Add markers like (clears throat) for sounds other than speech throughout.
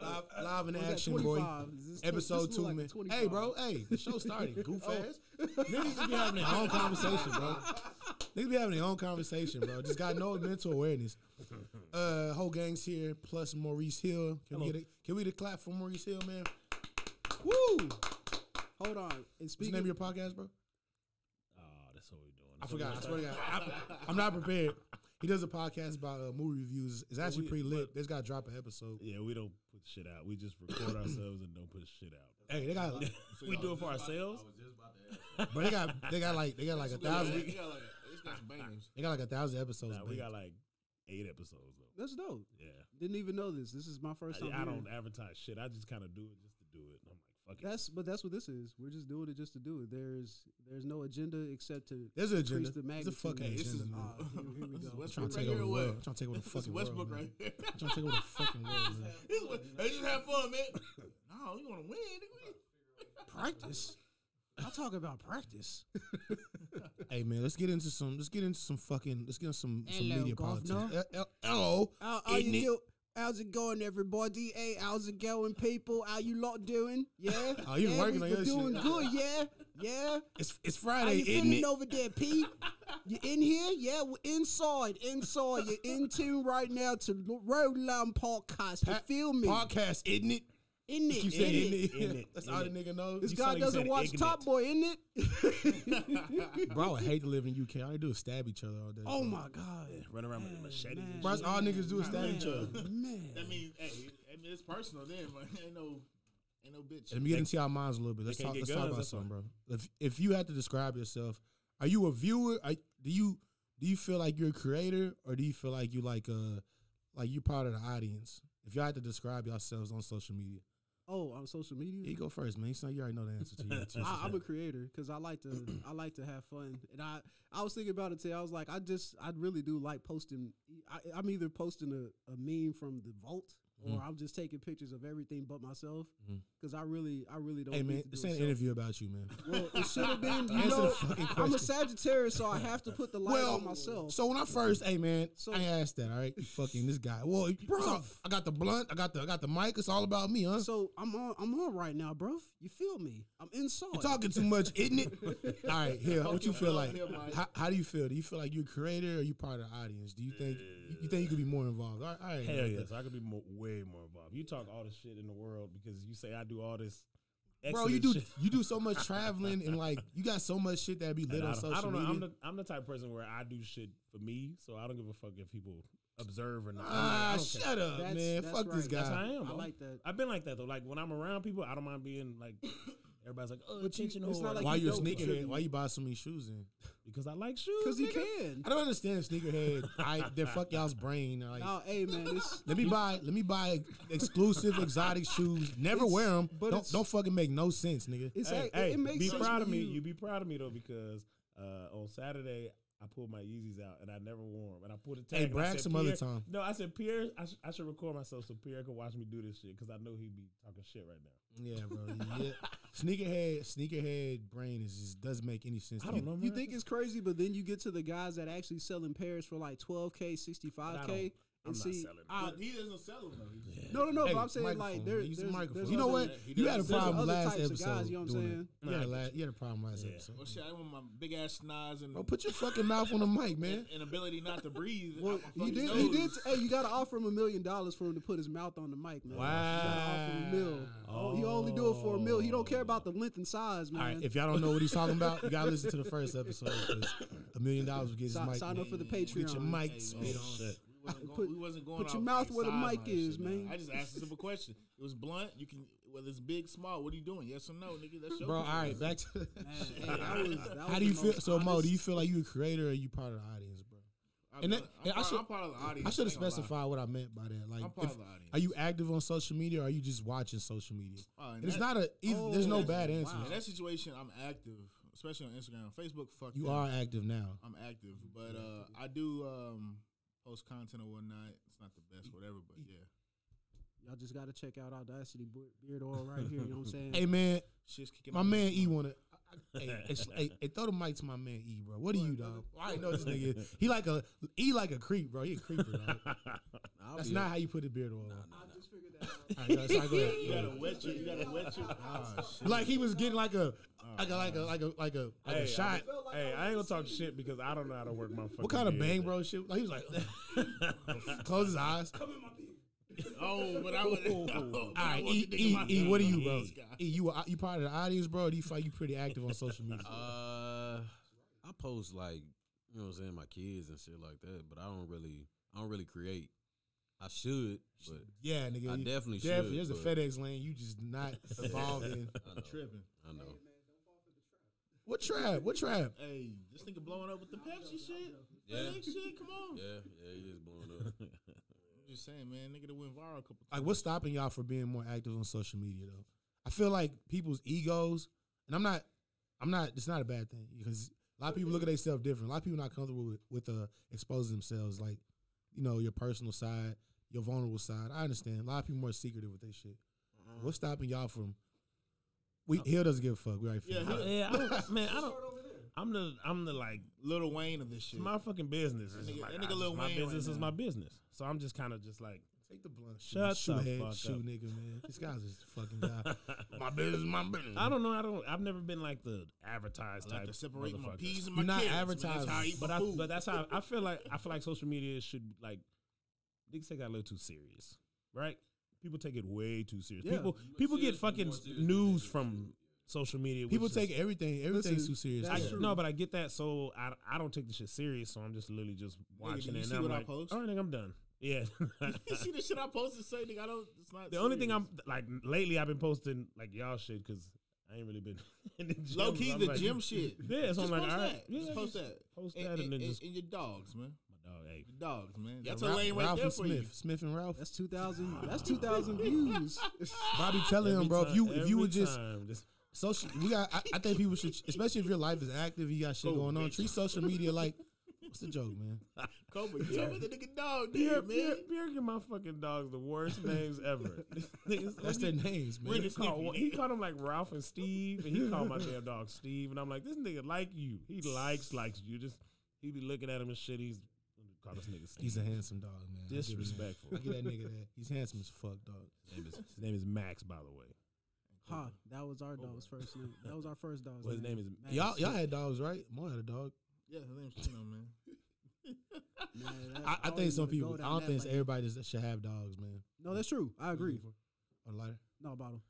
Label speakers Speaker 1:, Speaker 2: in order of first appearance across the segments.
Speaker 1: Uh,
Speaker 2: 25 in
Speaker 3: What was that,
Speaker 2: action, boy.
Speaker 3: 25? Is this tw-
Speaker 2: Episode two,
Speaker 3: this look like
Speaker 2: man.
Speaker 3: 25.
Speaker 2: Hey, bro. Hey, the show
Speaker 1: (laughs)
Speaker 2: started.
Speaker 1: Oh.
Speaker 2: Goof ass. Niggas just be having their own conversation, bro. Niggas be having their own conversation, bro. Just got no mental awareness. Uh, whole gang's here, plus Maurice Hill. Can we
Speaker 1: Hello.
Speaker 2: get a, can we get a clap for Maurice Hill, man?
Speaker 3: Woo! Hold on. And
Speaker 2: What's the
Speaker 3: speaking
Speaker 2: name of your podcast, bro?
Speaker 1: Oh, that's what we're doing.
Speaker 2: I forgot. I swear to God, I, am not prepared. He does a podcast about uh, movie reviews. It's actually
Speaker 1: Oh, we-
Speaker 2: pretty lit. They just got to drop an episode.
Speaker 1: Yeah, we don't put shit out. We just record ourselves and don't put
Speaker 2: (coughs)
Speaker 1: shit out.
Speaker 2: Hey, they got,
Speaker 1: (laughs) We do
Speaker 2: (laughs)
Speaker 1: it for ourselves?
Speaker 4: I was just about to ask.
Speaker 2: but they got, they got like, they got like
Speaker 1: (laughs)
Speaker 2: a thousand,
Speaker 4: It's got like, it's got some bangers.
Speaker 2: they got like a thousand episodes.
Speaker 1: Nah, we
Speaker 2: babe.
Speaker 1: got like eight episodes though.
Speaker 3: That's dope.
Speaker 1: Yeah.
Speaker 3: Didn't even know this. This is my first time.
Speaker 1: I, I
Speaker 3: hearing
Speaker 1: don't
Speaker 3: it.
Speaker 1: advertise shit. I just kind of do it just to do it. And I'm like, fuck it.
Speaker 3: That's but that's what this is. We're just doing it just to do it. There's there's no agenda except to
Speaker 2: There's an
Speaker 3: increase
Speaker 2: agenda.
Speaker 3: the
Speaker 2: There's a
Speaker 3: magnitude.
Speaker 2: fucking
Speaker 4: Hey, this
Speaker 2: agenda,
Speaker 4: is-
Speaker 2: man.
Speaker 3: Ah, here, here we
Speaker 4: This is
Speaker 3: go.
Speaker 2: Trying
Speaker 4: Westbrook
Speaker 2: to
Speaker 4: right
Speaker 2: take over
Speaker 4: here
Speaker 2: the
Speaker 4: or
Speaker 2: world.
Speaker 4: what?
Speaker 2: Trying to
Speaker 4: (laughs)
Speaker 2: take over the
Speaker 4: This is
Speaker 2: fucking world.
Speaker 4: Westbrook
Speaker 2: man.
Speaker 4: right here.
Speaker 2: Trying
Speaker 4: (laughs)
Speaker 2: to take over the fucking world. Man.
Speaker 4: This was- Hey, just have fun, man. No, you want to win. nigga.
Speaker 3: Practice. I talk about
Speaker 2: (laughs)
Speaker 3: practice.
Speaker 2: Hey man, let's get into some. Let's get into some fucking. Let's get into some, some
Speaker 3: Hello,
Speaker 2: media
Speaker 3: governor.
Speaker 2: politics. Eh, eh, Hello,
Speaker 3: How, how you
Speaker 2: Isn't it?
Speaker 3: do- How's it going, everybody? Hey, how's it going, people? How you lot doing? Yeah.
Speaker 2: (laughs) Oh, you
Speaker 3: yeah,
Speaker 2: working
Speaker 3: we
Speaker 2: on your
Speaker 3: we doing
Speaker 2: shit.
Speaker 3: good. Yeah. Yeah.
Speaker 2: it's it's
Speaker 3: How
Speaker 2: Friday,
Speaker 3: you
Speaker 2: isn't
Speaker 3: feeling
Speaker 2: it?
Speaker 3: over there, P? You in here? Yeah, we're inside, inside. You're in tune right now to Roadland Podcast. You
Speaker 2: Pa-
Speaker 3: feel me?
Speaker 2: Podcast, isn't it?
Speaker 3: in it,
Speaker 2: Keep
Speaker 3: in
Speaker 2: saying
Speaker 3: it.
Speaker 2: isn't it.
Speaker 1: Isn't it?
Speaker 2: (laughs) That's
Speaker 1: Isn't
Speaker 2: all the
Speaker 1: it?
Speaker 2: nigga knows.
Speaker 3: This
Speaker 2: You
Speaker 3: guy
Speaker 1: sound like you
Speaker 3: doesn't
Speaker 1: said
Speaker 3: watch
Speaker 1: ignorant.
Speaker 3: Top Boy, isn't it?
Speaker 2: Bro, I would hate to live in the UK. All they do is stab each other all day.
Speaker 3: oh my (laughs) God.
Speaker 1: (laughs) Run around with machetes.
Speaker 3: man.
Speaker 1: and
Speaker 2: Bro, that's all niggas do is stab each other.
Speaker 3: Man.
Speaker 4: I mean, hey, I mean, it's personal then, but (laughs) ain't no, ain't no bitch.
Speaker 2: Let me get into our minds a little bit. Let's
Speaker 1: can't
Speaker 2: talk.
Speaker 1: get
Speaker 2: Let's talk
Speaker 1: guns,
Speaker 2: about
Speaker 1: that's
Speaker 2: something, bro. If if you had to describe yourself, are you a viewer? Are, do you do you feel like you're a creator, or do you feel like you like uh like you part of the audience? If y'all had to describe yourselves on social media,
Speaker 3: Oh, on social media.
Speaker 2: you go first, man. You sound- you already know the answer
Speaker 3: (laughs)
Speaker 2: to your. to your
Speaker 3: I, I'm a creator because I like to I like to have fun, and I I was thinking about it today. I was like, I just I really do like posting. I, I'm either posting a, a meme from the vault or
Speaker 2: Mm-hmm.
Speaker 3: I'm just taking pictures of everything but myself because I really I really don't.
Speaker 2: hey
Speaker 3: need
Speaker 2: man,
Speaker 3: to do
Speaker 2: this
Speaker 3: a
Speaker 2: ain't an
Speaker 3: selfie.
Speaker 2: interview about you, man.
Speaker 3: (laughs) Well, it should have been. You
Speaker 2: Answer the
Speaker 3: know,
Speaker 2: fucking
Speaker 3: I'm
Speaker 2: question.
Speaker 3: a Sagittarius, so I have to put the light on myself.
Speaker 2: So when I first, hey man,
Speaker 3: So-
Speaker 2: I asked that. All right, you fucking this guy. Well, bro,
Speaker 3: Bruv.
Speaker 2: I got the blunt. I got the I got the mic. It's all about me, huh?
Speaker 3: So I'm on I'm on right now, bruv. You feel me? I'm inside.
Speaker 2: You're talking too much, isn't it? (laughs) All right, here. What you feel like?
Speaker 4: Here, Mike.
Speaker 2: How, how do you feel? Do you feel like you're a creator or you part of the audience? Do you think you you think you could be more involved? All right, all right.
Speaker 1: Hell yes, I could be more, way more involved. You talk all the shit in the world because you say I do all this.
Speaker 2: bro. You
Speaker 1: excellent
Speaker 2: do
Speaker 1: shit.
Speaker 2: (laughs) you do so much traveling and like you got so much shit that be lit
Speaker 1: And I
Speaker 2: on
Speaker 1: don't,
Speaker 2: social
Speaker 1: I don't know.
Speaker 2: media.
Speaker 1: I'm the, I'm the type of person where I do shit for me, so I don't give a fuck if people observe or not. I'm like, I
Speaker 2: ah,
Speaker 1: don't care.
Speaker 2: shut up,
Speaker 3: That's-
Speaker 2: man.
Speaker 3: that's
Speaker 2: Fuck this
Speaker 3: right.
Speaker 2: guy.
Speaker 3: That's
Speaker 1: That's how I am.
Speaker 3: I
Speaker 1: bro.
Speaker 3: like that.
Speaker 1: I've been like that though. Like when I'm around people, I don't mind being
Speaker 3: (coughs)
Speaker 1: like everybody's like, oh,
Speaker 3: But you-
Speaker 1: attention
Speaker 3: it's
Speaker 1: whore.
Speaker 3: not like
Speaker 2: why
Speaker 3: you
Speaker 2: you a
Speaker 3: don't
Speaker 2: sneakerhead?
Speaker 3: contribute.
Speaker 2: Why you buy so many shoes in?
Speaker 1: because I like shoes.
Speaker 3: because he
Speaker 1: nigga.
Speaker 3: can.
Speaker 2: I don't understand
Speaker 1: (laughs)
Speaker 2: sneakerhead. I they fuck y'all's brain. Like,
Speaker 3: Oh, hey man, this
Speaker 2: let me buy let me buy exclusive exotic shoes. Never
Speaker 3: It's-
Speaker 2: wear them.
Speaker 3: but
Speaker 2: Don't
Speaker 3: it's-
Speaker 2: don't fucking make no sense, nigga.
Speaker 3: it's
Speaker 1: Hey,
Speaker 3: like, it-
Speaker 1: hey,
Speaker 3: it makes
Speaker 1: be
Speaker 3: sense
Speaker 1: proud of
Speaker 3: when
Speaker 1: me.
Speaker 3: you-
Speaker 1: You be proud of me though because uh, on Saturday I pulled my Yeezys out and I never wore them and I pulled a tag. and I
Speaker 2: brag
Speaker 1: said,
Speaker 2: some other
Speaker 1: "Pierre-"
Speaker 2: time.
Speaker 1: No, I said Pierre. I, sh- I should record myself so Pierre can watch me do this shit because I know he'd be talking shit right now.
Speaker 2: Yeah, bro. Yeah. sneakerhead, sneakerhead brain is just doesn't make any sense.
Speaker 1: I
Speaker 2: to
Speaker 1: don't
Speaker 2: me.
Speaker 1: know.
Speaker 3: You think it's crazy, but then you get to the guys that actually selling pairs for like twelve k, sixty five k,
Speaker 1: I don't- I'm
Speaker 3: and
Speaker 1: not
Speaker 3: see.
Speaker 1: selling.
Speaker 3: I-
Speaker 4: But Ah, he doesn't sell them though. He-
Speaker 3: no, no, no.
Speaker 2: Hey,
Speaker 3: but I'm saying like
Speaker 2: microphone.
Speaker 3: there,
Speaker 2: Use
Speaker 3: there's,
Speaker 2: the microphone.
Speaker 3: there's
Speaker 2: You know
Speaker 3: other-
Speaker 2: what?
Speaker 4: he
Speaker 2: You had a
Speaker 4: does-
Speaker 2: problem
Speaker 3: there's other
Speaker 2: last
Speaker 3: types of
Speaker 2: episode.
Speaker 3: guys, you know what I'm
Speaker 2: doing
Speaker 3: saying?
Speaker 2: that. You had, a la- you had a problem last
Speaker 4: Well,
Speaker 2: episode.
Speaker 4: oh, shit, I want my big ass schnoz and
Speaker 2: Bro, put your fucking mouth on the mic, man.
Speaker 3: (laughs)
Speaker 4: and and ability not to breathe.
Speaker 3: Well,
Speaker 4: I'm a
Speaker 3: he did.
Speaker 4: fucking
Speaker 3: He did.
Speaker 4: nose.
Speaker 3: Hey, you got to offer him a million dollars for him to put his mouth on the mic, man. You gotta offer him a mil. Oh, you only do it for a mil. He don't care about the length and size,
Speaker 2: All
Speaker 3: man.
Speaker 2: right, if y'all don't know what he's talking about, you gotta listen to the first episode because a million dollars would get his
Speaker 3: Si-
Speaker 2: mic.
Speaker 3: sign up for the
Speaker 2: Get your
Speaker 3: Patreon.
Speaker 2: mic
Speaker 4: Hey,
Speaker 2: spit
Speaker 4: man,
Speaker 2: on.
Speaker 1: shit.
Speaker 4: We wasn't going,
Speaker 3: Put-
Speaker 4: we wasn't going
Speaker 3: put your
Speaker 4: off,
Speaker 3: mouth
Speaker 4: like,
Speaker 3: where the
Speaker 4: sideline
Speaker 3: mic is,
Speaker 4: shit,
Speaker 3: man.
Speaker 4: I just asked a simple question. It was blunt. You can whether it's big, small. What are you doing? Yes or no, nigga. That's your
Speaker 2: Bro, all right,
Speaker 4: business.
Speaker 2: back to
Speaker 3: Man, hey, that was- that
Speaker 2: (laughs)
Speaker 3: was
Speaker 2: how do you
Speaker 3: the
Speaker 2: feel?
Speaker 3: most
Speaker 2: So Mo,
Speaker 3: honest-
Speaker 2: do you feel like you a creator or you part of the audience, bro? and
Speaker 4: I'm, and
Speaker 2: that-
Speaker 4: I'm,
Speaker 2: and I
Speaker 4: part,
Speaker 2: should-
Speaker 4: I'm part of the audience.
Speaker 2: I should have
Speaker 4: ain't gonna lie.
Speaker 2: specified what I meant by that. Like,
Speaker 4: I'm part
Speaker 2: if-
Speaker 4: of the audience.
Speaker 2: are you active on social media? or Are you just watching social media?
Speaker 4: Oh, and
Speaker 2: And it's
Speaker 4: that- Oh,
Speaker 2: not a. Either, there's no
Speaker 4: that's-
Speaker 2: bad answer.
Speaker 4: In that situation, I'm active, especially on Instagram, Facebook. Fuck
Speaker 2: You
Speaker 4: that.
Speaker 2: are active now.
Speaker 4: I'm active, but uh, I do um, post content or whatnot. It's not the best, whatever, but
Speaker 2: E-,
Speaker 4: yeah.
Speaker 3: Y'all just got to check out Audacity Bo- Beard Oil right here. You know what I'm saying?
Speaker 2: Hey man,
Speaker 4: Shit's kicking.
Speaker 2: my
Speaker 4: out.
Speaker 2: man E wanna. I- I- Hey, it's- hey, hey, throw the mic to my man E, bro. What are you, dog? I already know this nigga. He like a E like a creep, bro. He a creeper, dog.
Speaker 5: I'll
Speaker 2: That's
Speaker 5: be
Speaker 2: not how you put a beard on.
Speaker 3: I just figured that out.
Speaker 2: All right, sorry, go ahead.
Speaker 1: You gotta wet your, you gotta wet your.
Speaker 4: Ah,
Speaker 2: (laughs)
Speaker 4: shit.
Speaker 2: Like he was getting like a,
Speaker 4: Oh,
Speaker 2: like a, like a, like a, like a, like
Speaker 1: Hey,
Speaker 2: a shot.
Speaker 1: Hey, I ain't gonna talk shit because I don't know how to work my.
Speaker 2: What kind of bang bro shit? Like he was like, (laughs) close his eyes.
Speaker 4: (laughs) oh,
Speaker 2: (laughs)
Speaker 4: but I would. (laughs) Oh,
Speaker 2: All right, E, e, e what are you, bro? E, you, a- you part of the audience, bro? Or do you find you pretty active on social media?
Speaker 5: Uh, I post like you know what I'm saying, my kids and shit like that, but I don't really, I don't really create. I should, but
Speaker 2: yeah, nigga.
Speaker 5: I
Speaker 2: you-
Speaker 5: definitely,
Speaker 2: definitely.
Speaker 5: should.
Speaker 2: There's a
Speaker 5: but
Speaker 2: FedEx lane you just
Speaker 5: (laughs)
Speaker 2: not involved in.
Speaker 5: I know,
Speaker 4: Tripping.
Speaker 5: I know.
Speaker 2: What trap? What trap?
Speaker 4: Hey, this nigga blowing up with the Pepsi shit.
Speaker 5: Yeah.
Speaker 4: That nigga shit, come on.
Speaker 5: Yeah, yeah, he is blowing up.
Speaker 4: I'm just saying, man, nigga, that went viral a couple.
Speaker 2: Like, what's stopping y'all from being more active on social media though? I feel like people's egos, and I'm not, I'm not. It's not a bad thing because a lot of people look at themselves different. A lot of people not comfortable with, with uh exposing themselves, like you know your personal side, your vulnerable side. I understand. A lot of people more secretive with their shit. What's stopping y'all from? We Hill doesn't give a fuck. We already
Speaker 4: Yeah,
Speaker 2: figured it
Speaker 4: Hill-
Speaker 2: out.
Speaker 1: Yeah, I
Speaker 3: (laughs)
Speaker 1: don't, man, I don't. I'm the I'm the like
Speaker 4: Little Wayne of this shit.
Speaker 1: it's my fucking business. It's just
Speaker 4: nigga-
Speaker 1: like,
Speaker 4: that
Speaker 1: I
Speaker 4: nigga
Speaker 1: just-
Speaker 4: Lil
Speaker 1: my
Speaker 4: Wayne right
Speaker 1: business is
Speaker 4: now.
Speaker 1: my business. So I'm just kind of just
Speaker 4: (laughs)
Speaker 1: like
Speaker 2: Take the blunt.
Speaker 1: Shut
Speaker 2: shoe
Speaker 1: the
Speaker 2: head,
Speaker 1: fuck
Speaker 2: shoe
Speaker 1: up.
Speaker 2: nigga, man. This guy's just a (laughs) fucking guy. my business, my business.
Speaker 1: I don't know. I don't. I've never been like the advertised
Speaker 4: I like
Speaker 1: type.
Speaker 4: to separate my
Speaker 1: motherfucker.
Speaker 4: peas and my
Speaker 2: You're not
Speaker 4: carrots. man.
Speaker 2: advertising,
Speaker 4: That's how I eat
Speaker 1: But
Speaker 4: my
Speaker 1: I,
Speaker 4: food.
Speaker 1: but that's how I feel like I feel like social media should like niggas take that a little too serious, right? People take it way too serious.
Speaker 3: Yeah.
Speaker 1: People people get
Speaker 5: Serious, but
Speaker 1: fucking
Speaker 5: more serious than
Speaker 1: news
Speaker 5: that.
Speaker 1: from social media. which
Speaker 2: People
Speaker 1: is-
Speaker 2: take everything. Everything's
Speaker 3: Listen,
Speaker 2: too serious.
Speaker 1: I,
Speaker 3: that's true.
Speaker 1: no, but I get that. So I, I don't take the shit serious. So I'm just literally just watching
Speaker 4: did you
Speaker 1: it. And
Speaker 4: see
Speaker 1: I'm
Speaker 4: what I
Speaker 1: like,
Speaker 4: post?
Speaker 1: all right, nigga, I'm done.
Speaker 4: (laughs)
Speaker 1: Yeah.
Speaker 4: you see the shit I posted say, nigga, I don't. It's not.
Speaker 1: the only thing
Speaker 4: serious.
Speaker 1: I'm like lately, I've been posting like y'all shit because I ain't really been (laughs) in the gym.
Speaker 4: low key
Speaker 1: I'm
Speaker 4: the
Speaker 1: like-
Speaker 4: gym shit.
Speaker 1: Yeah, so
Speaker 4: just
Speaker 1: I'm like,
Speaker 4: post
Speaker 1: all
Speaker 4: that.
Speaker 1: right, yeah,
Speaker 4: just post that.
Speaker 1: post
Speaker 4: And,
Speaker 1: that and
Speaker 4: and,
Speaker 1: then
Speaker 4: and,
Speaker 1: just-
Speaker 4: and your dogs, man.
Speaker 1: My dog, hey,
Speaker 4: Your dogs, man. That's
Speaker 2: Ra-
Speaker 4: a lane right
Speaker 2: Ralph
Speaker 4: there
Speaker 2: and
Speaker 4: for
Speaker 2: Smith.
Speaker 4: (laughs) you.
Speaker 2: Smith and Ralph.
Speaker 3: That's two thousand. That's two
Speaker 2: (laughs)
Speaker 3: thousand views. (laughs)
Speaker 2: Bobby telling him,
Speaker 1: Every
Speaker 2: bro, if you
Speaker 1: time-
Speaker 2: if you would
Speaker 1: every
Speaker 2: just
Speaker 1: time, (laughs) just
Speaker 2: social, we got. I, I think people should, especially if your life is active, you got shit
Speaker 3: Oh,
Speaker 4: Cool,
Speaker 2: going on.
Speaker 4: bitch.
Speaker 2: Treat social media like what's the joke,
Speaker 3: (laughs)
Speaker 2: man?
Speaker 4: Cobra, you talking about the nigga dog
Speaker 1: Pierre,
Speaker 4: there, man.
Speaker 1: Pierre, Pierre give my fucking dogs the worst names (laughs) ever. Niggas-
Speaker 2: That's their names, man.
Speaker 1: he, called, he called them like Ralph and Steve, and he called my damn dog Steve, and I'm like, this nigga like you. He likes likes you. Just he be looking at him and shit. He's call this nigga Steve.
Speaker 2: He's a handsome dog, man. I give him that.
Speaker 1: disrespectful.
Speaker 2: I give that nigga that. He's handsome as fuck, dog.
Speaker 1: His name is, his name is Max, by the way.
Speaker 3: Ha, that was our dog's first name. That was our first dog's
Speaker 1: Well, his name is
Speaker 3: Man,
Speaker 2: Y'all y'all had dogs, right? Mo had a dog.
Speaker 4: Yeah, his name's Chino, man.
Speaker 3: man, that-
Speaker 2: I, I
Speaker 3: don't
Speaker 2: think some
Speaker 3: even wanna
Speaker 2: people.
Speaker 3: go
Speaker 2: I
Speaker 3: down
Speaker 2: don't
Speaker 3: that
Speaker 2: think it's
Speaker 3: lane.
Speaker 2: everybody that should have dogs, man.
Speaker 3: No, that's true. I agree.
Speaker 2: Or lighter.
Speaker 3: No bottle.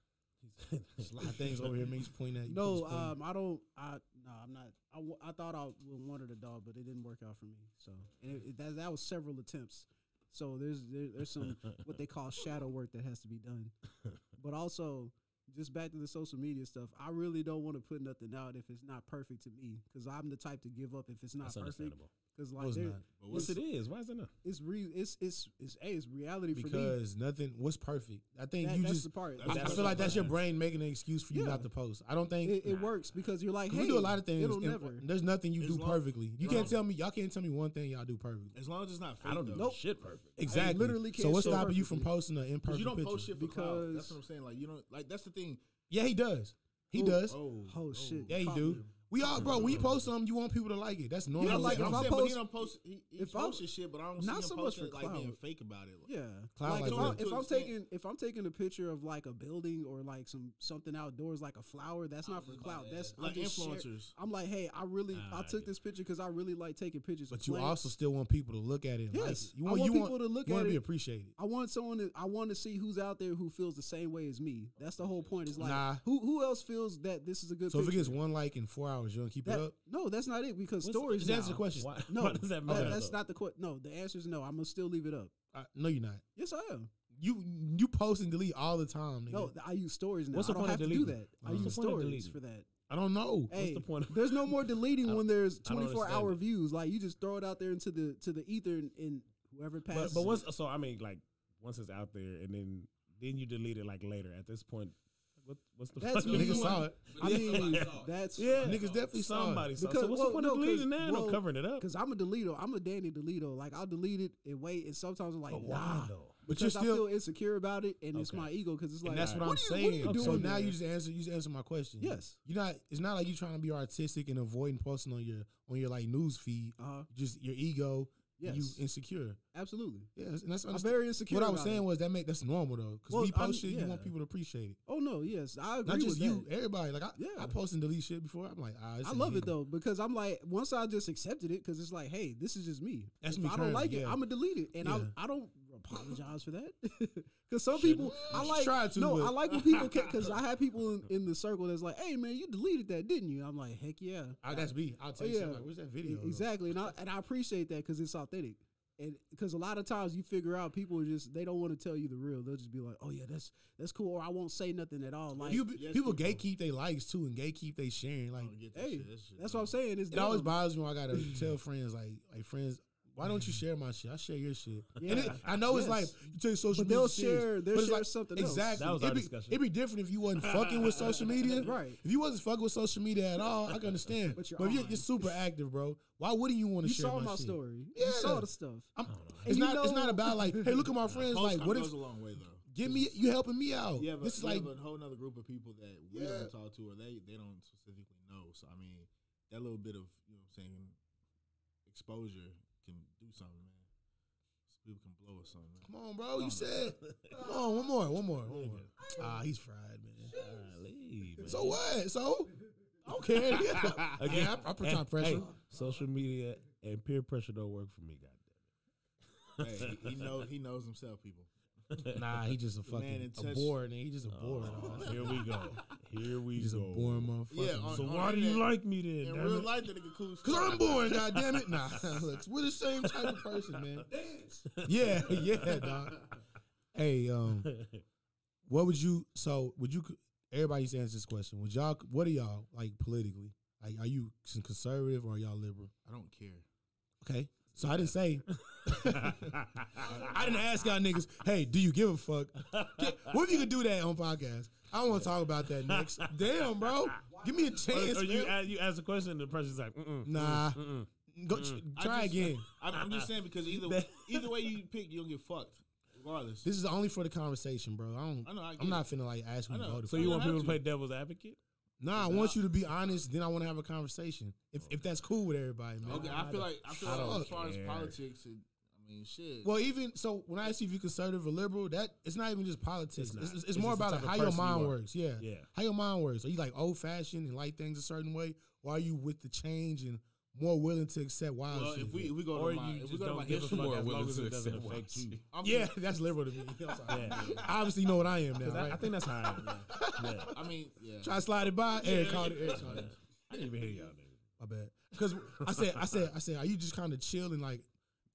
Speaker 2: There's a lot of things over here. Makes point at you.
Speaker 3: No,
Speaker 2: Please point.
Speaker 3: um, I don't. I no, I'm not. I, w- I thought I w- wanted a dog, but it didn't work out for me. So, and it, it- that that was several attempts. So there's there,
Speaker 2: (laughs)
Speaker 3: there's some what they call shadow work that has to be done. But also, just back to the social media stuff. I really don't want to put nothing out if it's not perfect to me, because I'm the type to give up if it's not
Speaker 1: That's
Speaker 3: perfect.
Speaker 1: understandable.
Speaker 3: Because
Speaker 2: No,
Speaker 3: like
Speaker 2: it's
Speaker 3: there-
Speaker 2: not.
Speaker 4: But
Speaker 1: Yes,
Speaker 4: what's
Speaker 1: it is. Why is it not?
Speaker 3: it's re it's it's it's hey, it's reality for me.
Speaker 2: because nothing was perfect. I think
Speaker 3: That,
Speaker 2: you
Speaker 3: that's
Speaker 2: just.
Speaker 3: the part.
Speaker 2: I, I
Speaker 1: That's
Speaker 2: feel like that's your
Speaker 1: what-
Speaker 2: brain making an excuse for you
Speaker 3: Yeah.
Speaker 2: not to post. I don't think
Speaker 3: it, it
Speaker 1: Nah.
Speaker 3: works because you're like, hey,
Speaker 2: we do a lot of things.
Speaker 3: It'll
Speaker 2: and
Speaker 3: never.
Speaker 2: There's nothing you
Speaker 4: As
Speaker 2: do
Speaker 4: long-
Speaker 2: perfectly. You
Speaker 4: Right.
Speaker 2: can't tell me. Y'all can't tell me one thing y'all do perfectly.
Speaker 4: as long as it's not fake.
Speaker 1: I don't
Speaker 4: though.
Speaker 1: do
Speaker 3: Nope.
Speaker 1: shit perfect.
Speaker 2: Exactly.
Speaker 3: literally
Speaker 2: so
Speaker 3: can't
Speaker 2: what's
Speaker 3: show
Speaker 2: stopping you from
Speaker 3: perfectly.
Speaker 2: posting an
Speaker 4: Because
Speaker 2: imperfect
Speaker 4: you don't
Speaker 2: picture?
Speaker 4: post shit for clout.
Speaker 3: Because-
Speaker 4: That's what I'm saying. Like you don't like that's the thing.
Speaker 2: Yeah, he does. He
Speaker 3: Who?
Speaker 2: does.
Speaker 4: Oh,
Speaker 3: Oh, shit.
Speaker 2: yeah, he
Speaker 3: Caught
Speaker 2: do.
Speaker 3: me.
Speaker 2: We all, bro. When you post something, you want people to like it. That's normal.
Speaker 4: You know, like
Speaker 3: if
Speaker 4: I'm
Speaker 3: I
Speaker 4: saying, but
Speaker 3: post-
Speaker 4: he don't post. He, he
Speaker 3: if I-
Speaker 4: posts his shit, but I don't see
Speaker 3: not
Speaker 4: him
Speaker 3: so much
Speaker 4: posting
Speaker 3: for
Speaker 4: it, like being
Speaker 3: clout.
Speaker 4: fake about it. Like,
Speaker 3: Yeah.
Speaker 2: Cloud
Speaker 3: like if,
Speaker 2: like
Speaker 3: I,
Speaker 2: that.
Speaker 3: if
Speaker 4: To
Speaker 3: I'm
Speaker 4: extent.
Speaker 3: taking if I'm taking a picture of like a building or like some something outdoors like a flower, that's not for clout. That's
Speaker 4: Like
Speaker 3: I'm just share-
Speaker 4: influencers.
Speaker 3: I'm like, hey, I really
Speaker 1: Ah,
Speaker 3: I
Speaker 1: I
Speaker 3: took
Speaker 1: get
Speaker 3: this picture because I really like taking pictures.
Speaker 2: But
Speaker 3: of
Speaker 2: you
Speaker 3: plants.
Speaker 2: also still want people to look at it. And
Speaker 3: Yes.
Speaker 2: like it. you
Speaker 3: I
Speaker 2: want,
Speaker 3: want
Speaker 2: you
Speaker 3: people to look
Speaker 2: you want
Speaker 3: at
Speaker 2: to be
Speaker 3: it.
Speaker 2: appreciated.
Speaker 3: I want someone to I want to see who's out there who feels the same way as me. That's the whole point. Is like
Speaker 2: Nah.
Speaker 3: who who else feels that this is a good
Speaker 2: So if
Speaker 3: picture?
Speaker 2: it gets one like in four hours, you don't keep it
Speaker 3: that,
Speaker 2: up.
Speaker 3: no, that's not it because
Speaker 1: What's-
Speaker 3: stories.
Speaker 2: Just answer
Speaker 3: now-
Speaker 2: the question.
Speaker 1: Why,
Speaker 3: No,
Speaker 1: why does that matter?
Speaker 3: that's
Speaker 1: though?
Speaker 3: not the question. No, the answer is no. I'm gonna still leave it up.
Speaker 2: I, no, you're not.
Speaker 3: Yes, I am.
Speaker 2: You you post and delete all the time. Nigga.
Speaker 3: No, I use stories now.
Speaker 1: What's
Speaker 3: I
Speaker 1: the
Speaker 3: don't
Speaker 1: point
Speaker 3: have
Speaker 1: of
Speaker 3: to do
Speaker 1: deleting?
Speaker 3: that. I
Speaker 1: What's the
Speaker 3: use
Speaker 1: point of
Speaker 3: stories
Speaker 1: deleting?
Speaker 3: for that.
Speaker 2: I don't know.
Speaker 3: Hey,
Speaker 1: the point of-
Speaker 3: there's no more deleting when there's
Speaker 1: I don't
Speaker 3: 24 hour
Speaker 1: understand
Speaker 3: views. Like you just throw it out there into the to the ether and, and whoever passes.
Speaker 1: (laughs) But, but
Speaker 3: it.
Speaker 1: once, so I mean, like once it's out there, and then then you delete it like later. At this point, what, what's the
Speaker 3: That's
Speaker 1: fucking
Speaker 3: what
Speaker 2: Niggas
Speaker 3: you
Speaker 1: point?
Speaker 3: (laughs)
Speaker 2: saw it.
Speaker 3: I mean,
Speaker 2: (laughs)
Speaker 3: that's
Speaker 1: Yeah,
Speaker 2: Niggas definitely saw
Speaker 1: somebody
Speaker 2: it.
Speaker 1: saw. it.
Speaker 3: Because-
Speaker 1: So what's
Speaker 3: well,
Speaker 1: the point
Speaker 3: no,
Speaker 1: of
Speaker 3: 'cause-
Speaker 1: deleting that?
Speaker 3: well,
Speaker 1: no covering it up.
Speaker 3: because I'm a deleter. I'm a Danny deleter. Like I'll delete it and wait, and sometimes I'm like,
Speaker 1: But
Speaker 3: nah.
Speaker 1: why though?
Speaker 2: But you're
Speaker 3: Because I
Speaker 2: still.
Speaker 3: feel insecure about it, and it's
Speaker 1: Okay.
Speaker 3: my ego. Because it's like
Speaker 2: And that's what
Speaker 3: "What
Speaker 2: I'm
Speaker 3: are you- what are you
Speaker 2: saying.
Speaker 3: doing
Speaker 2: So now
Speaker 3: there?"
Speaker 2: you just answer you just answer my question.
Speaker 3: Yes.
Speaker 2: You're not it's not like you're trying to be artistic and avoiding posting on your on your like news feed.
Speaker 3: Uh-huh.
Speaker 2: Just your ego and
Speaker 3: Yes.
Speaker 2: you insecure.
Speaker 3: Absolutely.
Speaker 2: Yeah, and that's
Speaker 3: I'm
Speaker 2: understa-
Speaker 3: very insecure.
Speaker 2: What I
Speaker 3: about
Speaker 2: was saying
Speaker 3: it.
Speaker 2: was that make that's normal though, because
Speaker 3: Well,
Speaker 2: we
Speaker 3: I'm-
Speaker 2: post shit, you want
Speaker 3: yeah.
Speaker 2: people to appreciate it.
Speaker 3: Oh no, yes, I agree
Speaker 2: Not just
Speaker 3: with
Speaker 2: you,
Speaker 3: that.
Speaker 2: everybody. Like I,
Speaker 3: Yeah.
Speaker 2: I post and delete shit before. I'm like, ah, this
Speaker 3: I
Speaker 2: ain't
Speaker 3: love
Speaker 2: me.
Speaker 3: it though because I'm like once I just accepted it because it's like, hey, this is just me.
Speaker 2: That's
Speaker 3: if
Speaker 2: me
Speaker 3: I don't
Speaker 2: currently,
Speaker 3: like it,
Speaker 2: yeah.
Speaker 3: I'm gonna delete it, and
Speaker 2: Yeah.
Speaker 3: I I don't apologize for that (laughs) because some people I
Speaker 2: You
Speaker 3: like
Speaker 2: try to,
Speaker 3: no
Speaker 2: but-
Speaker 3: I like when people because I had people in, in the circle that's like, hey man, you deleted that, didn't you? I'm like, heck yeah,
Speaker 2: Ah, that's me. I'll tell
Speaker 3: Oh,
Speaker 2: you something.
Speaker 3: yeah.
Speaker 2: Like, where's that
Speaker 3: E-
Speaker 2: video? though?
Speaker 3: exactly, and I and I appreciate that because it's authentic. And because a lot of times you figure out people are just they don't want to tell you the real. They'll just be like, "Oh yeah, that's that's cool," or "I won't say nothing at all." Like,
Speaker 2: You-
Speaker 4: Yes,
Speaker 2: people
Speaker 4: people.
Speaker 2: gatekeep their likes too, and gatekeep they sharing. Like,
Speaker 3: hey, that's what I'm saying. It's
Speaker 2: it always
Speaker 3: dumb.
Speaker 2: bothers me when I
Speaker 3: (clears throat)
Speaker 2: gotta tell friends, like, like friends, why don't you share my shit? I share your shit.
Speaker 3: (laughs)
Speaker 2: And it,
Speaker 3: Yeah.
Speaker 2: I know it's
Speaker 3: Yes.
Speaker 2: like you take social
Speaker 3: But
Speaker 2: media.
Speaker 3: they'll
Speaker 2: serious,
Speaker 3: share- they'll
Speaker 2: but it's
Speaker 3: share something else.
Speaker 2: Exactly.
Speaker 1: That was our
Speaker 2: it'd, be,
Speaker 1: discussion.
Speaker 2: it'd be different if you
Speaker 3: (laughs)
Speaker 2: wasn't fucking with social media.
Speaker 3: Right.
Speaker 2: If you wasn't fucking with social media at all, I can understand.
Speaker 3: But
Speaker 2: But,
Speaker 3: you're
Speaker 2: if you're,
Speaker 3: on.
Speaker 2: you're super active, bro, why wouldn't you want to
Speaker 3: You
Speaker 2: share
Speaker 3: saw my
Speaker 2: shit?
Speaker 3: story.
Speaker 2: Yeah.
Speaker 3: You saw the stuff.
Speaker 2: I'm,
Speaker 3: And
Speaker 2: it's
Speaker 3: you
Speaker 2: not. It's
Speaker 3: know-
Speaker 2: not about like, hey, look at
Speaker 3: (laughs)
Speaker 2: my friends.
Speaker 4: Post
Speaker 2: Like, what if
Speaker 4: goes a long way though.
Speaker 2: give me? You helping me out?
Speaker 4: You have, a,
Speaker 2: this is
Speaker 4: you
Speaker 2: like
Speaker 4: have a whole other group of people that we
Speaker 2: Yeah.
Speaker 4: don't talk to or they, they don't specifically know. So I mean, that little bit of you know what I'm saying exposure can do something, man. People can blow us something. Man.
Speaker 2: Come on, bro. You said. Come on, one more, one more, one
Speaker 1: (laughs)
Speaker 2: more. Ah, he's fried, man.
Speaker 1: Golly, man.
Speaker 2: So what? So I don't care. (laughs) Yeah,
Speaker 1: Again,
Speaker 2: I, I put time pressure.
Speaker 1: hey, social media and peer pressure don't work for me, goddamn.
Speaker 4: hey, he, he knows he knows
Speaker 2: (laughs)
Speaker 4: himself, people.
Speaker 2: Nah, he just a
Speaker 4: man in
Speaker 2: fucking a
Speaker 4: touch-
Speaker 2: bore, nigga. He just a bore.
Speaker 1: Oh,
Speaker 4: (laughs)
Speaker 2: dog.
Speaker 1: here we go. Here we
Speaker 2: He just a
Speaker 1: go.
Speaker 2: boring motherfucker.
Speaker 4: Yeah, on-
Speaker 1: so
Speaker 4: on
Speaker 1: why do you
Speaker 4: internet.
Speaker 1: like me then?
Speaker 4: In
Speaker 1: damn
Speaker 4: real
Speaker 1: it?
Speaker 4: life, that nigga cool. as
Speaker 2: Cause
Speaker 4: fuck.
Speaker 2: I'm boring, goddamn it. Nah, (laughs) look, we're the same type of person, man. (laughs) Yeah, yeah, dog. Hey, um, what would you? So, would you? Everybody used to answer this question. Would y'all? What are y'all like politically? Like, are you conservative or are y'all liberal?
Speaker 4: I don't care.
Speaker 2: Okay. So I didn't say. I didn't ask y'all niggas, hey, do you give a fuck? Get- What if you could do that on podcast? I don't want to talk about that next. Damn, bro. Give me a
Speaker 1: Or-
Speaker 2: chance,
Speaker 1: or you,
Speaker 2: man.
Speaker 1: a- you ask a question and the person's like, mm-mm,
Speaker 2: Nah.
Speaker 1: mm-mm.
Speaker 2: Go, ch-
Speaker 4: I
Speaker 2: try
Speaker 4: just-
Speaker 2: again.
Speaker 4: I'm, I'm just saying
Speaker 2: (laughs)
Speaker 4: because either either way you pick, you'll get fucked regardless.
Speaker 2: This is only for the conversation, bro. I don't.
Speaker 4: I know. I get
Speaker 2: I'm not
Speaker 4: it.
Speaker 2: finna like ask
Speaker 4: I
Speaker 2: me to
Speaker 4: know.
Speaker 2: vote.
Speaker 1: So
Speaker 2: for
Speaker 1: you
Speaker 2: you.
Speaker 1: want
Speaker 4: have
Speaker 1: people to
Speaker 4: to.
Speaker 1: play devil's advocate?
Speaker 2: Nah, I want you to be honest. Then I want to have a conversation. If, if that's cool with everybody, man.
Speaker 4: Okay, I feel like I feel
Speaker 2: I
Speaker 4: like
Speaker 2: don't
Speaker 4: as far
Speaker 1: care.
Speaker 4: as politics, it, I mean, shit.
Speaker 2: Well, even so, when I ask you if you're conservative or liberal, that it's not even just politics. It's,
Speaker 1: It's not.
Speaker 2: it's- it's
Speaker 1: It's
Speaker 2: more
Speaker 1: just the
Speaker 2: about
Speaker 1: type
Speaker 2: it,
Speaker 1: of
Speaker 2: how your
Speaker 1: person you
Speaker 2: mind
Speaker 1: are.
Speaker 2: works. Yeah.
Speaker 1: Yeah.
Speaker 2: how your mind works. Are you like old fashioned and like things a certain way, or are you with the change and more willing to accept wild
Speaker 4: Well,
Speaker 2: shit?
Speaker 4: if we if we go
Speaker 1: Or
Speaker 4: to my
Speaker 1: you
Speaker 4: if
Speaker 1: just
Speaker 4: we go to my
Speaker 1: don't give a
Speaker 4: history,
Speaker 1: fuck
Speaker 5: More
Speaker 1: as long
Speaker 5: willing
Speaker 1: as
Speaker 5: to
Speaker 1: it doesn't
Speaker 5: accept
Speaker 1: affect
Speaker 5: watching.
Speaker 1: you.
Speaker 4: I'm
Speaker 2: yeah, (laughs)
Speaker 4: just-
Speaker 2: that's liberal to me. I'm sorry.
Speaker 1: Yeah.
Speaker 2: I obviously know what I am now.
Speaker 1: 'Cause I,
Speaker 2: right?
Speaker 1: I think that's how I am. Yeah. Yeah.
Speaker 4: I mean, yeah.
Speaker 2: (laughs) try to slide it by. Eric called it. Eric called it.
Speaker 1: I didn't even hear y'all niggas.
Speaker 2: My bad. Because I said, I said, I said, are you just kind of chill and like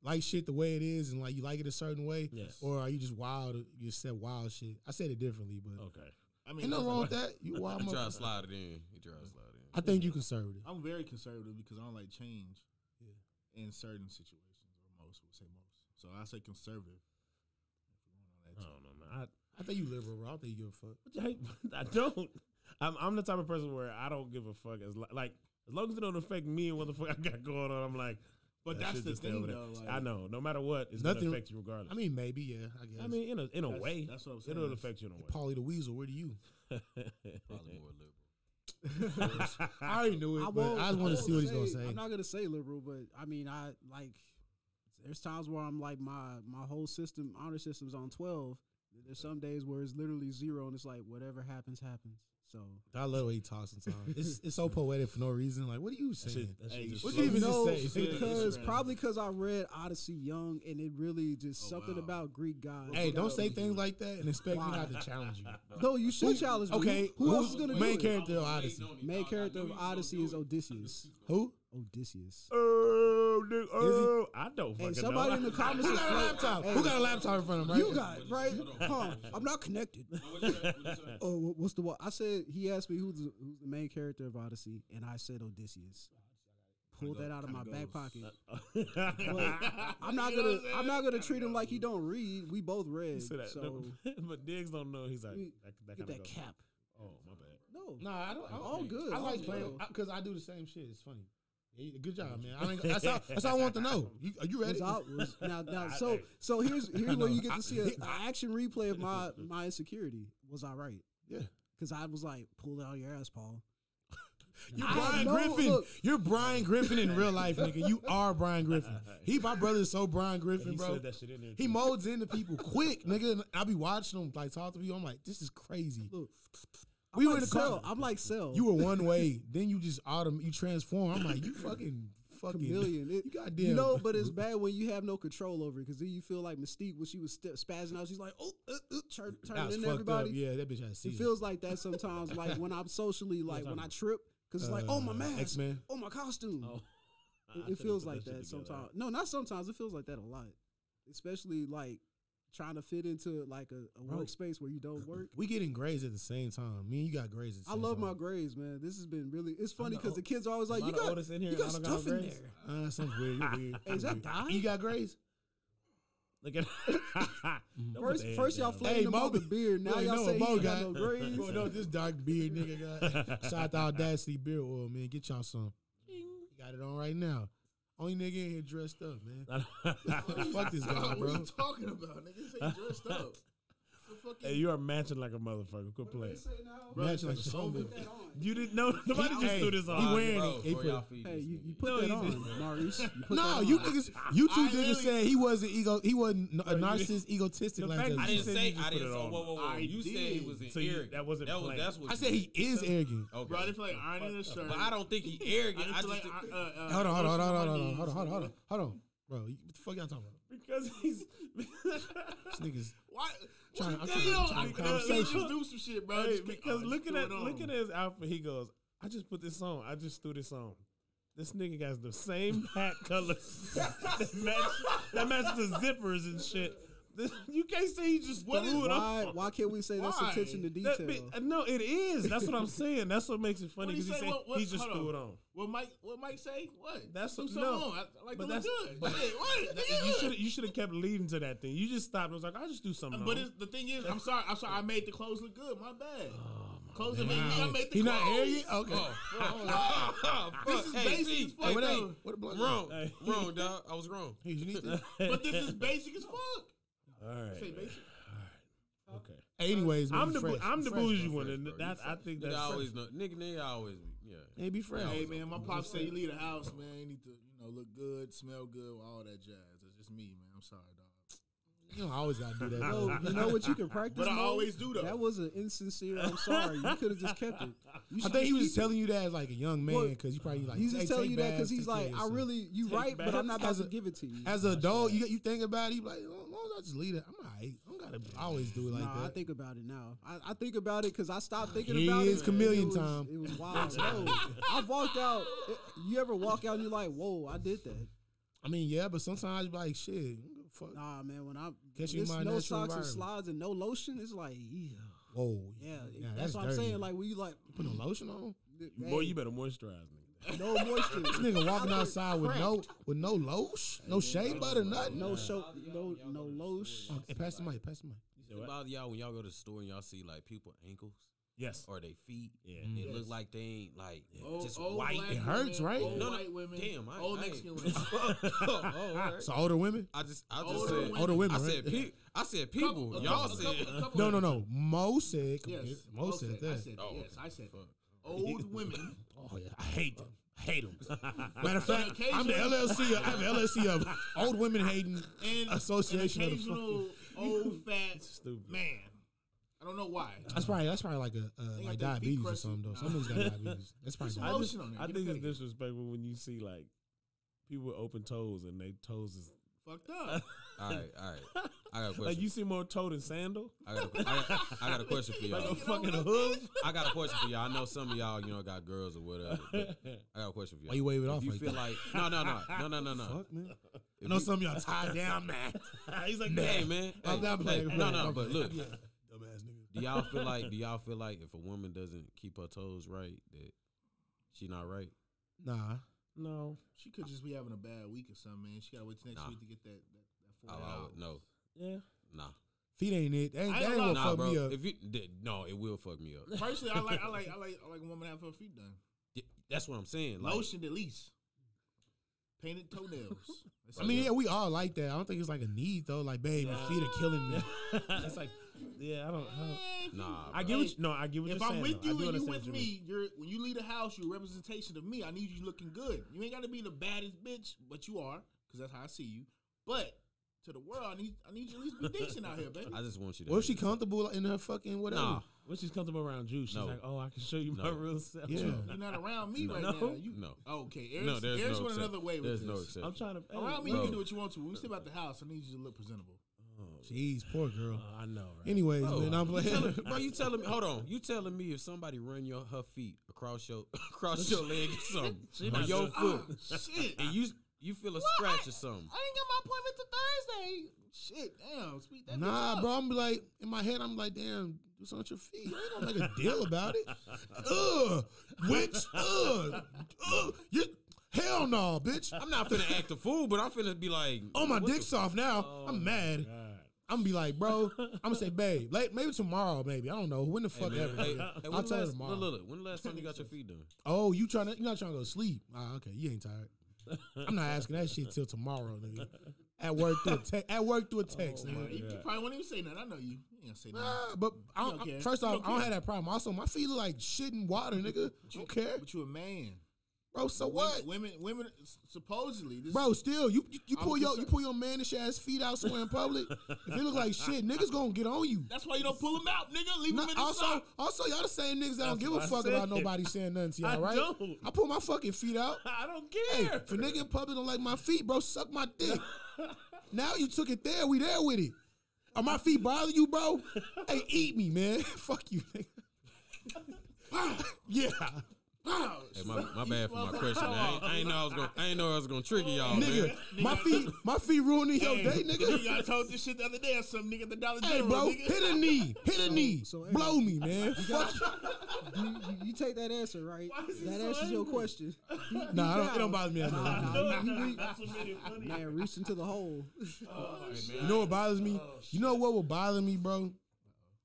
Speaker 2: like shit the way it is and like you like it a certain way,
Speaker 1: Yes.
Speaker 2: or are you just wild? You said wild shit. I said it differently, but
Speaker 1: Okay.
Speaker 4: I
Speaker 2: (laughs)
Speaker 4: mean,
Speaker 2: ain't nothing wrong with that. You
Speaker 1: (laughs)
Speaker 2: wild.
Speaker 5: He
Speaker 2: motherfucker.
Speaker 5: tried to slide it in. He tried to slide it in.
Speaker 2: I think you conservative.
Speaker 4: I'm very conservative because I don't like change in certain situations, or most would say most. So I say conservative.
Speaker 1: I don't know, man. I,
Speaker 2: I think you liberal, bro. I don't think you give a fuck.
Speaker 1: But you hate- (laughs) I don't. I'm, I'm the type of person where I don't give a fuck as li- like as long as it don't affect me and what the fuck I got going on. I'm like,
Speaker 4: But
Speaker 1: that
Speaker 4: that's
Speaker 1: shit
Speaker 4: the
Speaker 1: just stay
Speaker 4: thing,
Speaker 1: over there.
Speaker 4: though, like-
Speaker 1: I know. No matter what, it's
Speaker 2: Nothing-
Speaker 1: gonna affect you regardless.
Speaker 2: I mean, maybe, yeah. I guess.
Speaker 1: I mean, in a in a
Speaker 4: That's-
Speaker 1: way,
Speaker 4: that's what I'm saying.
Speaker 1: It'll
Speaker 4: That's-
Speaker 1: affect you in a way.
Speaker 2: Polly the Weasel, where do
Speaker 3: (laughs)
Speaker 2: you?
Speaker 1: (laughs)
Speaker 5: Probably more liberal.
Speaker 2: I already knew it,
Speaker 3: I
Speaker 2: but
Speaker 3: won't-
Speaker 2: I just want to
Speaker 3: won't
Speaker 2: see what he's gonna
Speaker 3: I'm
Speaker 2: say.
Speaker 3: not gonna say liberal, but I mean, I like. There's times where I'm like my my whole system honor system's on twelve. There's some days where it's literally zero, and it's like whatever happens, happens. So
Speaker 2: I love what he talks sometimes. it's it's so
Speaker 3: (laughs)
Speaker 2: poetic for no reason. Like, what are you
Speaker 1: That
Speaker 2: saying?
Speaker 1: shit- that
Speaker 4: Hey,
Speaker 1: shit
Speaker 4: you
Speaker 1: just
Speaker 2: What
Speaker 4: slow
Speaker 2: you
Speaker 1: slows-
Speaker 2: even
Speaker 4: down.
Speaker 2: just
Speaker 3: no,
Speaker 2: say?
Speaker 3: because
Speaker 4: Instagram.
Speaker 3: probably because I read Odyssey Young, and it really just
Speaker 4: Oh,
Speaker 3: something
Speaker 4: wow.
Speaker 3: about Greek gods.
Speaker 2: Hey, don't
Speaker 3: got
Speaker 2: say
Speaker 3: me.
Speaker 2: things like that and expect me
Speaker 3: Why?
Speaker 2: not to challenge
Speaker 3: (laughs)
Speaker 2: you.
Speaker 3: No, you should
Speaker 2: Who-
Speaker 3: challenge me.
Speaker 2: Okay,
Speaker 3: who
Speaker 2: who's
Speaker 3: else is gonna
Speaker 2: main
Speaker 3: do it?
Speaker 2: character of Odyssey?
Speaker 3: Main character of Odyssey is Odysseus.
Speaker 2: Who?
Speaker 3: Odysseus.
Speaker 1: Oh, nigga, oh, I don't fucking
Speaker 3: Hey, somebody
Speaker 1: know.
Speaker 3: in the
Speaker 2: (laughs)
Speaker 3: comments.
Speaker 2: Who got a laptop? Who got a laptop in front of him? Right?
Speaker 3: You got right? Huh? I'm
Speaker 2: (laughs)
Speaker 3: not connected. Oh, wha- what's the what? I said he asked me who's the, who's the main character of Odyssey, and I said Odysseus. Pulled that out of my back pocket.
Speaker 1: (laughs)
Speaker 2: (laughs)
Speaker 3: But I'm not gonna. I'm not gonna treat him like he don't read. We both read,
Speaker 1: So that,
Speaker 3: so
Speaker 1: (laughs) but Diggs don't know. He's like,
Speaker 3: You-
Speaker 1: that, that
Speaker 3: get
Speaker 1: kinda
Speaker 3: that
Speaker 1: goes.
Speaker 3: cap.
Speaker 1: Oh, my bad.
Speaker 3: No,
Speaker 2: Nah, I don't. I don't-
Speaker 3: all good.
Speaker 2: I
Speaker 3: all
Speaker 2: like
Speaker 3: good.
Speaker 2: playing because I do the same shit. It's funny. Yeah, Good job, man. I mean, that's all. That's all I want to know. You, are you ready?
Speaker 3: Was out-
Speaker 2: (laughs)
Speaker 3: was- now, now,
Speaker 1: I-
Speaker 3: so
Speaker 1: hey.
Speaker 3: so here's here's where you get
Speaker 2: I- (laughs)
Speaker 3: to see a- an action replay of my my insecurity. Was I right?
Speaker 2: Yeah.
Speaker 3: Because I was like, pull out your ass, Paul.
Speaker 2: You're
Speaker 3: I
Speaker 2: Brian
Speaker 3: know-
Speaker 2: Griffin.
Speaker 3: look.
Speaker 2: You're Brian Griffin in real life, nigga. You are Brian
Speaker 3: (laughs)
Speaker 2: Griffin. He, my brother, is so Brian Griffin,
Speaker 1: he
Speaker 2: bro.
Speaker 1: said that shit in there.
Speaker 2: He molds into people quick, nigga. And I be watching him like talk to people. I'm like, this is crazy.
Speaker 3: Look,
Speaker 2: We
Speaker 3: I'm
Speaker 2: were in
Speaker 3: like
Speaker 2: the car.
Speaker 3: Cell. I'm like Cell.
Speaker 2: You were one way, then you just autumn, you transform. I'm like, you fucking, fucking,
Speaker 3: chameleon. It,
Speaker 2: you
Speaker 3: you
Speaker 2: goddamn.
Speaker 3: know, but
Speaker 2: (laughs)
Speaker 3: it's bad when you have no control over it because then you feel like Mystique when she was st- spazzing out. She's like, oh, uh, uh, turn,
Speaker 2: That
Speaker 3: turn
Speaker 2: was
Speaker 3: in
Speaker 2: fucked
Speaker 3: everybody.
Speaker 2: up. Yeah, that bitch had a
Speaker 3: It
Speaker 2: seizure.
Speaker 3: feels like that sometimes. like when
Speaker 2: (laughs)
Speaker 3: I'm socially, like when I trip, because it's like, oh
Speaker 2: Uh,
Speaker 3: my mask,
Speaker 2: X Men.
Speaker 3: oh my costume.
Speaker 1: Oh.
Speaker 3: It- it, feels like that sometimes. No, not sometimes. It feels like that a lot, especially like trying to fit into like a, a
Speaker 2: Bro.
Speaker 3: workspace where you don't work.
Speaker 2: We getting grades at the same time. Me and you got grades at the
Speaker 3: I
Speaker 2: same
Speaker 3: love
Speaker 2: time.
Speaker 3: my grades, man. This has been really. It's funny
Speaker 1: the
Speaker 3: because the kids are always like,
Speaker 1: lot
Speaker 3: "You
Speaker 1: of
Speaker 3: got,
Speaker 1: Otis in here
Speaker 3: you
Speaker 1: and
Speaker 3: got
Speaker 1: I don't got no
Speaker 3: stuff in
Speaker 1: grades."
Speaker 3: there."
Speaker 2: Uh, something weird. You're weird.
Speaker 3: Hey, (laughs) is that die?
Speaker 2: You got grades?
Speaker 3: (laughs)
Speaker 1: Look at (laughs) Don't put
Speaker 3: First,
Speaker 1: the
Speaker 3: first
Speaker 1: hand
Speaker 3: y'all
Speaker 1: down.
Speaker 3: flamed
Speaker 2: Hey,
Speaker 3: him
Speaker 2: Mo-
Speaker 3: on the beard. Now
Speaker 2: Well,
Speaker 3: y'all
Speaker 2: know
Speaker 3: say
Speaker 2: what Mo
Speaker 3: he
Speaker 2: got. (laughs)
Speaker 3: got no grades.
Speaker 2: Well, no, this dark beard nigga got.
Speaker 1: (laughs)
Speaker 2: Shout out to Audacity Beard Oil, man. Get y'all some. You got it on right now. Only nigga in here dressed up, man. Fuck
Speaker 4: (laughs)
Speaker 2: this guy,
Speaker 4: what are
Speaker 2: bro.
Speaker 4: you talking about, nigga? This ain't dressed up. The fucking
Speaker 1: hey, you are matching like a motherfucker. Quit
Speaker 3: They
Speaker 1: playing.
Speaker 3: say now,
Speaker 2: Bro,
Speaker 4: match
Speaker 2: like a showman.
Speaker 4: showman.
Speaker 3: put that on.
Speaker 1: You
Speaker 3: (laughs)
Speaker 1: didn't know. Nobody just
Speaker 2: hey,
Speaker 1: threw this
Speaker 2: he
Speaker 1: on.
Speaker 2: wearing-
Speaker 5: Bro,
Speaker 2: He
Speaker 5: bro,
Speaker 2: put
Speaker 5: y'all
Speaker 2: it-
Speaker 5: feed
Speaker 3: Hey,
Speaker 5: this
Speaker 3: you,
Speaker 5: nigga.
Speaker 3: you put
Speaker 1: No,
Speaker 3: that
Speaker 1: he
Speaker 3: on,
Speaker 1: didn't.
Speaker 3: Maurice. You put
Speaker 2: (laughs)
Speaker 3: that
Speaker 2: No,
Speaker 3: on.
Speaker 2: you niggas, you two
Speaker 4: I
Speaker 2: niggas
Speaker 4: really-
Speaker 2: said he wasn't ego, he wasn't a
Speaker 1: you
Speaker 2: narcissist, egotistic
Speaker 1: The
Speaker 2: like
Speaker 1: fact
Speaker 2: that.
Speaker 5: I
Speaker 1: You
Speaker 5: didn't
Speaker 1: said
Speaker 5: say
Speaker 1: you just
Speaker 5: I
Speaker 1: put
Speaker 5: didn't.
Speaker 1: it
Speaker 5: Oh,
Speaker 1: on.
Speaker 5: whoa, whoa, whoa!
Speaker 4: I
Speaker 5: you said
Speaker 4: did.
Speaker 5: he was in
Speaker 1: So you-
Speaker 5: arrogant.
Speaker 1: that wasn't
Speaker 5: That was
Speaker 1: planned.
Speaker 5: that's what
Speaker 2: I said he is arrogant.
Speaker 5: Okay.
Speaker 4: Bro, I didn't feel like ironing his shirt.
Speaker 5: But I don't think he arrogant. I,
Speaker 4: I
Speaker 5: just
Speaker 4: didn't feel like,
Speaker 5: think-
Speaker 4: uh, uh,
Speaker 2: Hold on, hold on, hold on, hold on,
Speaker 4: pushing my
Speaker 2: hold on, hold on,
Speaker 4: knees.
Speaker 2: hold on, hold on. Bro, you- what the fuck y'all talking about?
Speaker 1: because
Speaker 3: (laughs)
Speaker 1: he's.
Speaker 2: This
Speaker 1: (laughs)
Speaker 2: nigga's
Speaker 4: Why?
Speaker 2: Trying-
Speaker 4: what
Speaker 2: I'm
Speaker 4: the
Speaker 2: trying to-
Speaker 4: hell?
Speaker 2: trying to
Speaker 4: I- let's
Speaker 1: conversation.
Speaker 4: Just do some shit, bro.
Speaker 1: Hey,
Speaker 4: Just keep-
Speaker 1: because
Speaker 4: oh,
Speaker 1: looking
Speaker 4: just
Speaker 1: at
Speaker 4: throw it
Speaker 1: looking
Speaker 4: on.
Speaker 1: at his outfit, he goes, "I just put this on. I just threw this on." This nigga got the same
Speaker 4: (laughs)
Speaker 1: hat color that match that match the zippers and shit. This, you can't say he just
Speaker 4: What is-
Speaker 1: threw it
Speaker 3: Why?
Speaker 1: on.
Speaker 3: Why can't we say that's
Speaker 4: Why?
Speaker 3: attention to
Speaker 1: That
Speaker 3: detail?
Speaker 1: bit- no, it is. That's what I'm saying. That's what makes it funny
Speaker 4: What'd
Speaker 1: because
Speaker 4: he
Speaker 1: he
Speaker 4: say?
Speaker 1: said
Speaker 4: What- what-
Speaker 1: he just
Speaker 4: hold
Speaker 1: threw
Speaker 4: on.
Speaker 1: it on.
Speaker 4: What Mike? What Mike say? What?
Speaker 1: That's
Speaker 4: do
Speaker 1: what-
Speaker 4: something
Speaker 1: no.
Speaker 4: on. I, I like
Speaker 1: But
Speaker 4: to
Speaker 1: that's-
Speaker 4: look good. (laughs)
Speaker 1: but-
Speaker 4: Shit, what?
Speaker 1: That-
Speaker 4: Nigga,
Speaker 1: you
Speaker 4: look.
Speaker 1: should you should have kept leading to that thing. You just stopped. and was like, I just do something. on.
Speaker 4: But it's, the thing is, I'm sorry. I'm sorry. I made the clothes look good. My bad. clothes that made me. I
Speaker 2: wow.
Speaker 4: made the
Speaker 2: He
Speaker 4: clothes.
Speaker 2: not arrogant? Okay.
Speaker 4: This is
Speaker 5: Hey,
Speaker 4: basic
Speaker 5: see,
Speaker 2: Hey,
Speaker 4: as fuck.
Speaker 2: what
Speaker 4: though.
Speaker 2: ain't? What a blunt?
Speaker 5: wrong,
Speaker 1: Hey.
Speaker 5: wrong, dog. I was wrong.
Speaker 2: Hey, you need this?
Speaker 1: Oh.
Speaker 4: But this is basic as
Speaker 1: (laughs)
Speaker 4: fuck.
Speaker 1: all right.
Speaker 4: Say basic.
Speaker 1: Okay.
Speaker 2: Anyways, man,
Speaker 1: I'm
Speaker 2: you
Speaker 1: the
Speaker 2: fresh,
Speaker 1: bu- I'm
Speaker 2: you
Speaker 1: the
Speaker 2: fresh,
Speaker 1: bougie
Speaker 2: bro.
Speaker 1: one,
Speaker 5: fresh,
Speaker 1: and
Speaker 5: bro. You
Speaker 1: that I
Speaker 5: fresh.
Speaker 1: think
Speaker 5: Nigga
Speaker 1: that's
Speaker 5: always know. Nigga, nigga always be. Yeah.
Speaker 2: Hey, be fresh.
Speaker 4: Hey man, my pops say you leave the house, man. You need to, you know, look good, smell good, all that jazz. That's just me, man. I'm sorry, dog.
Speaker 2: You know, I always gotta do that.
Speaker 3: Yo,
Speaker 2: bro.
Speaker 3: you know what you can practice.
Speaker 4: But I
Speaker 3: Mo?
Speaker 4: always do though.
Speaker 3: That was an insincere. I'm sorry. You could have just kept it. You
Speaker 2: I
Speaker 3: should
Speaker 2: think he was
Speaker 3: keep
Speaker 2: just telling you that as like a young man
Speaker 3: Well,
Speaker 2: because you probably like
Speaker 3: it. He's
Speaker 2: hey,
Speaker 3: just telling
Speaker 2: take
Speaker 3: you that
Speaker 2: baths,
Speaker 3: because
Speaker 2: take
Speaker 3: he's
Speaker 2: care of
Speaker 3: like, I
Speaker 2: yourself.
Speaker 3: really, you
Speaker 1: Take
Speaker 3: right, but I'm not about
Speaker 2: baths.
Speaker 3: to give it to you.
Speaker 2: as an adult you you think about it, you be like as long as I just leave it, I'm alright. I don't gotta always do it like
Speaker 3: nah,
Speaker 2: that.
Speaker 3: I think about it now. I, I think about it because I stopped thinking
Speaker 2: Here
Speaker 3: about
Speaker 2: it
Speaker 3: it.
Speaker 2: is, chameleon
Speaker 3: it was,
Speaker 2: time.
Speaker 3: It was wild. Yo, I walked out. it- you ever walk out and you're like, whoa, I did that.
Speaker 2: I mean, yeah, but sometimes you be like, shit, fuck.
Speaker 3: Nah, man, when I
Speaker 2: Catch
Speaker 3: catch
Speaker 2: you in
Speaker 3: this
Speaker 2: my
Speaker 3: no
Speaker 2: natural
Speaker 3: socks and
Speaker 2: environment.
Speaker 3: slides and no lotion, it's like, yeah,
Speaker 2: Whoa,
Speaker 3: yeah.
Speaker 2: nah,
Speaker 3: that's, what I'm
Speaker 2: dirty.
Speaker 3: saying. Like, when you like,
Speaker 2: put no lotion on.
Speaker 1: Boy,
Speaker 3: hey,
Speaker 1: you better moisturize me.
Speaker 3: no
Speaker 2: (laughs)
Speaker 3: moisture.
Speaker 2: This nigga walking
Speaker 3: I
Speaker 2: outside with no with no lotion, no shea butter, nothing.
Speaker 3: No show, no no lotion.
Speaker 2: Oh, hey, pass the mic, pass the mic.
Speaker 5: Does it bother y'all when y'all go to the store and y'all see like people ankles
Speaker 1: Yes.
Speaker 5: or they feet?
Speaker 1: Yeah.
Speaker 4: Mm.
Speaker 5: It
Speaker 1: Yes.
Speaker 5: look like they ain't like
Speaker 4: Old,
Speaker 5: just
Speaker 4: old
Speaker 5: white.
Speaker 4: black
Speaker 2: It hurts,
Speaker 4: women,
Speaker 2: right?
Speaker 4: Old
Speaker 5: No, no,
Speaker 4: white women,
Speaker 5: damn, I-
Speaker 4: old
Speaker 5: I ain't- (laughs)
Speaker 4: Mexican women.
Speaker 5: oh, all right.
Speaker 2: So older women,
Speaker 5: I just, I just
Speaker 4: Older
Speaker 5: said,
Speaker 4: women.
Speaker 2: older women.
Speaker 5: I
Speaker 2: right?
Speaker 5: said, pe- I said people.
Speaker 4: Couple- a
Speaker 5: y'all
Speaker 4: couple- a
Speaker 5: said,
Speaker 4: couple- a couple
Speaker 2: no, no,
Speaker 4: women.
Speaker 2: no. Mo said,
Speaker 4: Yes,
Speaker 2: Mo
Speaker 4: both
Speaker 2: said
Speaker 4: I
Speaker 2: that.
Speaker 4: said
Speaker 5: Oh,
Speaker 4: yes.
Speaker 5: okay.
Speaker 4: I said
Speaker 5: Fuck.
Speaker 2: (laughs)
Speaker 4: old women.
Speaker 2: Oh yeah, I hate them. Hate them. Matter of fact,
Speaker 4: Occasionally-
Speaker 2: I'm the LLC. Of, I'm the LLC of old women hating
Speaker 4: and
Speaker 2: association
Speaker 4: an
Speaker 2: of the fucking.
Speaker 4: occasional old
Speaker 2: (laughs)
Speaker 4: fat
Speaker 1: Stupid.
Speaker 4: man. I don't know why.
Speaker 2: That's probably that's probably like a uh,
Speaker 4: They
Speaker 2: like
Speaker 4: got their feet
Speaker 2: diabetes or
Speaker 4: crusty.
Speaker 2: something though. Some
Speaker 4: Nah.
Speaker 2: niggas
Speaker 5: (laughs)
Speaker 2: got diabetes. That's probably
Speaker 4: Some
Speaker 2: diabetes.
Speaker 1: I, just,
Speaker 4: lotion on there.
Speaker 1: I
Speaker 4: Get a
Speaker 1: think it's
Speaker 4: pedicure.
Speaker 1: disrespectful when you see like people with open toes and they toes is
Speaker 4: Fucked up.
Speaker 5: all right, all right. I got a
Speaker 1: like
Speaker 5: question.
Speaker 1: you see more toe than sandal.
Speaker 5: I, got a, I, got, I got a question for
Speaker 1: Like
Speaker 5: y'all.
Speaker 1: a fucking hoof.
Speaker 5: I got a question for y'all. I know some of y'all, you know, got girls or whatever. But I got a question for y'all.
Speaker 2: Why you wave it
Speaker 5: if
Speaker 2: off
Speaker 5: you
Speaker 2: like
Speaker 5: feel
Speaker 2: that?
Speaker 5: like no, no, no, no, no, no, no.
Speaker 2: Fuck man. I
Speaker 5: If
Speaker 2: know
Speaker 5: you-
Speaker 2: some of y'all tied down, man.
Speaker 1: He's like,
Speaker 5: (laughs) Hey man, hey,
Speaker 2: (laughs) I'm not
Speaker 5: hey,
Speaker 2: playing.
Speaker 5: no, no. But look,
Speaker 2: Yeah. dumbass nigga.
Speaker 5: do y'all feel like do y'all feel like if a woman doesn't keep her toes right that she not right?
Speaker 2: Nah,
Speaker 1: (laughs) no.
Speaker 4: She could just be having a bad week or something, man. She gotta wait till next
Speaker 5: Nah.
Speaker 4: week to get that that,
Speaker 5: I,
Speaker 4: that 40
Speaker 5: I
Speaker 4: hours.
Speaker 5: would- no,
Speaker 1: Yeah.
Speaker 5: nah,
Speaker 2: feet ain't it. That ain't,
Speaker 4: I
Speaker 2: that
Speaker 4: ain't
Speaker 2: ain't what
Speaker 5: nah,
Speaker 2: fuck
Speaker 5: bro.
Speaker 2: me up.
Speaker 5: If you th- no, it will fuck me
Speaker 2: (laughs)
Speaker 5: up.
Speaker 4: Personally, I like I
Speaker 5: (laughs)
Speaker 4: like I like I like a woman to have her feet done.
Speaker 5: Th- That's what I'm saying. Like,
Speaker 4: Lotioned at least. Painted
Speaker 5: (laughs)
Speaker 4: toenails. That's
Speaker 2: I mean,
Speaker 4: it.
Speaker 1: (laughs)
Speaker 2: yeah, we all like that. I don't think it's like a need though. Like, babe, my feet are killing me. it's like
Speaker 1: Yeah, I don't. I, don't,
Speaker 5: Nah,
Speaker 1: I
Speaker 5: bruh.
Speaker 1: get what. You, no, I get what
Speaker 4: If
Speaker 1: you're
Speaker 4: I'm
Speaker 1: saying.
Speaker 4: with
Speaker 1: though. I do
Speaker 4: you and you
Speaker 1: understand
Speaker 4: with
Speaker 1: what you mean.
Speaker 4: me, you're when you leave the house, you're a representation of me. I need you looking good. You ain't got to be the baddest bitch, but you are, because that's how I see you. But to the world, I need I need you at least be decent out here,
Speaker 1: (laughs)
Speaker 4: baby.
Speaker 5: I just want you to.
Speaker 2: What if she
Speaker 5: have yourself-
Speaker 2: comfortable in her fucking whatever?
Speaker 5: Nah,
Speaker 1: when she's comfortable around you, she's
Speaker 5: No.
Speaker 1: like, "Oh, I can show you my
Speaker 5: No.
Speaker 1: real self."
Speaker 2: Yeah.
Speaker 4: You're not around me
Speaker 5: No.
Speaker 4: right
Speaker 1: No.
Speaker 4: now. You,
Speaker 5: no,
Speaker 4: Okay, Eric's,
Speaker 5: no. There's
Speaker 4: Eric's
Speaker 5: no.
Speaker 4: went
Speaker 5: exception.
Speaker 4: another way with
Speaker 5: There's
Speaker 4: this.
Speaker 5: no
Speaker 1: (laughs) I'm trying
Speaker 5: exception.
Speaker 1: to.
Speaker 4: Around me,
Speaker 5: Bro.
Speaker 4: you can do what you want to. When we step out the house, I need you to look presentable.
Speaker 1: (laughs)
Speaker 2: Jeez, poor girl.
Speaker 1: Oh, I know. Right?
Speaker 2: Anyways,
Speaker 5: Bro,
Speaker 2: man, I'm
Speaker 5: Oh, you telling,
Speaker 2: playing.
Speaker 5: bro, you telling me? Hold on, you telling me if somebody run your her feet across your (laughs) across your
Speaker 1: (laughs)
Speaker 5: leg or
Speaker 1: She
Speaker 5: something, or
Speaker 1: not
Speaker 5: your
Speaker 1: doing-
Speaker 5: foot,
Speaker 4: Ah, shit.
Speaker 1: (laughs)
Speaker 5: and you you feel a scratch or something?
Speaker 4: I ain't got my appointment to Thursday. Shit, damn. Speak that bitch
Speaker 2: Nah,
Speaker 4: up.
Speaker 2: bro, I'm like in my head, I'm like, damn, do something with your feet. I ain't gonna make a deal about it. Ugh, witch. Ugh, ugh. You hell no, bitch.
Speaker 5: I'm not finna act a fool, but I'm finna be like,
Speaker 2: Oh my
Speaker 5: what
Speaker 2: dick's off now.
Speaker 1: Oh
Speaker 2: I'm
Speaker 1: my
Speaker 2: mad.
Speaker 1: God.
Speaker 2: I'm gonna be like, bro. I'm gonna say, babe, like, maybe tomorrow, maybe I don't know when the
Speaker 5: the-
Speaker 2: fuck
Speaker 5: Hey,
Speaker 2: ever.
Speaker 5: hey,
Speaker 2: yeah.
Speaker 5: hey,
Speaker 2: I'll
Speaker 5: when the
Speaker 2: tell her
Speaker 5: last,
Speaker 2: tomorrow.
Speaker 5: look, look, when the last time you got your feet done?
Speaker 2: Oh, you trying to? You not trying to go to sleep? Ah, okay, you ain't tired. I'm not asking that shit till tomorrow, nigga. At work through a te- at work through a text,
Speaker 1: my
Speaker 2: nigga.
Speaker 4: (laughs) You, you
Speaker 1: Yeah.
Speaker 4: probably won't even say nothing. I know you. You ain't
Speaker 1: (laughs)
Speaker 4: gonna say nothing.
Speaker 2: Nah, but I
Speaker 4: You
Speaker 2: don't,
Speaker 4: don't care.
Speaker 2: first
Speaker 4: You
Speaker 2: off,
Speaker 4: don't
Speaker 2: I don't
Speaker 4: care.
Speaker 2: have that problem. Also, my feet look like shit and water, nigga. I don't care,
Speaker 4: But you a man.
Speaker 2: bro. So
Speaker 4: Women-
Speaker 2: what,
Speaker 4: Women, women, supposedly. This
Speaker 2: bro? Still, you you, you
Speaker 4: I'm
Speaker 2: pull your you
Speaker 4: concerned.
Speaker 2: pull your manish ass feet out somewhere in public. if it look
Speaker 4: (laughs)
Speaker 2: like shit, niggas gonna get on you.
Speaker 4: That's why you don't pull them out, nigga. Leave
Speaker 2: Nah,
Speaker 4: them in the
Speaker 2: also,
Speaker 4: sock.
Speaker 2: also, y'all the same niggas that don't
Speaker 1: That's
Speaker 2: give a
Speaker 1: what I
Speaker 2: fuck about
Speaker 1: said.
Speaker 2: nobody saying nothing
Speaker 4: (laughs)
Speaker 2: to y'all,
Speaker 1: I
Speaker 2: right?
Speaker 1: don't.
Speaker 2: I pull my fucking feet out.
Speaker 1: I don't
Speaker 2: Hey,
Speaker 1: care.
Speaker 2: if a nigga in public don't like my feet, bro, suck my
Speaker 4: (laughs)
Speaker 2: dick. now you took it there, we there with it. Are my feet bothering you, bro? hey, eat me, man. (laughs) Fuck you, nigga. yeah.
Speaker 4: Wow.
Speaker 5: Hey, my,
Speaker 2: (laughs)
Speaker 5: my bad for my
Speaker 4: motherfuckers.
Speaker 5: question. man. I ain't, I ain't know I was gonna, I ain't know I was gonna trigger y'all,
Speaker 2: nigga,
Speaker 5: man.
Speaker 2: my feet, my feet ruining your
Speaker 4: (laughs)
Speaker 2: day,
Speaker 4: Hey,
Speaker 2: nigga.
Speaker 4: I told this shit the other day or some nigga at the Dollar
Speaker 2: Hey,
Speaker 4: General.
Speaker 2: bro,
Speaker 4: nigga.
Speaker 2: hit a knee, hit a knee,
Speaker 3: so, hey.
Speaker 2: blow me, man.
Speaker 3: (laughs)
Speaker 2: Fuck.
Speaker 3: Do you, you, you take that answer, right?
Speaker 1: Why is he
Speaker 3: That
Speaker 1: so
Speaker 3: answers your
Speaker 1: angry? (laughs)
Speaker 3: question.
Speaker 2: Nah, I don't, it don't bother me. at all.
Speaker 1: I know, nah, (laughs) that's what made it funny.
Speaker 3: Man, reach into the hole.
Speaker 2: You know what bothers me? You know what would bother me, bro?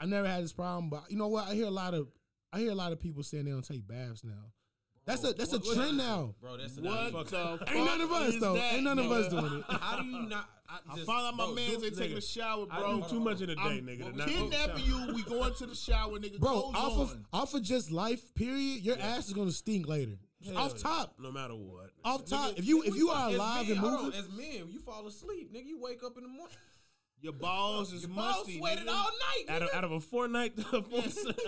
Speaker 2: I never had this problem, but you know what? I hear a lot of I hear a lot of people saying they don't take baths now. That's a that's a trend now.
Speaker 5: Bro, that's
Speaker 4: What
Speaker 5: fuck.
Speaker 4: the fuck
Speaker 2: Ain't none of us
Speaker 4: is
Speaker 2: though.
Speaker 4: that,
Speaker 2: Ain't none of us
Speaker 4: nigga?
Speaker 2: doing it.
Speaker 5: How do you not?
Speaker 4: I
Speaker 5: just-
Speaker 4: found out my
Speaker 5: bro,
Speaker 4: man's
Speaker 5: do-
Speaker 4: ain't taking a
Speaker 5: nigga,
Speaker 4: shower,
Speaker 1: I
Speaker 4: bro.
Speaker 1: do too much in a day,
Speaker 4: I'm-
Speaker 1: nigga. to
Speaker 4: We're
Speaker 1: not go shower.
Speaker 4: kidnapping you. We going to the shower, nigga.
Speaker 2: Bro,
Speaker 4: Clothes
Speaker 2: off of
Speaker 4: on.
Speaker 2: off of just life, period, your ass is gonna stink later.
Speaker 1: Hell
Speaker 2: off
Speaker 1: yeah.
Speaker 2: top.
Speaker 1: no matter what.
Speaker 2: Off top. If you if you are
Speaker 5: As
Speaker 2: alive
Speaker 5: men,
Speaker 2: and
Speaker 5: hold on,
Speaker 2: moving,
Speaker 5: as men, you fall asleep, nigga. You wake up in the morning,
Speaker 4: your balls is
Speaker 5: your balls
Speaker 4: musty.
Speaker 5: sweated
Speaker 4: nigga.
Speaker 5: all night.
Speaker 1: Out of,
Speaker 5: nigga.
Speaker 1: out of a four night, (laughs) a four,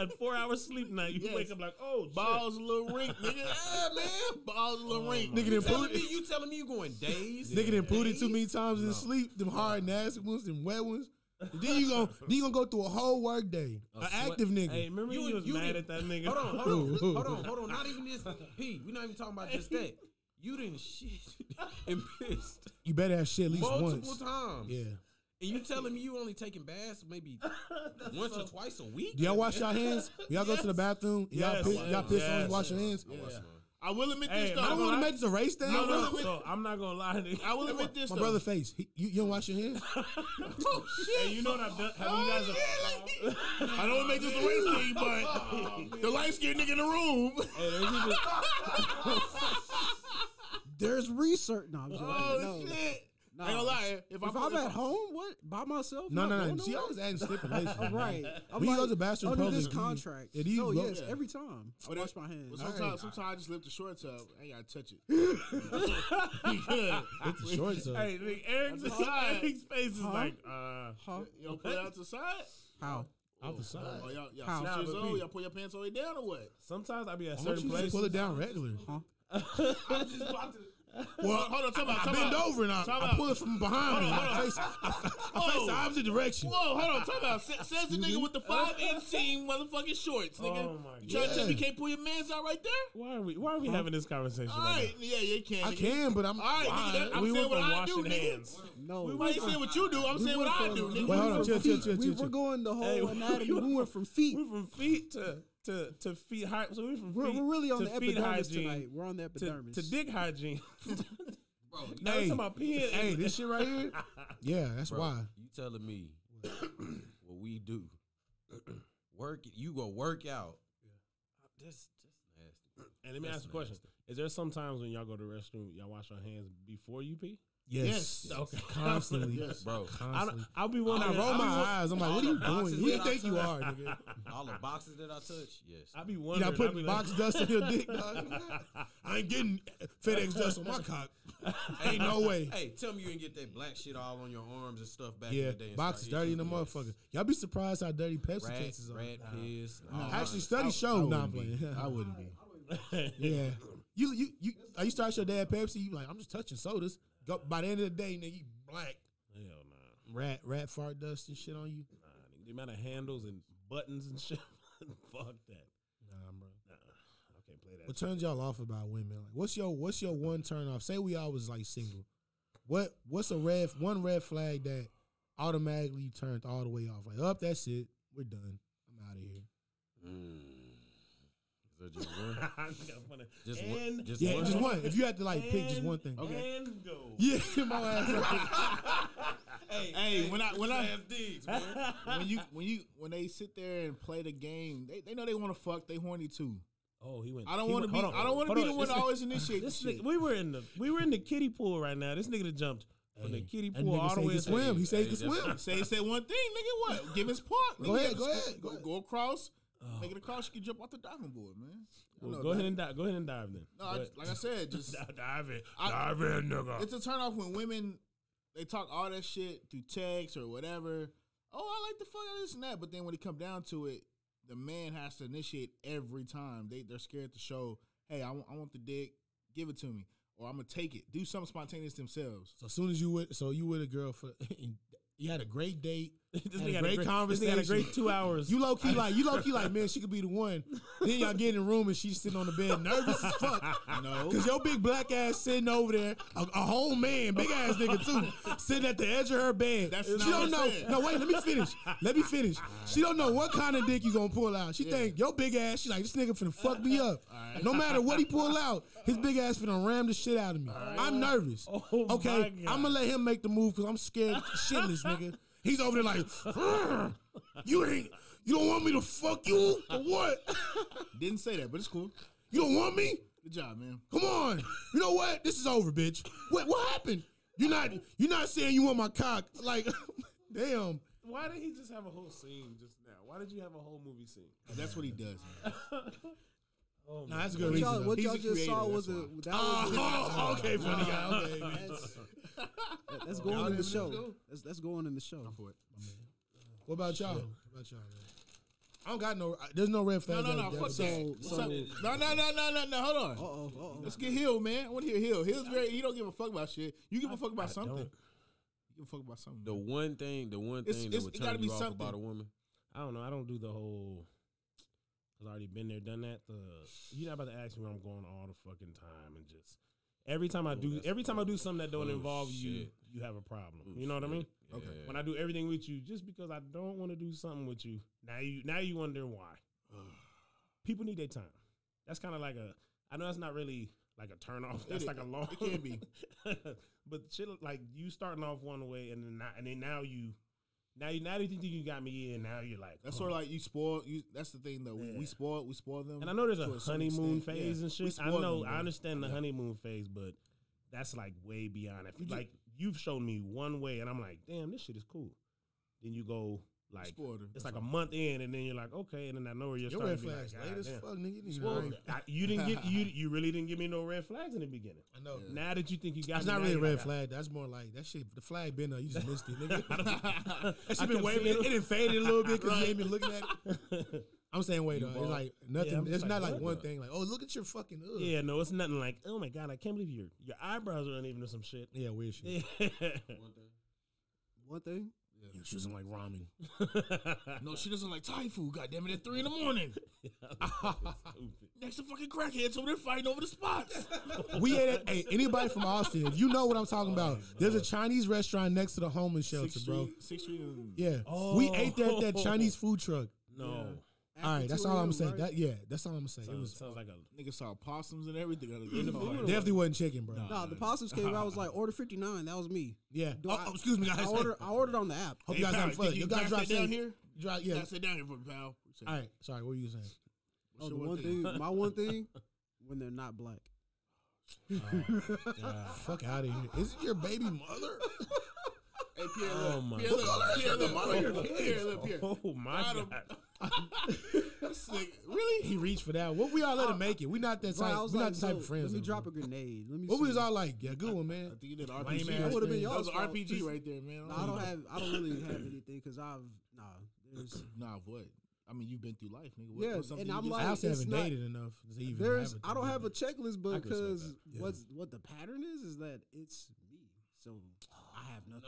Speaker 1: a four hour sleep night, you
Speaker 4: Yes.
Speaker 1: wake up like, oh, balls.
Speaker 4: Balls a little rink, nigga. Yeah, man. Balls a little rink.
Speaker 2: nigga
Speaker 5: You
Speaker 2: done
Speaker 5: telling
Speaker 2: pooted
Speaker 5: me you telling me you going days?
Speaker 2: nigga done pooted
Speaker 5: days?
Speaker 2: too many times in his sleep, them hard nasty ones, them wet ones. And then you gonna then you gonna go through a whole work day.
Speaker 5: A
Speaker 2: An
Speaker 5: sweat-
Speaker 2: active nigga.
Speaker 1: Hey, remember you,
Speaker 5: You-
Speaker 1: was
Speaker 5: you
Speaker 1: mad
Speaker 5: didn't-
Speaker 1: at that nigga? (laughs)
Speaker 5: Hold on,
Speaker 2: (laughs)
Speaker 5: hold
Speaker 2: Ooh, ooh.
Speaker 5: on, hold on, hold on. Not even this. P, we're not even talking about just that. You didn't shit (laughs) and pissed
Speaker 2: You better have shit (laughs) at least
Speaker 5: multiple
Speaker 2: once.
Speaker 5: times.
Speaker 2: Yeah.
Speaker 5: And you telling me you only taking baths
Speaker 2: (laughs)
Speaker 5: maybe once or twice a week?
Speaker 2: Do y'all wash y'all hands? When y'all go to the bathroom, and y'all
Speaker 1: Yes.
Speaker 2: piss, y'all piss on,
Speaker 1: Yes.
Speaker 2: you wash your hands.
Speaker 4: Yeah. I will admit
Speaker 1: Hey,
Speaker 4: this
Speaker 1: my
Speaker 2: I don't
Speaker 4: though.
Speaker 1: brother-
Speaker 2: want to make this a race thing.
Speaker 1: No,
Speaker 2: bro.
Speaker 1: no, so I'm not gonna lie, nigga.
Speaker 4: (laughs) I will admit this
Speaker 2: My
Speaker 4: though.
Speaker 2: brother face. He, you, you don't wash your hands.
Speaker 1: Hey, you know what I've done? Have you guys?
Speaker 4: Oh, yeah, like- I don't wanna make this a race thing, but the light skinned nigga in the room.
Speaker 1: Hey, there's even-
Speaker 3: There's research. No, I'm joking.
Speaker 4: (laughs) Oh
Speaker 3: no.
Speaker 4: shit!
Speaker 3: No.
Speaker 4: I ain't gonna lie. If,
Speaker 3: If
Speaker 4: I'm,
Speaker 3: I'm
Speaker 4: if
Speaker 3: at home, what by myself?
Speaker 2: No,
Speaker 3: Not
Speaker 2: no,
Speaker 3: going
Speaker 2: no. She
Speaker 3: nowhere?
Speaker 2: always adding stipulations.
Speaker 3: I'm right. I'm
Speaker 2: When you
Speaker 3: like,
Speaker 2: go to the bathroom
Speaker 3: under
Speaker 2: public,
Speaker 3: this
Speaker 2: do you-
Speaker 3: contract.
Speaker 2: yeah, do you
Speaker 3: no,
Speaker 2: look-
Speaker 3: yes,
Speaker 4: Yeah.
Speaker 3: every time
Speaker 1: Oh,
Speaker 3: I
Speaker 4: But
Speaker 3: wash
Speaker 4: it-
Speaker 3: my hands.
Speaker 4: Well,
Speaker 2: All
Speaker 4: sometimes,
Speaker 2: right.
Speaker 4: sometimes I just lift the shorts up. I ain't gotta touch it. (laughs) You good.
Speaker 2: It's the shorts (laughs) up.
Speaker 1: hey, nigga, Eric's,
Speaker 4: That's hard.
Speaker 1: Eric's face is
Speaker 3: Huh?
Speaker 1: like, uh,
Speaker 3: Huh?
Speaker 4: Y'all pull it out to the side?
Speaker 3: How?
Speaker 2: Off the side.
Speaker 4: Oh, y'all, y'all
Speaker 3: How?
Speaker 4: six
Speaker 1: Nah,
Speaker 4: years
Speaker 1: but
Speaker 4: old?
Speaker 1: we-
Speaker 4: Y'all pull your pants all the way down or what?
Speaker 1: sometimes I be at
Speaker 2: Why don't
Speaker 1: certain
Speaker 2: you just pull
Speaker 1: places.
Speaker 2: it down regular?
Speaker 3: Huh?
Speaker 4: I'm just about to. (laughs) Well, hold on, talk about,
Speaker 2: I
Speaker 4: talk
Speaker 2: bend
Speaker 4: about.
Speaker 2: over and I,
Speaker 4: Time
Speaker 2: I
Speaker 4: out.
Speaker 2: pull it from behind me.
Speaker 4: Hold on,
Speaker 2: I
Speaker 4: hold
Speaker 2: face, I, I face
Speaker 4: Whoa.
Speaker 2: the opposite direction.
Speaker 4: Whoa, hold on, talk about. Sa- Says the nigga with the five eighteen motherfucking shorts, nigga.
Speaker 1: Oh my
Speaker 4: you trying to tell me
Speaker 2: God.
Speaker 4: you can't pull your mans out right there?
Speaker 1: Why are we? Why are we having this conversation?
Speaker 4: All
Speaker 1: right
Speaker 4: right, yeah, yeah, you can.
Speaker 2: I
Speaker 4: nigga.
Speaker 2: can, but I'm.
Speaker 4: All right, nigga,
Speaker 2: why?
Speaker 4: that- I'm
Speaker 1: we
Speaker 4: saying
Speaker 1: went
Speaker 4: what
Speaker 1: from
Speaker 4: I do,
Speaker 1: washing
Speaker 4: nigga.
Speaker 1: hands.
Speaker 3: No.
Speaker 4: Why you saying what you do? I'm saying what I do, nigga.
Speaker 2: Wait, hold on,
Speaker 3: went
Speaker 2: chill,
Speaker 3: from
Speaker 2: chill,
Speaker 3: feet.
Speaker 2: chill,
Speaker 3: We
Speaker 2: chill,
Speaker 3: were
Speaker 2: chill.
Speaker 3: going the
Speaker 1: Hey,
Speaker 3: whole
Speaker 1: we-
Speaker 3: anatomy. We went from feet.
Speaker 1: We from feet to to to feet high. So we from feet
Speaker 3: We're, we're really on
Speaker 1: to
Speaker 3: the
Speaker 1: feet
Speaker 3: epidermis
Speaker 1: hygiene
Speaker 3: tonight. We're on the
Speaker 1: to,
Speaker 3: epidermis.
Speaker 1: to dick
Speaker 2: (laughs)
Speaker 1: hygiene.
Speaker 5: Bro,
Speaker 1: now
Speaker 2: Hey.
Speaker 1: we talking about peeing.
Speaker 2: Hey, this shit right here. Yeah, that's
Speaker 5: bro,
Speaker 2: why.
Speaker 5: You telling me (coughs) what we do? (coughs) work. You go work out. That's that's nasty.
Speaker 1: and let me
Speaker 5: That's
Speaker 1: ask you a question:
Speaker 5: nasty.
Speaker 1: Is there sometimes when y'all go to the restroom, y'all wash your hands before you pee?
Speaker 2: Yes.
Speaker 4: Yes.
Speaker 2: Okay. Constantly.
Speaker 4: Yes.
Speaker 5: Bro,
Speaker 1: I,
Speaker 2: Constantly.
Speaker 1: will be
Speaker 2: When
Speaker 1: one.
Speaker 2: I
Speaker 1: that-
Speaker 2: roll
Speaker 1: I'll
Speaker 2: my
Speaker 1: be one-
Speaker 2: eyes, I'm like, what are you
Speaker 5: All the
Speaker 2: doing? Who do you
Speaker 5: boxes
Speaker 2: think
Speaker 5: that I
Speaker 2: you
Speaker 5: took.
Speaker 2: are, nigga?
Speaker 5: all the boxes that I touch, yes.
Speaker 1: I'll be
Speaker 2: You
Speaker 1: wondering.
Speaker 2: not
Speaker 1: I'll be
Speaker 2: putting box dust
Speaker 1: (laughs)
Speaker 2: in your (laughs) dick, dog. I ain't getting FedEx dust on my cock. Ain't no way.
Speaker 5: Hey, tell me you didn't get that black shit all on your arms and stuff back
Speaker 2: Yeah,
Speaker 5: in the day. and
Speaker 2: box is
Speaker 5: start
Speaker 2: dirty in the
Speaker 5: itching. Yes.
Speaker 2: motherfucker. Y'all be surprised how dirty Pepsi
Speaker 5: Rat,
Speaker 2: cases are.
Speaker 5: rat piss. all
Speaker 4: No,
Speaker 5: that.
Speaker 2: Actually, studies show. Nah, I'm playing. (laughs)
Speaker 4: I wouldn't be.
Speaker 1: like-
Speaker 2: Yeah. You you you I used to ask your dad Pepsi, you like, I'm just touching sodas. Go, by the end of the day, nigga, you black.
Speaker 1: Hell nah.
Speaker 2: Rat rat fart dust and shit on you.
Speaker 1: Nah, nigga, the amount of handles and buttons and shit. (laughs) Fuck that.
Speaker 2: Nah, bro.
Speaker 1: Nah, I can't play that.
Speaker 2: What turns y'all off about women? Like what's your what's your one turn off? Say we always like single. What what's a red one red flag that automatically you turned all the way off? Like, up, that's it. We're done. I'm out of here.
Speaker 5: Mm. Is that just one?
Speaker 1: (laughs) (laughs) I got one.
Speaker 5: Just one-
Speaker 1: and
Speaker 5: just
Speaker 2: Yeah,
Speaker 5: one?
Speaker 2: just one. If you had to like pick just one thing.
Speaker 1: And- And go.
Speaker 2: Yeah, (laughs) my ass.
Speaker 4: Hey, when I when I
Speaker 5: Have digs, boy.
Speaker 4: when you when you when they sit there and play the game, they, they know they want to fuck. They horny too.
Speaker 1: Oh, he went.
Speaker 4: I don't
Speaker 1: he
Speaker 4: want to
Speaker 1: went-
Speaker 4: be.
Speaker 1: hold on,
Speaker 4: I don't want to
Speaker 1: hold
Speaker 4: be
Speaker 1: on.
Speaker 4: the one
Speaker 1: This
Speaker 4: to
Speaker 1: nigga-
Speaker 4: always initiate the
Speaker 1: This
Speaker 4: shit.
Speaker 1: nigga, we were in the we were in the kiddie pool right now. This nigga done jumped from the
Speaker 2: Hey,
Speaker 1: kiddie
Speaker 2: that
Speaker 1: pool
Speaker 2: nigga
Speaker 1: all
Speaker 2: say
Speaker 1: the
Speaker 2: he
Speaker 1: way.
Speaker 2: can
Speaker 1: to-
Speaker 2: swim. He say he can
Speaker 5: Hey, that's-
Speaker 2: swim.
Speaker 4: Say he said one thing, nigga. What? Give his part.
Speaker 2: Go
Speaker 4: nigga.
Speaker 2: ahead, go
Speaker 4: Just
Speaker 2: ahead, go
Speaker 4: Go,
Speaker 2: ahead.
Speaker 4: go across. Make it across. You can jump off the diving board, man. You
Speaker 1: Well,
Speaker 4: know
Speaker 1: go
Speaker 4: that.
Speaker 1: ahead and dive. Go ahead and dive then.
Speaker 4: No, I,
Speaker 1: Go ahead.
Speaker 4: like I said, just
Speaker 1: Di- (laughs) dive in,
Speaker 4: I-
Speaker 1: dive in, nigga.
Speaker 4: it's a turn off when women they talk all that shit through text or whatever. Oh, I like the fuck out of this and that, but then when it come down to it, the man has to initiate every time. They they're scared to show, hey, I want I want the dick, give it to me, or I'm gonna take it. Do something spontaneous themselves.
Speaker 2: So as soon as you with so you with a girl for (laughs) and you had a great date,
Speaker 1: (laughs)
Speaker 2: had
Speaker 1: This nigga
Speaker 2: a
Speaker 1: had
Speaker 2: great
Speaker 1: This nigga had a
Speaker 2: conversation.
Speaker 1: great (laughs) two hours.
Speaker 2: you low key like you low key like man, she could be the one. Then y'all get in the room and she's sitting on the bed, nervous as fuck. (laughs)
Speaker 4: No,
Speaker 2: Cause your big black ass sitting over there, a, a whole man, big ass nigga too, sitting at the edge of her bed.
Speaker 4: That's
Speaker 2: she don't
Speaker 4: not what I
Speaker 2: know.
Speaker 4: said.
Speaker 2: No, wait, let me finish. Let me finish. She don't know what kind of dick you gonna pull out. She think your big ass. She like this nigga finna fuck me up.
Speaker 4: Alright.
Speaker 2: No matter what he pull out, his big ass finna ram the shit out of me. I'm nervous.
Speaker 1: Oh, my
Speaker 2: okay,
Speaker 1: God.
Speaker 2: I'm gonna let him make the move because I'm scared shitless, nigga. He's over there like, "Mm, you ain't. You don't want me to fuck you or what?
Speaker 4: didn't say that, but it's cool.
Speaker 2: You don't want me?
Speaker 4: Good job, man.
Speaker 2: Come on. You know what? This is over, bitch. What what happened? You're not you're not saying you want my cock. Like (laughs) damn.
Speaker 1: Why did he just have a whole scene just now? Why did you have a whole movie scene?
Speaker 4: That's what he does. Man.
Speaker 1: Oh
Speaker 2: Nah,
Speaker 1: my
Speaker 2: that's a
Speaker 1: God.
Speaker 2: good
Speaker 3: What
Speaker 2: reason.
Speaker 3: y'all,
Speaker 2: though.
Speaker 3: what
Speaker 4: He's
Speaker 3: y'all
Speaker 4: a
Speaker 3: just
Speaker 4: creator,
Speaker 3: saw was a
Speaker 4: that's
Speaker 3: that
Speaker 2: (laughs) Oh,
Speaker 3: was
Speaker 2: okay, funny guy.
Speaker 3: Nah.
Speaker 2: Okay, man.
Speaker 3: a, that's going in the show. That's, that's going in the show.
Speaker 4: For it.
Speaker 2: What about y'all? What about y'all, man? I don't got no. There's no red
Speaker 4: No,
Speaker 2: flags.
Speaker 4: no, no.
Speaker 2: out there.
Speaker 4: Fuck that.
Speaker 3: So-
Speaker 4: What's up? No, no, no, no, no, no. Hold on.
Speaker 3: Uh oh, uh oh.
Speaker 4: Let's get Hill, man. I want to hear Hill. Hill's very. He don't give a fuck about shit. You give a fuck about
Speaker 1: I
Speaker 4: something.
Speaker 1: don't.
Speaker 4: You give a fuck about something.
Speaker 5: The one thing, the one thing
Speaker 4: It's-
Speaker 5: that
Speaker 4: it's-
Speaker 5: would
Speaker 4: it gotta
Speaker 5: turn
Speaker 4: be
Speaker 5: you off
Speaker 4: something.
Speaker 5: about a woman.
Speaker 1: I don't know. I don't do the whole. Cause I already been there, done that. The you're not about to ask me where I'm going all the fucking time, and just every time I do,
Speaker 5: that's
Speaker 1: every time I do
Speaker 5: cold.
Speaker 1: something that don't
Speaker 5: Oh,
Speaker 1: involve you,
Speaker 5: shit.
Speaker 1: you have a problem.
Speaker 5: Ooh,
Speaker 1: you know what I
Speaker 5: shit.
Speaker 1: mean?
Speaker 4: Okay.
Speaker 5: Yeah.
Speaker 1: When I do everything with you, just because I don't want to do something with you, now you now you wonder why.
Speaker 4: (sighs)
Speaker 1: People need their time. That's kind of like a. I know that's not really like a turn off. That's
Speaker 4: is.
Speaker 1: like a long.
Speaker 4: It can be.
Speaker 1: (laughs) but shit, like you starting off one way, and then not, and then now you, now you now you think you got me in. Now you're like
Speaker 4: That's
Speaker 1: oh.
Speaker 4: sort of like you spoil. You, that's the thing though. We, we
Speaker 1: Yeah.
Speaker 4: spoil. We spoil them.
Speaker 1: And I know there's
Speaker 4: to
Speaker 1: a,
Speaker 4: a certain
Speaker 1: honeymoon
Speaker 4: extent.
Speaker 1: phase and
Speaker 4: Yeah. We
Speaker 1: shit. I
Speaker 4: spoil
Speaker 1: know,
Speaker 4: them,
Speaker 1: I
Speaker 4: bro.
Speaker 1: understand the honeymoon phase, but that's like way beyond. If
Speaker 4: We ju-
Speaker 1: like you've shown me one way, and I'm like, damn, this shit is cool. Then you go like
Speaker 4: spoiled her.
Speaker 1: it's like a month in, and then you're like, okay, and then I know where you're
Speaker 2: Your
Speaker 1: starting
Speaker 2: red
Speaker 1: to be like,
Speaker 2: flags late
Speaker 1: "God
Speaker 2: as
Speaker 1: damn."
Speaker 2: fuck, nigga. You need to
Speaker 1: Well,
Speaker 2: hurry.
Speaker 1: I- you didn't
Speaker 2: (laughs)
Speaker 1: get you you really didn't give me no red flags in the beginning.
Speaker 2: I know.
Speaker 4: Yeah.
Speaker 1: Now that you think you got,
Speaker 2: That's
Speaker 1: me,
Speaker 2: not
Speaker 1: now
Speaker 2: really a
Speaker 1: you're
Speaker 2: red
Speaker 1: like,
Speaker 2: flag. That's more like that shit. The flag been there. You just missed it, (laughs) nigga.
Speaker 1: (laughs) I
Speaker 2: That shit
Speaker 1: can
Speaker 2: been
Speaker 1: see
Speaker 2: waving. It,
Speaker 1: (laughs) it.
Speaker 2: it done faded a little bit because you ain't been looking at it. I'm saying wait though.
Speaker 4: You
Speaker 2: It's
Speaker 4: bald.
Speaker 2: like nothing.
Speaker 1: I'm just
Speaker 2: it's
Speaker 1: like,
Speaker 2: not like
Speaker 1: what
Speaker 2: one
Speaker 5: the-
Speaker 2: thing. Like oh, look at your fucking. Ugh.
Speaker 1: Yeah, no, it's nothing like, oh my god, I can't believe your your eyebrows are uneven or some shit. (laughs)
Speaker 2: Yeah, weird shit.
Speaker 3: One thing.
Speaker 2: Yeah, She doesn't like ramen.
Speaker 4: no, she doesn't like Thai food. God damn it! At three in the (laughs) morning, (laughs) next to fucking crackheads over there fighting over the spots.
Speaker 2: We ate at hey, anybody from Austin. If you know what I'm talking about, there's a Chinese restaurant next to the homeless shelter,
Speaker 4: Sixth
Speaker 2: bro.
Speaker 4: Street- Sixth Street. and-
Speaker 2: Yeah, we ate there at that
Speaker 1: Oh.
Speaker 2: Chinese food truck.
Speaker 1: no.
Speaker 2: All right,
Speaker 3: After
Speaker 2: that's
Speaker 3: two
Speaker 2: all
Speaker 3: of
Speaker 2: I'm
Speaker 3: them,
Speaker 2: saying.
Speaker 3: right?
Speaker 2: That yeah, that's all I'm saying. It
Speaker 1: Sounds,
Speaker 2: was
Speaker 1: sounds like a
Speaker 4: Nigga saw possums and everything. In the
Speaker 1: food.
Speaker 2: definitely wasn't chicken, bro.
Speaker 4: Nah.
Speaker 3: Nah, the possums came. out. I was like, order fifty nine. That was me.
Speaker 2: Yeah.
Speaker 3: Do
Speaker 2: Oh,
Speaker 3: I-
Speaker 2: oh, excuse me, guys.
Speaker 3: I ordered. I ordered on the app.
Speaker 2: Hope
Speaker 4: Hey,
Speaker 2: you guys
Speaker 4: pal,
Speaker 2: having fun.
Speaker 4: you
Speaker 2: You guys
Speaker 4: pass
Speaker 2: drive
Speaker 4: it down
Speaker 2: safe.
Speaker 4: here?
Speaker 2: Drive,
Speaker 4: Yeah, Oh,
Speaker 2: yeah.
Speaker 4: sit down here, for me, pal.
Speaker 2: All right.
Speaker 3: (laughs)
Speaker 2: Sorry. What were you saying?
Speaker 4: What's
Speaker 3: Oh, the
Speaker 4: your
Speaker 3: one thing. My one thing. When they're not black.
Speaker 2: Fuck out of here. Is it your baby mother?
Speaker 4: Hey, Pierre,
Speaker 5: Oh,
Speaker 4: look.
Speaker 5: my
Speaker 4: Pierre,
Speaker 2: God.
Speaker 4: look. Pierre, look.
Speaker 2: Look
Speaker 4: Pierre,
Speaker 2: at
Speaker 4: look.
Speaker 2: her
Speaker 4: Pierre, look. Pierre.
Speaker 1: Oh my
Speaker 4: Got
Speaker 1: god.
Speaker 4: him. This nigga, really?
Speaker 2: He reached for that. What we all let him make it. We not that
Speaker 3: Uh, Bro, I
Speaker 2: type.
Speaker 3: was
Speaker 2: We
Speaker 3: like,
Speaker 2: not the type
Speaker 3: yo,
Speaker 2: of friends.
Speaker 3: Let me
Speaker 2: that
Speaker 3: drop
Speaker 2: we-
Speaker 3: a grenade. Let me.
Speaker 2: What we
Speaker 3: see.
Speaker 2: was all like? Yeah, good one,
Speaker 4: I
Speaker 2: man.
Speaker 4: think you did
Speaker 2: Lame
Speaker 4: RPG.
Speaker 2: ass
Speaker 3: That would have been
Speaker 2: thing.
Speaker 4: That
Speaker 3: y'all's
Speaker 4: was
Speaker 3: fault.
Speaker 4: RPG right there, man.
Speaker 3: Nah, I don't have. I don't really have anything because I've nah. There's
Speaker 4: Nah, what? I mean, you've been through life, nigga. What,
Speaker 3: Yeah,
Speaker 4: what's
Speaker 3: and
Speaker 4: something you
Speaker 3: I'm
Speaker 4: just-
Speaker 2: I
Speaker 3: like-
Speaker 2: also
Speaker 3: it's
Speaker 2: haven't
Speaker 3: not-
Speaker 2: dated enough to even.
Speaker 3: there's.
Speaker 2: have
Speaker 3: I don't have a checklist, but
Speaker 5: I can respect
Speaker 3: because
Speaker 5: that.
Speaker 2: Yeah.
Speaker 3: what's what the pattern is is that it's me, so I have nothing.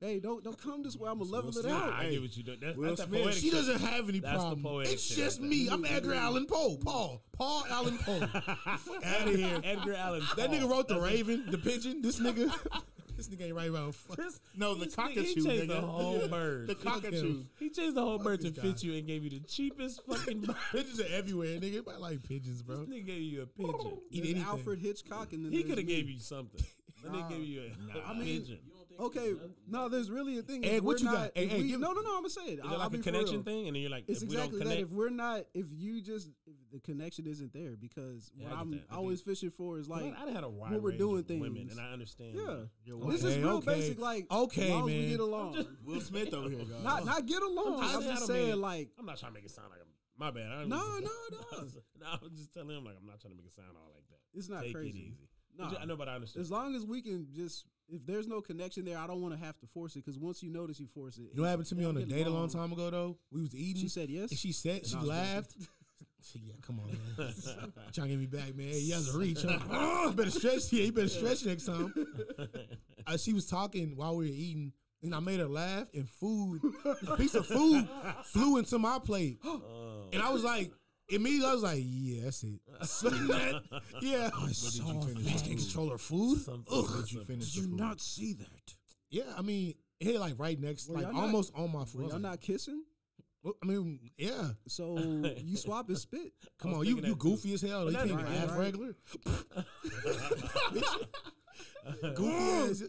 Speaker 3: hey, don't don't come this way. I'm gonna level it
Speaker 1: Nah,
Speaker 3: out.
Speaker 1: I
Speaker 4: Hey,
Speaker 1: get what you do. That's,
Speaker 4: Will
Speaker 1: that's that
Speaker 4: Smith,
Speaker 1: poetic
Speaker 2: She
Speaker 1: shit.
Speaker 2: doesn't have any
Speaker 1: That's the
Speaker 2: problem.
Speaker 1: poetic
Speaker 2: It's
Speaker 1: shit
Speaker 2: just
Speaker 1: right
Speaker 2: me. I'm Edgar Allan Poe. Paul. Paul Allen
Speaker 1: (laughs)
Speaker 2: Poe. out of here.
Speaker 1: Edgar Allan.
Speaker 2: That
Speaker 1: Poe.
Speaker 2: nigga wrote the
Speaker 1: That's
Speaker 2: Raven, the pigeon. This nigga,
Speaker 1: (laughs)
Speaker 2: this nigga ain't right about. Fuck.
Speaker 1: This,
Speaker 4: (laughs) No, the
Speaker 1: this nigga,
Speaker 4: cockatoo,
Speaker 1: He changed the
Speaker 4: nigga.
Speaker 1: whole bird.
Speaker 4: (laughs) the cockatoo. (laughs)
Speaker 1: he changed the whole bird to
Speaker 2: this guy.
Speaker 1: fit you and gave you the
Speaker 3: (laughs)
Speaker 1: cheapest fucking bird.
Speaker 2: Pigeons are everywhere, nigga. Everybody like pigeons,
Speaker 1: This
Speaker 2: bro.
Speaker 1: nigga gave you a pigeon.
Speaker 2: Eat
Speaker 3: There's
Speaker 2: anything.
Speaker 3: Alfred Hitchcock, and then
Speaker 1: He
Speaker 3: there's
Speaker 1: could have
Speaker 3: me.
Speaker 1: gave you something. That nigga
Speaker 3: Nah.
Speaker 1: gave you a, a pigeon.
Speaker 3: Okay, no, there's really a thing.
Speaker 2: Ed,
Speaker 3: if
Speaker 2: what
Speaker 3: we're
Speaker 2: you got?
Speaker 3: not-
Speaker 2: Hey,
Speaker 3: if
Speaker 2: hey,
Speaker 3: we-
Speaker 2: give-
Speaker 3: no, no, no. I'm gonna say it.
Speaker 1: Is it like a connection thing? And then you're like,
Speaker 3: It's
Speaker 1: if
Speaker 3: exactly
Speaker 1: we don't
Speaker 3: that. If
Speaker 1: connect,
Speaker 3: we're not, if you just if the connection isn't there, because
Speaker 1: Yeah,
Speaker 3: what
Speaker 1: I get
Speaker 3: I'm
Speaker 1: that. I do.
Speaker 3: always fishing for is like,
Speaker 1: Well, I'd had a wide
Speaker 3: when we're
Speaker 1: range
Speaker 3: doing
Speaker 1: of women,
Speaker 3: things.
Speaker 1: and I understand.
Speaker 3: yeah,
Speaker 4: You're
Speaker 3: this is
Speaker 2: okay,
Speaker 3: real
Speaker 2: okay.
Speaker 3: basic. Like,
Speaker 2: Okay,
Speaker 3: as long as
Speaker 2: man.
Speaker 3: we get along,
Speaker 4: Will Smith over here, guys.
Speaker 3: not not get along. I'm
Speaker 1: just-
Speaker 3: just,
Speaker 1: I don't
Speaker 3: saying,
Speaker 1: mean-
Speaker 3: like,
Speaker 1: I'm not trying to make it sound like I'm. My bad. I don't
Speaker 3: no,
Speaker 1: even- (laughs)
Speaker 3: no, no.
Speaker 1: I was- no, I was just telling him like I'm not trying to make it sound all like that.
Speaker 3: It's not
Speaker 1: Take it
Speaker 3: crazy.
Speaker 1: easy.
Speaker 3: Nah.
Speaker 1: I know, but I understand.
Speaker 3: As long as we can just, if there's no connection there, I don't want to have to force it. Because once you notice, you force it.
Speaker 2: You know what happened to me
Speaker 3: They'll
Speaker 2: on a
Speaker 3: get
Speaker 2: date a long
Speaker 3: along.
Speaker 2: time ago though? We was eating.
Speaker 3: She said yes.
Speaker 2: and she said she
Speaker 3: Nah, I was
Speaker 2: laughed. She, yeah, come on, man. (laughs) Trying to get me back, man. Hey, you has a reach. huh? Oh, better stretch. Yeah, you better stretch next
Speaker 4: (laughs)
Speaker 2: time. Uh, she was talking while we were eating, and I made her laugh. And food, a piece of food, flew into my plate,
Speaker 1: Oh.
Speaker 2: and I was like. Immediately, I was like, "Yeah, that's it." (laughs) Sling that, yeah. I
Speaker 4: you finish
Speaker 2: can't
Speaker 4: the food?
Speaker 2: control her food.
Speaker 1: Something-
Speaker 2: Ugh.
Speaker 1: something-
Speaker 4: Did you finish
Speaker 3: Did
Speaker 4: the
Speaker 3: you
Speaker 4: food?
Speaker 3: not see that?
Speaker 2: Yeah, I mean, it hit like right next,
Speaker 3: Were
Speaker 2: like
Speaker 3: y'all not-
Speaker 2: almost on my
Speaker 3: Were
Speaker 2: food.
Speaker 3: y'all not kissing?
Speaker 2: Well, I mean, yeah.
Speaker 1: (laughs)
Speaker 3: So you swap and spit.
Speaker 2: Come
Speaker 1: was
Speaker 2: on, you
Speaker 1: thinking
Speaker 2: you
Speaker 1: that too.
Speaker 2: goofy as hell. You
Speaker 1: that's
Speaker 2: can't
Speaker 3: right,
Speaker 2: laugh
Speaker 3: right.
Speaker 2: regular. (laughs) goofy as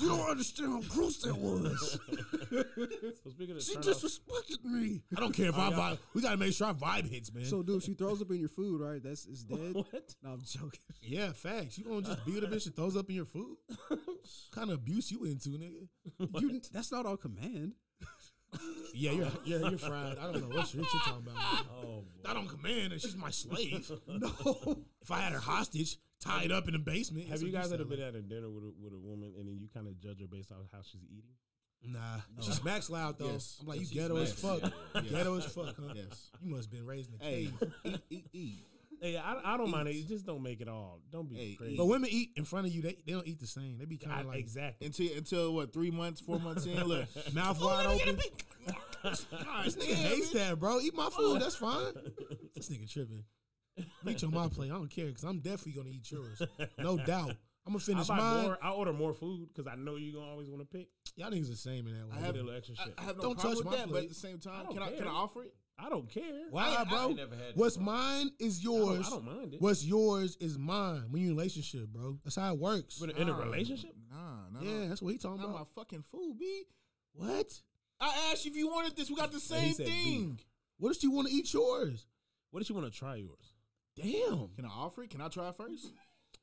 Speaker 2: you don't understand how gross that (laughs) was.
Speaker 1: (laughs) So oh, speaking of
Speaker 2: she
Speaker 1: turn
Speaker 2: disrespected me. Oh, I don't care if I vibe. We gotta make sure our vibe hits, man.
Speaker 3: So, dude, if she throws up in your food, right? That's it's dead.
Speaker 1: (laughs) What?
Speaker 3: No, I'm
Speaker 1: (laughs)
Speaker 3: joking.
Speaker 2: yeah, facts. You gonna just beat a bitch and throws up in your (laughs) food? kind of abuse you into, nigga?
Speaker 3: You, that's not on command.
Speaker 1: (laughs)
Speaker 2: Yeah, you're you're, you're fried. I don't know what shit you're talking about. man.
Speaker 1: oh, boy.
Speaker 2: Not on command, and she's my slave. no, if I had her hostage, tied up in the basement.
Speaker 1: have
Speaker 2: that's
Speaker 1: you
Speaker 2: what
Speaker 1: guys ever
Speaker 2: sound
Speaker 1: been at a dinner with a, with a woman and then you kind of judge her based on how she's eating?
Speaker 2: Nah, she smacks loud though.
Speaker 4: Yes.
Speaker 2: I'm like, you
Speaker 4: Yes, she
Speaker 2: ghetto as
Speaker 4: smacks.
Speaker 2: fuck.
Speaker 4: Yeah,
Speaker 2: You
Speaker 4: yeah.
Speaker 2: Ghetto as fuck, huh?
Speaker 4: Yes.
Speaker 2: You must have been raised in the
Speaker 4: Hey,
Speaker 2: cave.
Speaker 4: eat, eat, eat.
Speaker 1: Hey, I, I don't mind it. You Just don't make it all. Don't be
Speaker 4: Hey,
Speaker 1: crazy.
Speaker 2: But women eat in front of you, they, they don't eat the same. They be
Speaker 1: I,
Speaker 2: kind of like
Speaker 1: (laughs) exactly.
Speaker 4: Until, until what, three months, four months in? (laughs) Look.
Speaker 2: mouth wide open.
Speaker 1: (laughs)
Speaker 2: This nigga hates that, bro. Eat my food. That's fine. This nigga tripping. Reach on my plate. I don't care because I'm definitely gonna eat yours. No doubt. I'm gonna
Speaker 1: I
Speaker 2: finish
Speaker 1: buy
Speaker 2: mine.
Speaker 1: more. I order more food because I know you're gonna always want to pick.
Speaker 2: Y'all niggas the same in that way.
Speaker 4: I
Speaker 1: I
Speaker 4: have-
Speaker 1: have a little extra
Speaker 4: I,
Speaker 1: shit.
Speaker 4: I have no
Speaker 2: Don't
Speaker 4: problem
Speaker 2: touch
Speaker 4: with
Speaker 2: my
Speaker 4: that, but
Speaker 2: plate.
Speaker 4: at the same
Speaker 1: I
Speaker 4: time,
Speaker 1: don't
Speaker 4: can I, can
Speaker 1: care.
Speaker 4: I offer it?
Speaker 1: I don't care.
Speaker 2: Why, bro?
Speaker 5: never had that
Speaker 2: What's
Speaker 5: problem.
Speaker 2: mine is
Speaker 1: I don't-
Speaker 2: yours.
Speaker 1: I don't mind it.
Speaker 2: What's yours is mine. When you in a relationship, bro, that's how it works.
Speaker 1: But in a
Speaker 4: Nah,
Speaker 1: relationship?
Speaker 4: Nah, nah.
Speaker 2: Yeah, that's what he talking
Speaker 4: Not my
Speaker 2: about.
Speaker 4: fucking food, B.
Speaker 2: What?
Speaker 4: I asked you if you wanted this. We got the
Speaker 1: he
Speaker 4: same
Speaker 1: said
Speaker 4: thing.
Speaker 2: What if she want to eat yours?
Speaker 1: What if you want to try yours?
Speaker 2: Damn,
Speaker 4: Can I offer it? Can I try it first?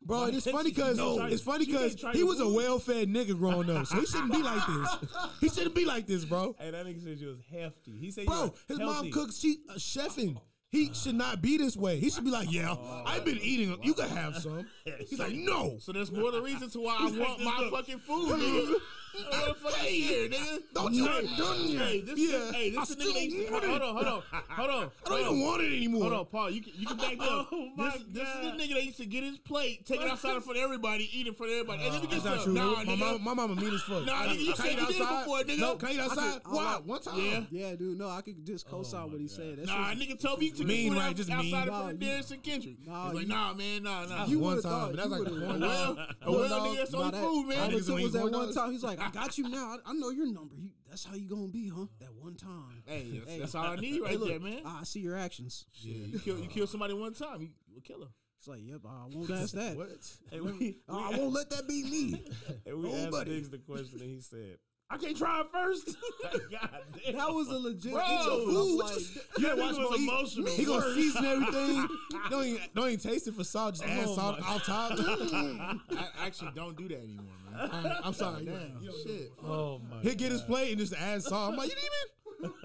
Speaker 2: bro, and it's
Speaker 1: didn't
Speaker 2: funny
Speaker 1: she- she
Speaker 2: because
Speaker 1: didn't try-
Speaker 2: it's funny
Speaker 1: she didn't
Speaker 2: because
Speaker 1: try
Speaker 2: he
Speaker 1: your
Speaker 2: was a
Speaker 1: food?
Speaker 2: well-fed nigga growing up, so he shouldn't be like (laughs) this. He shouldn't be like this, bro.
Speaker 1: Hey, that nigga said you was hefty. He said you
Speaker 2: Bro,
Speaker 1: were
Speaker 2: his
Speaker 1: healthy.
Speaker 2: mom cooks. She a chefing. He should not be this way. He should be like, yeah, I've been eating. You can have (laughs) some. He's like, no.
Speaker 4: So there's more the reason to why I
Speaker 1: like,
Speaker 4: want
Speaker 1: this
Speaker 4: my
Speaker 1: look.
Speaker 4: fucking food, nigga. I want to fucking here, nigga.
Speaker 2: Don't you
Speaker 4: Hey,
Speaker 2: ain't done yet.
Speaker 4: Hey, this,
Speaker 2: yeah.
Speaker 4: this, hey, this
Speaker 2: I
Speaker 4: is the
Speaker 2: still
Speaker 4: nigga. that used to-
Speaker 2: want it.
Speaker 4: Hold on, hold on, hold on.
Speaker 2: I don't even want it anymore.
Speaker 4: Hold on, Paul. You can, you can back me
Speaker 2: (laughs)
Speaker 4: up.
Speaker 1: Oh, my
Speaker 4: this, this is the
Speaker 1: God.
Speaker 4: nigga that used to get his plate, take it outside in front of everybody, eat in front of everybody. Hey, let me
Speaker 2: That's
Speaker 4: get
Speaker 2: not
Speaker 4: some.
Speaker 2: true.
Speaker 4: Nah,
Speaker 2: my,
Speaker 4: nigga.
Speaker 2: mama, my mama mean as fuck.
Speaker 4: Nah, nigga, you
Speaker 2: Can I
Speaker 4: said
Speaker 2: eat
Speaker 4: you did it
Speaker 2: outside?
Speaker 4: before, nigga.
Speaker 2: No, can I eat outside?
Speaker 3: I
Speaker 2: Why?
Speaker 3: like-
Speaker 2: One time.
Speaker 4: Yeah.
Speaker 3: Yeah, dude. No, I could
Speaker 1: Oh
Speaker 3: just co-sign what he said. That's
Speaker 4: Nah,
Speaker 3: just,
Speaker 4: nigga told me you took
Speaker 2: Mean,
Speaker 4: the food
Speaker 2: right,
Speaker 4: out-
Speaker 2: just
Speaker 4: outside
Speaker 2: mean.
Speaker 4: in
Speaker 3: Nah,
Speaker 4: front
Speaker 3: you-
Speaker 4: of Darius and Kendrick.
Speaker 3: Nah,
Speaker 4: He's like,
Speaker 3: you-
Speaker 4: nah, man, nah, nah.
Speaker 2: You
Speaker 3: You
Speaker 2: one
Speaker 3: would've
Speaker 2: time,
Speaker 3: thought-
Speaker 2: but that's
Speaker 3: you
Speaker 2: like a
Speaker 3: would've-
Speaker 2: corn
Speaker 4: Well,
Speaker 2: dog.
Speaker 4: a well nigga, that's
Speaker 3: Nah,
Speaker 4: on
Speaker 3: that,
Speaker 4: food,
Speaker 3: all
Speaker 2: Niggas
Speaker 4: man.
Speaker 3: it
Speaker 2: gonna
Speaker 3: took
Speaker 2: eat
Speaker 3: was that
Speaker 2: corn
Speaker 3: one
Speaker 2: dogs?
Speaker 3: time. He's like, "I got you now. I, I know your number. You, that's how you gonna be, huh? That one time.
Speaker 4: Hey, that's,
Speaker 3: Hey.
Speaker 4: that's all I need right
Speaker 3: look,
Speaker 4: there, man.
Speaker 2: Ah,
Speaker 3: I I see your actions."
Speaker 4: Yeah, you kill you kill somebody one time, you, you'll kill her.
Speaker 3: He's like, "Yep, I won't ask that.
Speaker 2: What? (laughs)
Speaker 1: Hey, we,
Speaker 3: I won't let that be me."
Speaker 1: (laughs) and we
Speaker 2: Oh,
Speaker 1: asked
Speaker 2: buddy.
Speaker 1: (laughs) Diggs the question and he said, I can't try it first. God damn.
Speaker 3: That was a legit.
Speaker 4: Bro,
Speaker 3: eat your
Speaker 4: ooh,
Speaker 3: food.
Speaker 4: what
Speaker 3: Like,
Speaker 4: you s-
Speaker 1: yeah,
Speaker 2: That
Speaker 1: was
Speaker 2: nigga was eat-
Speaker 1: emotional.
Speaker 2: He gonna
Speaker 1: first.
Speaker 2: season everything. don't even, don't even taste it for salt. Just add
Speaker 1: Oh
Speaker 2: salt
Speaker 1: my-
Speaker 2: off top. Mm.
Speaker 4: I actually don't do that anymore, man. (laughs)
Speaker 2: All right, (laughs) I'm sorry.
Speaker 4: Damn,
Speaker 2: (laughs) You-
Speaker 4: shit.
Speaker 1: Oh (laughs) my.
Speaker 2: He'll get his plate and just add salt. I'm like, you didn't even.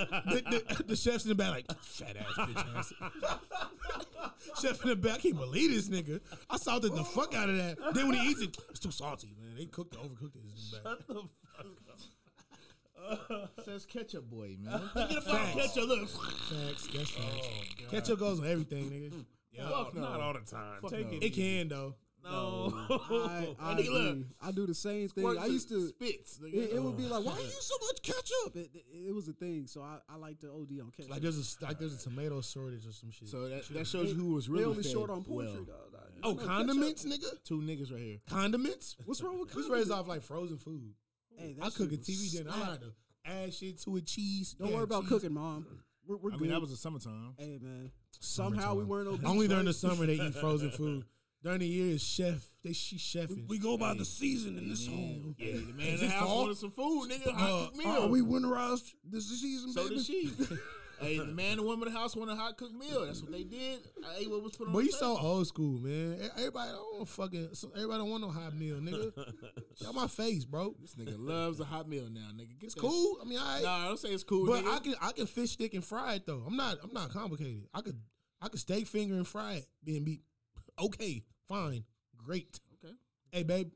Speaker 2: The, the, the chef's in the back, like fat ass bitch ass. Chef in the back, I can't believe this nigga. I salted the fuck out of that. Then when he eats it, it's too salty, man. They cooked, overcooked it. It's in the back.
Speaker 4: Says ketchup boy, man.
Speaker 2: Facts,
Speaker 1: Catch a look.
Speaker 2: facts, that's facts. Ketchup goes on everything, nigga.
Speaker 1: Fuck
Speaker 4: no.
Speaker 1: Not all the time.
Speaker 4: Fuck
Speaker 1: Take
Speaker 4: no.
Speaker 1: it.
Speaker 2: It can though.
Speaker 1: No.
Speaker 4: (laughs)
Speaker 3: I, I,
Speaker 1: (laughs) Nigga, look.
Speaker 3: agree. I do the same thing.
Speaker 4: Squirt
Speaker 3: I used to.
Speaker 4: spits. nigga.
Speaker 3: It, it would be like, why
Speaker 2: (laughs) Why
Speaker 3: you
Speaker 2: you so much ketchup?
Speaker 3: It, it- it was a thing, so I, I like to OD on ketchup.
Speaker 2: Like there's a like there's a tomato shortage or some shit.
Speaker 4: So that, that shows you who was really
Speaker 3: they only
Speaker 4: fed
Speaker 3: short on poetry,
Speaker 4: well.
Speaker 3: dog. Like, you
Speaker 2: oh,
Speaker 3: know, ketchup.
Speaker 2: condiments, nigga.
Speaker 4: Two niggas right here.
Speaker 2: Condiments.
Speaker 3: What's wrong with
Speaker 2: We was
Speaker 3: condiments?
Speaker 2: raised off like frozen food.
Speaker 3: Hey, that
Speaker 2: I cook a
Speaker 3: shit
Speaker 2: TV
Speaker 3: was
Speaker 2: dinner. I
Speaker 3: slapped.
Speaker 2: had to add shit to it, cheese.
Speaker 3: Don't
Speaker 2: Yeah,
Speaker 3: worry about
Speaker 2: cheese.
Speaker 3: cooking, mom. We're, we're
Speaker 4: I
Speaker 3: good.
Speaker 4: mean, that was the summertime.
Speaker 3: hey man, somehow we
Speaker 2: Summertime.
Speaker 3: weren't obese,
Speaker 2: Only
Speaker 3: right?
Speaker 2: during the summer they
Speaker 3: (laughs)
Speaker 2: eat frozen food. During the year, it's chef. They she chefing.
Speaker 5: We go by the season in this
Speaker 4: Man,
Speaker 5: home.
Speaker 4: yeah, the man in
Speaker 2: Is
Speaker 4: the
Speaker 2: it
Speaker 4: house
Speaker 2: fall?
Speaker 4: wanted some food, nigga.
Speaker 2: Uh,
Speaker 4: Hot cooked meal.
Speaker 2: Are we winterized this season,
Speaker 4: so
Speaker 2: baby?
Speaker 4: did she. hey, the man and woman in the house wanted a hot cooked meal. That's what they did. I ate what was put on.
Speaker 2: But
Speaker 4: the
Speaker 2: you so
Speaker 4: table.
Speaker 2: old school, man. E- Everybody don't want fucking. so- Everybody don't want no hot meal, nigga.
Speaker 3: (laughs)
Speaker 2: Show my face, bro.
Speaker 4: This nigga loves a hot meal now, nigga. Get
Speaker 2: It's
Speaker 4: that-
Speaker 2: cool. I mean, I.
Speaker 4: Nah, I don't say it's cool,
Speaker 2: But
Speaker 4: nigga.
Speaker 2: I can I can fish stick and fry it though. I'm not I'm not complicated. I could I could steak finger and fry it and be okay, fine, great.
Speaker 4: Okay.
Speaker 2: Hey babe,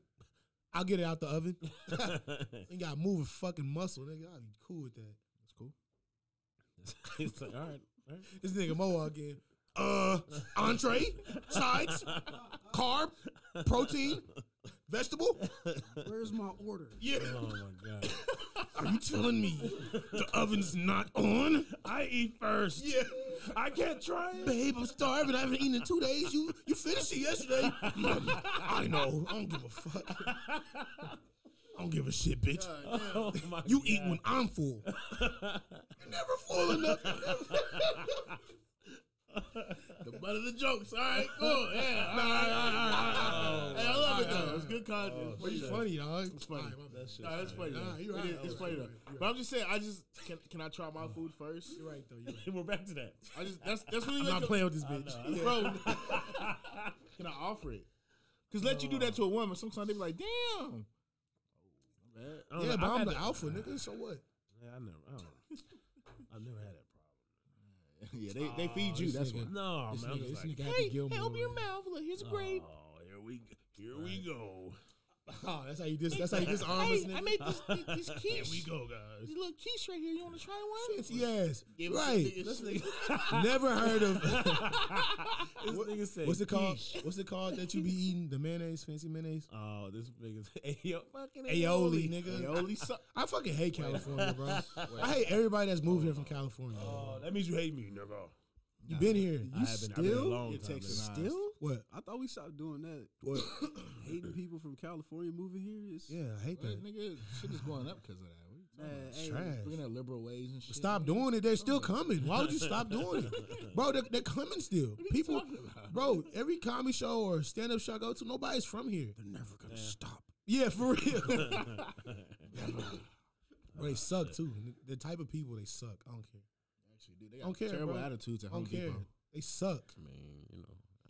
Speaker 2: I'll get it out the
Speaker 4: (laughs)
Speaker 2: oven. Ain't gotta move a fucking muscle, nigga. I'd be cool with that.
Speaker 4: That's cool.
Speaker 5: It's like, all right.
Speaker 2: This nigga Mo again. Uh entree, sides, carb, protein, vegetable.
Speaker 3: Where's my order?
Speaker 2: Yeah.
Speaker 5: Oh my god.
Speaker 2: Are you telling me the oven's not on?
Speaker 1: I eat first.
Speaker 2: Yeah.
Speaker 1: I can't try it.
Speaker 2: Babe, I'm starving. I haven't eaten in two days. You you finished it yesterday. Mom, I know. I don't give a fuck. I don't give a shit, bitch.
Speaker 1: (laughs) Oh my
Speaker 2: You eat
Speaker 1: (laughs)
Speaker 2: when I'm full. You're never full enough.
Speaker 4: The butt of the jokes. All right, cool. Yeah. All right, all right, all right. Hey, I love it though. It's good content.
Speaker 2: Well, you funny, dog. It's
Speaker 4: funny.
Speaker 2: That's
Speaker 4: Nah, that's funny.
Speaker 2: Nah,
Speaker 4: though.
Speaker 2: you're
Speaker 4: It
Speaker 2: right,
Speaker 4: is-
Speaker 2: you're
Speaker 4: It's
Speaker 2: right,
Speaker 4: funny
Speaker 2: you're
Speaker 4: though. But I'm just saying, I just can. Can I try my food first?
Speaker 2: You're right, though. You're right.
Speaker 1: We're back to that.
Speaker 4: I just that's that's really
Speaker 2: I'm not playing with this bitch. Yeah.
Speaker 4: (laughs) bro. can I offer it? Cause let you do that to a woman. Sometimes they be like, damn.
Speaker 1: I don't
Speaker 2: Yeah,
Speaker 1: know.
Speaker 2: but
Speaker 1: I've
Speaker 2: I'm
Speaker 1: had
Speaker 2: the
Speaker 1: that-
Speaker 2: alpha, nigga. So what?
Speaker 1: Yeah, I never. I don't. (laughs) I've never had that problem.
Speaker 4: (laughs) yeah, they, they feed you.
Speaker 2: this
Speaker 4: That's
Speaker 2: nigga.
Speaker 4: why.
Speaker 1: No,
Speaker 2: This
Speaker 1: man. I'm
Speaker 2: nigga,
Speaker 1: just
Speaker 2: this
Speaker 1: like,
Speaker 2: nigga Happy Gilmore.
Speaker 4: mouth. Look, here's a
Speaker 1: Oh, here we go. Here we go.
Speaker 2: Oh, that's how you dis. That's how you disarm this nigga.
Speaker 4: this this
Speaker 1: Here we
Speaker 4: quiche.
Speaker 1: go,
Speaker 3: Uh,
Speaker 1: guys.
Speaker 4: little quiche right here. You want to try
Speaker 2: Fancy ass.
Speaker 4: Give it to
Speaker 2: Right.
Speaker 4: the
Speaker 2: (laughs)
Speaker 4: nigga.
Speaker 2: Never heard of.
Speaker 1: This nigga said,
Speaker 2: What's it called?
Speaker 1: "Yeesh."
Speaker 2: What's it called that you be eating? The mayonnaise, fancy mayonnaise.
Speaker 1: Oh, this nigga's (laughs) ayo, fucking
Speaker 2: Aioli, nigga. (laughs)
Speaker 4: Aioli sauce.
Speaker 2: I fucking hate
Speaker 4: (laughs)
Speaker 2: California, bro. I hate everybody that's moved here from California.
Speaker 1: Oh, that means you hate me, nigga.
Speaker 2: you been here.
Speaker 3: You
Speaker 1: I've been a
Speaker 3: still?
Speaker 1: long
Speaker 4: It
Speaker 1: time.
Speaker 4: takes
Speaker 1: nigga.
Speaker 4: an
Speaker 3: Still?
Speaker 2: What?
Speaker 3: I thought we stopped doing that.
Speaker 2: What?
Speaker 3: Hating people from California moving here is
Speaker 2: Yeah, I hate
Speaker 4: Well,
Speaker 2: that.
Speaker 4: nigga, shit is going up because of that. What you talking
Speaker 3: Man,
Speaker 4: about?
Speaker 3: uh, hey,
Speaker 2: Trash.
Speaker 4: Looking at liberal ways and shit.
Speaker 2: Stop doing it. They're still coming. Why would you stop doing it, bro? They're, they're coming still. People, bro. Every comedy show or stand up show I go to, nobody's from here. They're never gonna stop. Yeah, for real. Bro, they suck too. The type of people they suck. I don't care.
Speaker 4: Actually, dude, they got
Speaker 2: Don't care,
Speaker 4: terrible
Speaker 2: bro.
Speaker 4: attitudes at
Speaker 2: I
Speaker 4: Home
Speaker 2: don't care.
Speaker 4: Depot.
Speaker 2: They suck.
Speaker 5: I mean, you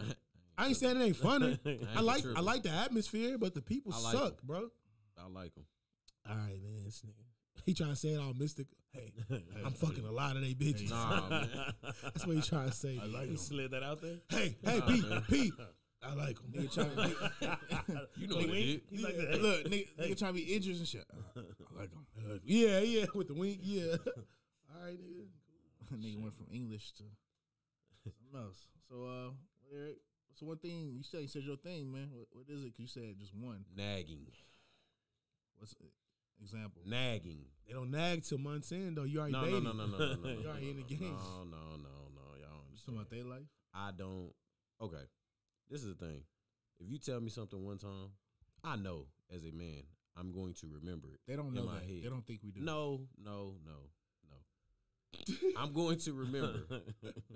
Speaker 5: know. (laughs)
Speaker 2: I ain't saying it ain't
Speaker 1: (laughs)
Speaker 2: funny.
Speaker 5: I ain't
Speaker 2: I like I
Speaker 5: tripping.
Speaker 2: like the atmosphere, but the people
Speaker 5: I like
Speaker 2: suck,
Speaker 5: it.
Speaker 2: bro.
Speaker 5: I like them.
Speaker 2: All right, man, this nigga. He trying to say it all mystical. Hey, I'm fucking a lot of they bitches.
Speaker 1: (laughs)
Speaker 5: Nah, man.
Speaker 2: That's what he trying to say.
Speaker 1: You slid that (laughs) out there.
Speaker 2: Hey, hey,
Speaker 5: Nah,
Speaker 2: P,
Speaker 5: man.
Speaker 2: P. I like him.
Speaker 5: You know what it is.
Speaker 1: He's like that.
Speaker 4: Look, nigga, nigga trying to be Idris
Speaker 2: (laughs)
Speaker 4: and shit. I like him.
Speaker 2: (laughs) Yeah, yeah, with the wink, yeah. (laughs) All right, nigga.
Speaker 4: nigga went from English to something else. So, uh, Eric, so one thing you said, you said your thing, man. What, what is it? 'Cause you said just one.
Speaker 5: nagging,
Speaker 4: What's an example?
Speaker 5: nagging.
Speaker 2: They don't nag till months in though. You already
Speaker 5: No, no,
Speaker 2: dated.
Speaker 5: no, no, no, no, no.
Speaker 2: You already in the
Speaker 5: no,
Speaker 2: game.
Speaker 5: No, no, no, no. Y'all don't
Speaker 4: Just talking
Speaker 5: understand.
Speaker 4: about their life.
Speaker 5: I don't. Okay, this is the thing. If you tell me something one time, I know as a man, I'm going to remember it.
Speaker 4: They don't
Speaker 5: in
Speaker 4: know
Speaker 5: my
Speaker 4: that.
Speaker 5: head.
Speaker 4: They don't think we do.
Speaker 5: No, no, no, no. I'm going
Speaker 4: (laughs)
Speaker 5: to remember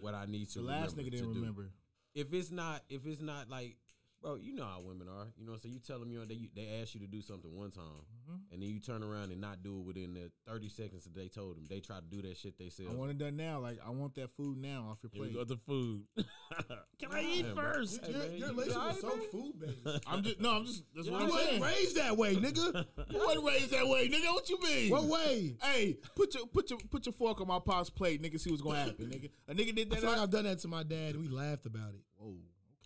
Speaker 5: what I need to.
Speaker 4: the last
Speaker 5: remember
Speaker 4: nigga didn't
Speaker 5: to do.
Speaker 4: remember.
Speaker 5: If it's not, if it's not like, bro, you know how women are. You know, what I'm saying? you tell them you know, they they ask you to do something one time,
Speaker 4: Mm-hmm.
Speaker 5: and then you turn around and not do it within the thirty seconds that they told them. They try to do that shit
Speaker 4: I
Speaker 5: themselves.
Speaker 4: want it done now. Like I want that food now off your
Speaker 1: Here we
Speaker 4: plate.
Speaker 1: go to food. (laughs) Can I eat
Speaker 5: Yeah, bro.
Speaker 1: first?
Speaker 5: Hey,
Speaker 2: Your,
Speaker 5: man,
Speaker 2: your
Speaker 5: you
Speaker 2: relationship
Speaker 5: alright,
Speaker 2: is so food based.
Speaker 4: I'm just no. I'm just. That's what
Speaker 2: You
Speaker 4: I'm saying.
Speaker 2: wasn't raised that way,
Speaker 5: (laughs)
Speaker 2: nigga.
Speaker 4: You wasn't raised that way, nigga. What you mean?
Speaker 2: What way?
Speaker 4: Hey, put your put your put your fork on my pop's plate, nigga. See what's gonna happen, nigga. A nigga did
Speaker 2: I
Speaker 4: that.
Speaker 2: feel like
Speaker 4: I-
Speaker 2: I've done that to my dad, and we laughed about it.
Speaker 4: Whoa.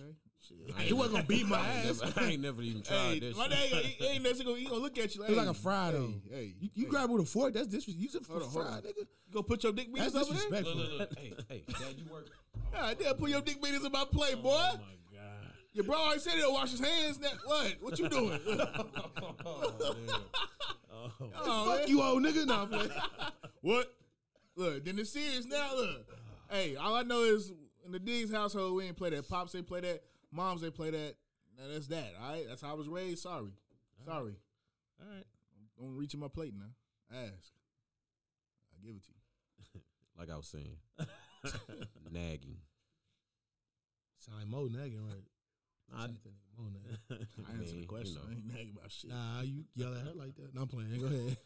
Speaker 4: Okay. Shit. (laughs)
Speaker 5: I ain't
Speaker 2: He wasn't
Speaker 5: never-
Speaker 2: gonna beat my
Speaker 5: (laughs) I ain't
Speaker 2: ass.
Speaker 5: never- I ain't never even tried
Speaker 4: Hey,
Speaker 5: this.
Speaker 4: my dad, he, he ain't necessarily gonna, he gonna look at you like,
Speaker 2: It's like
Speaker 4: hey,
Speaker 2: a fry though.
Speaker 4: Hey, hey,
Speaker 2: you, you
Speaker 4: hey.
Speaker 2: grab it with a fork. That's disrespectful. Use it for
Speaker 4: Hold on, hold
Speaker 2: fry,
Speaker 4: on.
Speaker 2: nigga.
Speaker 4: You gonna put your dick
Speaker 2: That's
Speaker 4: meters over there?
Speaker 5: (laughs) Look,
Speaker 2: disrespectful.
Speaker 5: look, look. hey, hey, dad, you work.
Speaker 4: God damn, put your dick meters in my plate, boy.
Speaker 1: Oh my god.
Speaker 4: Your bro already said he'll wash his hands. Now. What? What you doing? (laughs)
Speaker 5: Oh, man. Oh,
Speaker 4: Oh, man.
Speaker 2: Fuck you, old nigga. Nah, I'm (laughs) playing.
Speaker 4: What? Look, then it's serious now. Look, hey, all I know is in the Diggs household, we ain't play that. Pops, they play that. Moms, they play that. Now that's that. All right, that's how I was raised. Sorry, sorry.
Speaker 1: All right.
Speaker 4: Don't reach in my plate now. Ask. I give it to you.
Speaker 5: like I
Speaker 4: (laughs)
Speaker 5: was saying, nagging.
Speaker 2: Sound like Mo Nagging, right?
Speaker 5: I-
Speaker 2: Sound like that nigga Mo Nagging.
Speaker 4: I answer
Speaker 5: Man,
Speaker 4: the
Speaker 5: you
Speaker 4: question.
Speaker 5: know.
Speaker 4: I ain't nagging about shit.
Speaker 2: Nah, you yell at her like that. No, I'm playing. Go ahead.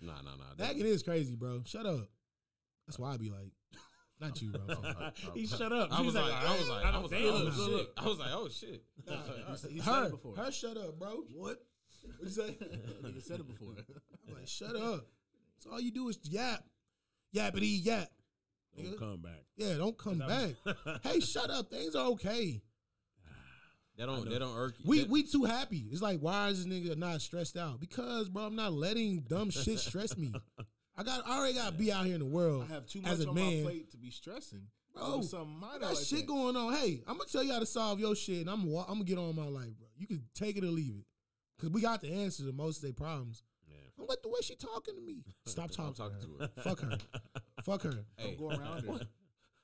Speaker 5: Nah, nah, nah.
Speaker 2: Nagging is crazy, bro. Shut up. That's why I be like, (laughs) not you, bro.
Speaker 4: (laughs)
Speaker 2: I'm sorry.
Speaker 1: (laughs) He shut up.
Speaker 5: Oh, I
Speaker 1: She
Speaker 5: was like, I was like, I
Speaker 1: don't
Speaker 5: was like,
Speaker 1: dare
Speaker 5: oh
Speaker 1: look,
Speaker 5: shit.
Speaker 1: look.
Speaker 5: I was like, oh shit.
Speaker 4: He s- he, said it
Speaker 2: her,
Speaker 4: (laughs) before.
Speaker 2: her, shut up, bro. What? What you say?
Speaker 4: Nigga said it
Speaker 5: (laughs)
Speaker 4: before.
Speaker 2: I'm like, shut up. So all you do is yap, yappity yap.
Speaker 1: Don't come back.
Speaker 2: Yeah, don't come back.
Speaker 4: (laughs)
Speaker 2: hey, shut up. Things are okay.
Speaker 5: That don't, that don't irk you.
Speaker 2: We
Speaker 5: that,
Speaker 2: we too happy. It's like why is this nigga not stressed out? Because bro, I'm not letting dumb shit stress
Speaker 4: (laughs)
Speaker 2: me. I got I already got to be out here in the world.
Speaker 4: I have too
Speaker 2: as
Speaker 4: much
Speaker 2: a
Speaker 4: on
Speaker 2: man.
Speaker 4: my plate to be stressing.
Speaker 2: Bro,
Speaker 4: Over
Speaker 5: Oh,
Speaker 4: something minor
Speaker 2: That
Speaker 4: like
Speaker 2: Oh, shit
Speaker 4: that.
Speaker 2: going on. Hey, I'm gonna tell you how to solve your shit, and I'm wa- I'm gonna get on my life, bro. You can take it or leave it, cause we got the answers to most of their problems.
Speaker 5: Yeah.
Speaker 2: I'm like the way she talking to me.
Speaker 5: (laughs)
Speaker 2: Stop
Speaker 5: Stop
Speaker 2: talking,
Speaker 5: talking to her.
Speaker 2: to her. Fuck her. Fuck her.
Speaker 5: Hey,
Speaker 4: Go
Speaker 5: (laughs)
Speaker 4: around it.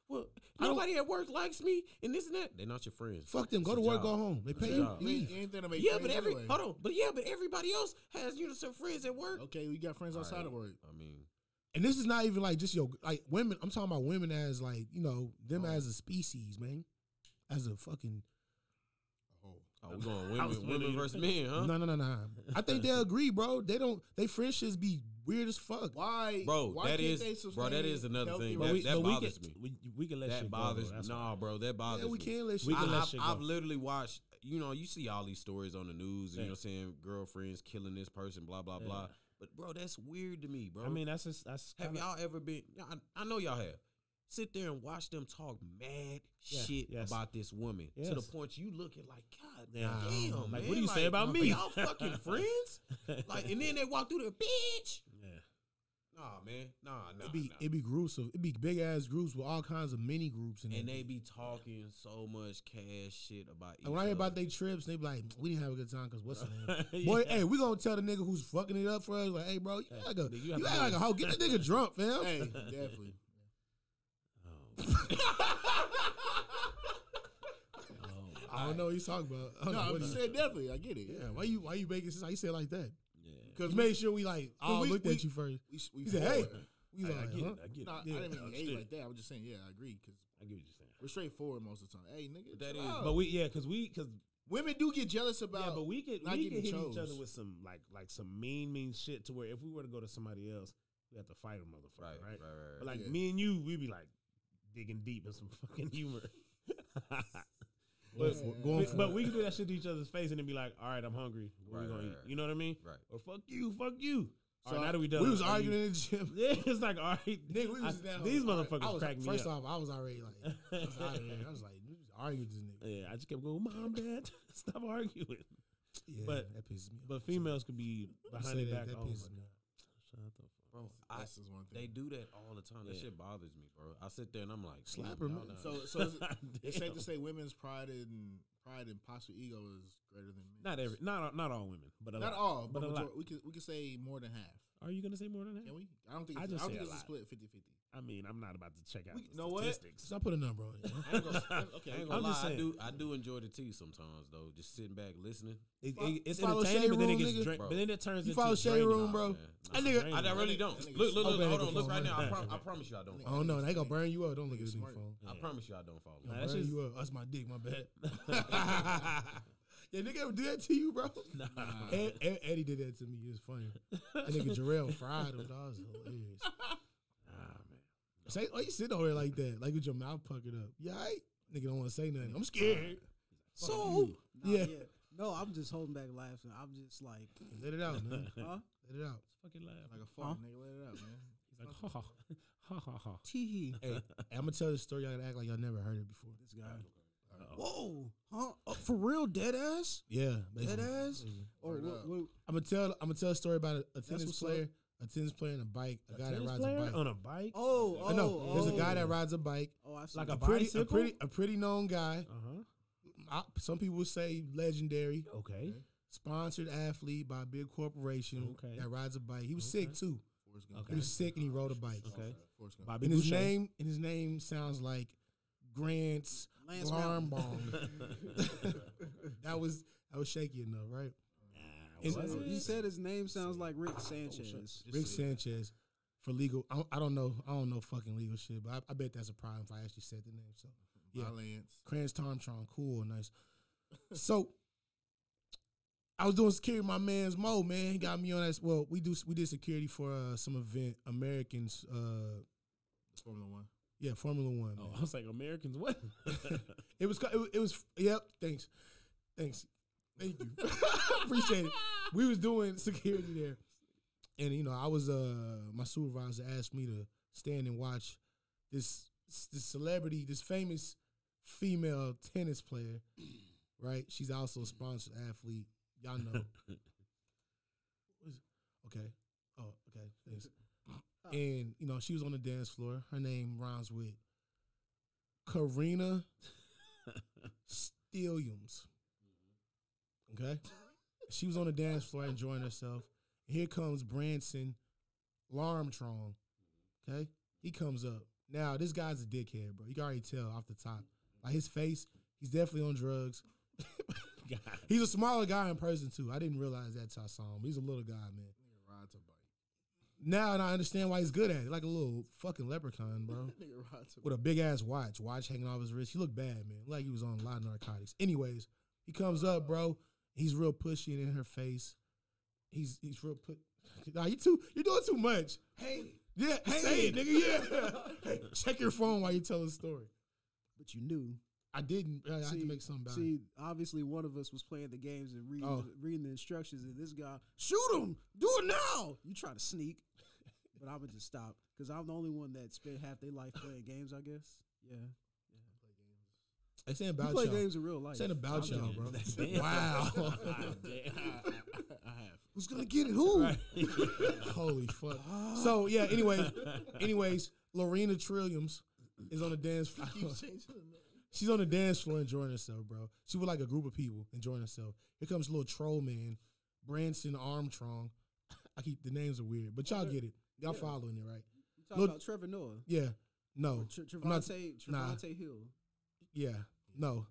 Speaker 5: well,
Speaker 2: don't-
Speaker 5: nobody at work likes me, and this and that. They're not your friends.
Speaker 2: Fuck them. Go
Speaker 5: It's
Speaker 2: to
Speaker 5: a
Speaker 2: work.
Speaker 5: job.
Speaker 2: Go home. They
Speaker 5: It's a
Speaker 2: pay you.
Speaker 5: job.
Speaker 4: You ain't-
Speaker 2: Leave.
Speaker 4: you ain't thinking about
Speaker 5: Yeah,
Speaker 4: friends
Speaker 5: but every
Speaker 4: anyway.
Speaker 5: hold on, but yeah, but everybody else has you know some friends at work.
Speaker 4: Okay, we got friends
Speaker 5: All
Speaker 4: outside
Speaker 5: right.
Speaker 4: of work.
Speaker 5: I mean,
Speaker 2: And this is not even like just your like women. I'm talking about women as like you know them as a species, man. As a fucking
Speaker 5: oh, we're
Speaker 1: (laughs)
Speaker 5: going
Speaker 1: I was
Speaker 5: women, women
Speaker 1: really-
Speaker 5: versus men, huh?
Speaker 2: no no no no. I think
Speaker 5: (laughs)
Speaker 2: they agree, bro. They don't. They friendships be weird as fuck.
Speaker 4: Why,
Speaker 5: Bro,
Speaker 4: why
Speaker 5: that
Speaker 4: can't
Speaker 5: is-
Speaker 4: they
Speaker 5: bro, that is
Speaker 4: sustain
Speaker 5: another
Speaker 4: healthy
Speaker 5: thing.
Speaker 1: But
Speaker 5: That-
Speaker 1: we,
Speaker 5: (laughs)
Speaker 4: relationships?
Speaker 5: that
Speaker 1: but we
Speaker 5: bothers
Speaker 1: can-
Speaker 5: me.
Speaker 1: We, we can let
Speaker 5: That
Speaker 1: shit
Speaker 5: bothers
Speaker 1: go,
Speaker 5: me.
Speaker 1: though. That's
Speaker 5: Nah,
Speaker 1: why.
Speaker 5: bro, that bothers
Speaker 2: Yeah, we
Speaker 5: me.
Speaker 2: can't let
Speaker 1: We
Speaker 2: shit.
Speaker 5: I,
Speaker 1: can let
Speaker 5: have
Speaker 1: shit
Speaker 5: I've
Speaker 1: go.
Speaker 5: literally watched, you know, you see all these stories on the news, and you
Speaker 1: Yeah.
Speaker 5: know, what I'm saying girlfriends killing this person, blah blah
Speaker 1: Yeah.
Speaker 5: blah. But bro, that's weird to me, bro.
Speaker 1: I mean, that's just that's (laughs)
Speaker 5: have
Speaker 1: kinda-
Speaker 5: y'all ever been? no, I, I know y'all have. Sit there and watch them talk mad
Speaker 1: Yeah,
Speaker 5: shit
Speaker 1: yes.
Speaker 5: about this woman to the
Speaker 1: Yes.
Speaker 5: point you looking like, God
Speaker 1: Nah,
Speaker 5: damn,
Speaker 1: like,
Speaker 5: man.
Speaker 1: what do you say about
Speaker 5: are
Speaker 1: me? (laughs)
Speaker 5: Y'all fucking friends? Like, and then they walk through the bitch.
Speaker 1: Yeah.
Speaker 5: Nah, man, nah, nah,
Speaker 2: It be
Speaker 5: nah.
Speaker 2: it be groups of it be big ass groups with all kinds of mini groups in
Speaker 5: and
Speaker 2: there.
Speaker 5: they be talking so much cash shit about.
Speaker 2: And when I hear about
Speaker 5: that,
Speaker 2: their trips, they be like, "We didn't have a good time because what's the name?"
Speaker 1: (laughs) Yeah.
Speaker 2: Boy, hey, we gonna tell the nigga who's fucking it up for us, like, "Hey, bro, you act like a
Speaker 1: nigga, you
Speaker 2: you,
Speaker 1: have to
Speaker 2: act
Speaker 1: know
Speaker 2: like a
Speaker 1: this.
Speaker 2: hoe. Get
Speaker 1: (laughs)
Speaker 2: the nigga drunk, fam."
Speaker 4: hey, definitely.
Speaker 5: (laughs)
Speaker 1: Oh. Oh,
Speaker 2: I don't know what he's talking about. I don't
Speaker 4: No,
Speaker 2: know
Speaker 4: I'm
Speaker 2: what
Speaker 4: just
Speaker 2: he-
Speaker 4: saying definitely. I get it.
Speaker 2: yeah, why you why you making sense? How you say it like that?
Speaker 1: yeah.
Speaker 2: Because
Speaker 4: Because
Speaker 2: made sure we like all
Speaker 4: we-
Speaker 2: looked
Speaker 4: we-
Speaker 2: at you first.
Speaker 4: we, we,
Speaker 2: He said, "Hey,"
Speaker 4: forward.
Speaker 2: we
Speaker 1: I,
Speaker 2: was
Speaker 1: I
Speaker 2: like,
Speaker 1: get
Speaker 2: huh?
Speaker 1: it. I get it.
Speaker 4: No,
Speaker 2: Yeah.
Speaker 4: I didn't mean hey
Speaker 1: Understood.
Speaker 4: like that. I was just saying, yeah, I agree. Because
Speaker 1: I get what you're saying.
Speaker 4: we're straightforward most of the time. Hey, nigga,
Speaker 5: That
Speaker 4: chill
Speaker 5: is-
Speaker 4: out.
Speaker 1: But we, yeah, because we, because
Speaker 4: women do get jealous about.
Speaker 1: yeah, but we could
Speaker 4: not
Speaker 1: we could hit
Speaker 4: getting
Speaker 1: each other
Speaker 4: chose.
Speaker 1: with some like like some mean mean shit to where if we were to go to somebody else, we have to fight a motherfucker,
Speaker 5: right,
Speaker 1: (laughs) right?
Speaker 5: right, right, right.
Speaker 1: But like
Speaker 4: Yeah.
Speaker 1: me and you, we be like digging deep in some (laughs) fucking
Speaker 2: (laughs)
Speaker 1: humor.
Speaker 2: Going
Speaker 1: but
Speaker 2: for it,
Speaker 1: we,
Speaker 2: going for
Speaker 1: but
Speaker 2: it.
Speaker 1: we can do that shit to each other's face and then be like, all right, I'm hungry. What
Speaker 5: Right,
Speaker 1: we gonna
Speaker 5: right,
Speaker 1: eat?
Speaker 5: right.
Speaker 1: You know what I mean?
Speaker 5: Right.
Speaker 1: Or fuck you, fuck you.
Speaker 2: So
Speaker 1: all right, now that we done,
Speaker 2: we was
Speaker 1: are you-
Speaker 2: arguing in the gym.
Speaker 1: (laughs) Yeah, it's like all right,
Speaker 2: Nigga, we
Speaker 1: I-
Speaker 2: was down.
Speaker 1: these
Speaker 2: All right,
Speaker 1: motherfuckers
Speaker 2: I was-
Speaker 1: crack me
Speaker 2: First
Speaker 1: up.
Speaker 2: off, I was already like, I was, out of there. I was like, you was arguing with this nigga.
Speaker 1: (laughs) yeah, I just kept going, mom, dad, (laughs) stop arguing.
Speaker 2: Yeah,
Speaker 1: (laughs) But-
Speaker 2: that pisses me.
Speaker 1: But females could be behind
Speaker 2: say
Speaker 1: their
Speaker 2: that,
Speaker 1: back.
Speaker 2: that
Speaker 1: oh my
Speaker 2: pisses me
Speaker 1: God. Shut the fuck
Speaker 5: bro. I,
Speaker 4: This is one
Speaker 5: they
Speaker 4: thing.
Speaker 5: do that all the time. That
Speaker 1: Yeah.
Speaker 5: shit bothers me, bro. I sit there and I'm like,
Speaker 2: Slap
Speaker 5: damn,
Speaker 2: her,
Speaker 5: y'all
Speaker 2: man.
Speaker 5: not-
Speaker 4: So, so
Speaker 1: (laughs)
Speaker 4: is it, it's safe
Speaker 1: Damn.
Speaker 4: to say women's pride and pride and possible ego is greater than men's.
Speaker 1: Not every, not all- not all women, but a
Speaker 4: not
Speaker 1: lot.
Speaker 4: all,
Speaker 1: but
Speaker 4: but,
Speaker 1: a lot.
Speaker 4: major- we could we could say more than half.
Speaker 1: Are you gonna say more than that?
Speaker 4: Can we? I don't think
Speaker 1: I
Speaker 4: it's, I,
Speaker 1: just
Speaker 4: don't
Speaker 1: say
Speaker 4: think
Speaker 1: a
Speaker 4: it's a
Speaker 1: lot.
Speaker 4: split 50-50.
Speaker 1: I mean, I'm not about to check out
Speaker 4: We-
Speaker 1: the
Speaker 4: you know what?
Speaker 1: statistics.
Speaker 2: So I put a number on it.
Speaker 5: (laughs)
Speaker 2: huh?
Speaker 4: I ain't gonna-
Speaker 5: I
Speaker 4: okay,
Speaker 5: ain't gonna
Speaker 1: I'm just
Speaker 5: lie, I
Speaker 1: saying.
Speaker 5: do, I do enjoy the tea sometimes though. Just sitting back listening.
Speaker 1: It-
Speaker 2: Fo-
Speaker 1: it- it's
Speaker 2: follow
Speaker 1: entertaining,
Speaker 2: Shade
Speaker 1: but then it
Speaker 2: Room,
Speaker 1: gets
Speaker 2: nigga?
Speaker 1: dra-
Speaker 5: Bro.
Speaker 1: but then it turns
Speaker 2: You
Speaker 1: into
Speaker 2: follow Shade
Speaker 1: draining.
Speaker 2: Room, bro.
Speaker 5: man.
Speaker 2: That
Speaker 1: Nah,
Speaker 2: nigga-
Speaker 1: draining.
Speaker 5: I, I really
Speaker 4: That nigga-
Speaker 5: don't.
Speaker 4: that nigga
Speaker 5: Look, look,
Speaker 2: smart.
Speaker 5: look,
Speaker 2: Open
Speaker 5: hold
Speaker 2: that
Speaker 5: on. Look
Speaker 2: nigga
Speaker 5: right now. I,
Speaker 2: phone,
Speaker 5: prom-
Speaker 4: man.
Speaker 5: I promise you, I don't.
Speaker 2: I don't know. They gonna burn you up. Don't look at
Speaker 4: Nigga
Speaker 2: this nigga
Speaker 4: smart.
Speaker 2: phone.
Speaker 5: I promise you, I don't follow.
Speaker 1: Nah,
Speaker 2: Gonna (laughs)
Speaker 1: that's
Speaker 2: burn
Speaker 1: just-
Speaker 2: you up. That's my dick. My bad. That nigga ever do that to you, bro?
Speaker 1: (laughs) Nah.
Speaker 2: Ed, Ed- Eddie did that to me. It's funny. That nigga Jarrell fried him. That was hilarious. Say, why you sitting over there like that? Like with your mouth puckered up? You all right? Nigga don't want to say nothing. I'm scared. So
Speaker 3: Nah,
Speaker 2: Yeah.
Speaker 3: No, I'm just holding back laughing. I'm just like,
Speaker 2: let it out,
Speaker 1: (laughs)
Speaker 2: man.
Speaker 3: huh?
Speaker 2: Let it out.
Speaker 1: Fucking laugh.
Speaker 4: Like a fart, nigga. Let it out, man.
Speaker 1: He's like, ha ha ha ha ha.
Speaker 3: Tee
Speaker 2: Hey, I'm gonna tell this story. Y'all gotta act like y'all never heard it before.
Speaker 3: This guy.
Speaker 1: Uh-oh.
Speaker 3: Whoa, huh? Uh, for real, dead ass,
Speaker 2: Yeah,
Speaker 3: dead
Speaker 2: basically.
Speaker 3: ass. Or
Speaker 4: Word
Speaker 3: what,
Speaker 4: up.
Speaker 3: what,
Speaker 2: I'm gonna tell. I'm gonna tell a story about a, a tennis
Speaker 3: what's up.
Speaker 2: player, a tennis player and a bike. A, guy that
Speaker 1: Tennis
Speaker 2: rides
Speaker 1: player
Speaker 2: a bike.
Speaker 1: on a bike.
Speaker 3: oh,
Speaker 2: Uh,
Speaker 3: oh,
Speaker 2: no, there's a guy
Speaker 3: oh.
Speaker 2: that rides a bike.
Speaker 3: Oh, I see.
Speaker 1: Like
Speaker 2: A
Speaker 1: a
Speaker 2: pretty, a
Speaker 1: bicycle?
Speaker 2: pretty, a pretty known guy.
Speaker 1: Uh huh.
Speaker 2: I, some people would say legendary,
Speaker 1: Okay.
Speaker 2: sponsored athlete by a big corporation
Speaker 1: Okay.
Speaker 2: that rides a bike. He was sick
Speaker 1: Okay.
Speaker 2: too.
Speaker 4: Forrest Gump.
Speaker 1: Okay.
Speaker 2: He was sick and he rode a bike.
Speaker 1: Okay.
Speaker 4: Forrest Gump.
Speaker 1: Bobby
Speaker 2: And his
Speaker 1: Boucher.
Speaker 2: name, and his name sounds like Grant's
Speaker 3: Lance Mountain.
Speaker 2: Larmbong. (laughs) that was that was shaky enough, right?
Speaker 1: Nah,
Speaker 2: And-
Speaker 1: was it?
Speaker 3: You said his name sounds like Rick Sanchez.
Speaker 4: Oh, Just
Speaker 2: Rick
Speaker 4: say it.
Speaker 2: Sanchez for legal. I don't, I don't know. I don't know fucking legal shit, but I, I bet that's a problem if I actually said the name. So
Speaker 4: My
Speaker 2: Yeah.
Speaker 4: Lance.
Speaker 2: Crans Tomtron, cool, nice. So I was doing security. with My man's Mo, man, he got me on that. Well, we do we did security for uh, some event, Americans. Uh,
Speaker 4: The Formula
Speaker 1: (laughs)
Speaker 4: One.
Speaker 2: yeah, Formula One.
Speaker 1: Oh,
Speaker 2: man.
Speaker 1: I was like, Americans, what? (laughs)
Speaker 2: It was. co- It, wa- it was. Yep. Thanks. Thanks. Thank you. (laughs) Appreciate it. We was doing security there, and you know, I was. Uh, my supervisor asked me to stand and watch this this celebrity, this famous female tennis player. Right. She's also a sponsored athlete. Y'all know. Was- okay. Oh, okay. Thanks. And you know, she was on the dance floor. Her name rhymes with Karina. Stilliums. Okay? She was on the dance floor enjoying herself. Here comes Branson Larmstrong. Okay? He comes up. Now, this guy's a dickhead, bro. You can already tell off the top. Like his face, he's definitely on drugs.
Speaker 1: God.
Speaker 2: He's a smaller guy in person, too. I didn't realize that till I saw him. He's a little guy, man.
Speaker 4: Nigga rides a bike.
Speaker 2: Now and I understand why he's good at it. Like a little fucking leprechaun, bro.
Speaker 4: Nigga rides a
Speaker 2: with a big ass watch, watch hanging off his wrist. He looked bad, man. Like he was on a lot of narcotics. Anyways, he comes up, bro. He's real pushy and in her face. He's he's real put. (laughs) Nah, you too. You're doing too much. Hey, yeah, hey, say it, nigga. Yeah. (laughs) Hey, check your phone while you tell the story.
Speaker 3: But you knew.
Speaker 2: I didn't. I had to make something about it.
Speaker 3: see, obviously one of us was playing the games and reading,
Speaker 2: Oh.
Speaker 3: the, reading the instructions, and this guy, shoot him, do it now. You try
Speaker 2: (laughs)
Speaker 3: to sneak, but I would just stop because I'm the only one that spent half their life playing games. I guess. Yeah,
Speaker 2: I saying
Speaker 3: you
Speaker 2: about
Speaker 3: play
Speaker 2: y'all.
Speaker 3: games in real life.
Speaker 2: Saying about
Speaker 3: I'm
Speaker 2: y'all, (laughs)
Speaker 3: just-
Speaker 2: bro.
Speaker 5: Damn.
Speaker 2: Wow.
Speaker 1: God damn.
Speaker 4: bike. I have.
Speaker 2: Who's gonna get it? Who?
Speaker 1: (laughs)
Speaker 2: Holy fuck.
Speaker 3: Ah.
Speaker 2: So yeah. Anyway, anyways, Lorena Trilliums is on the dance (laughs) floor. She's on the dance floor enjoying herself, bro. She with like a group of people enjoying herself. Here comes little troll man, Branson Armstrong. I keep the names are weird, but y'all get it. Y'all following it, right?
Speaker 3: You talking
Speaker 2: Look-
Speaker 3: about Trevor Noah,
Speaker 2: Yeah. No.
Speaker 3: Tre-
Speaker 2: I'm not-
Speaker 3: Trevante, Trevante
Speaker 2: nah.
Speaker 3: Hill.
Speaker 2: Yeah. No.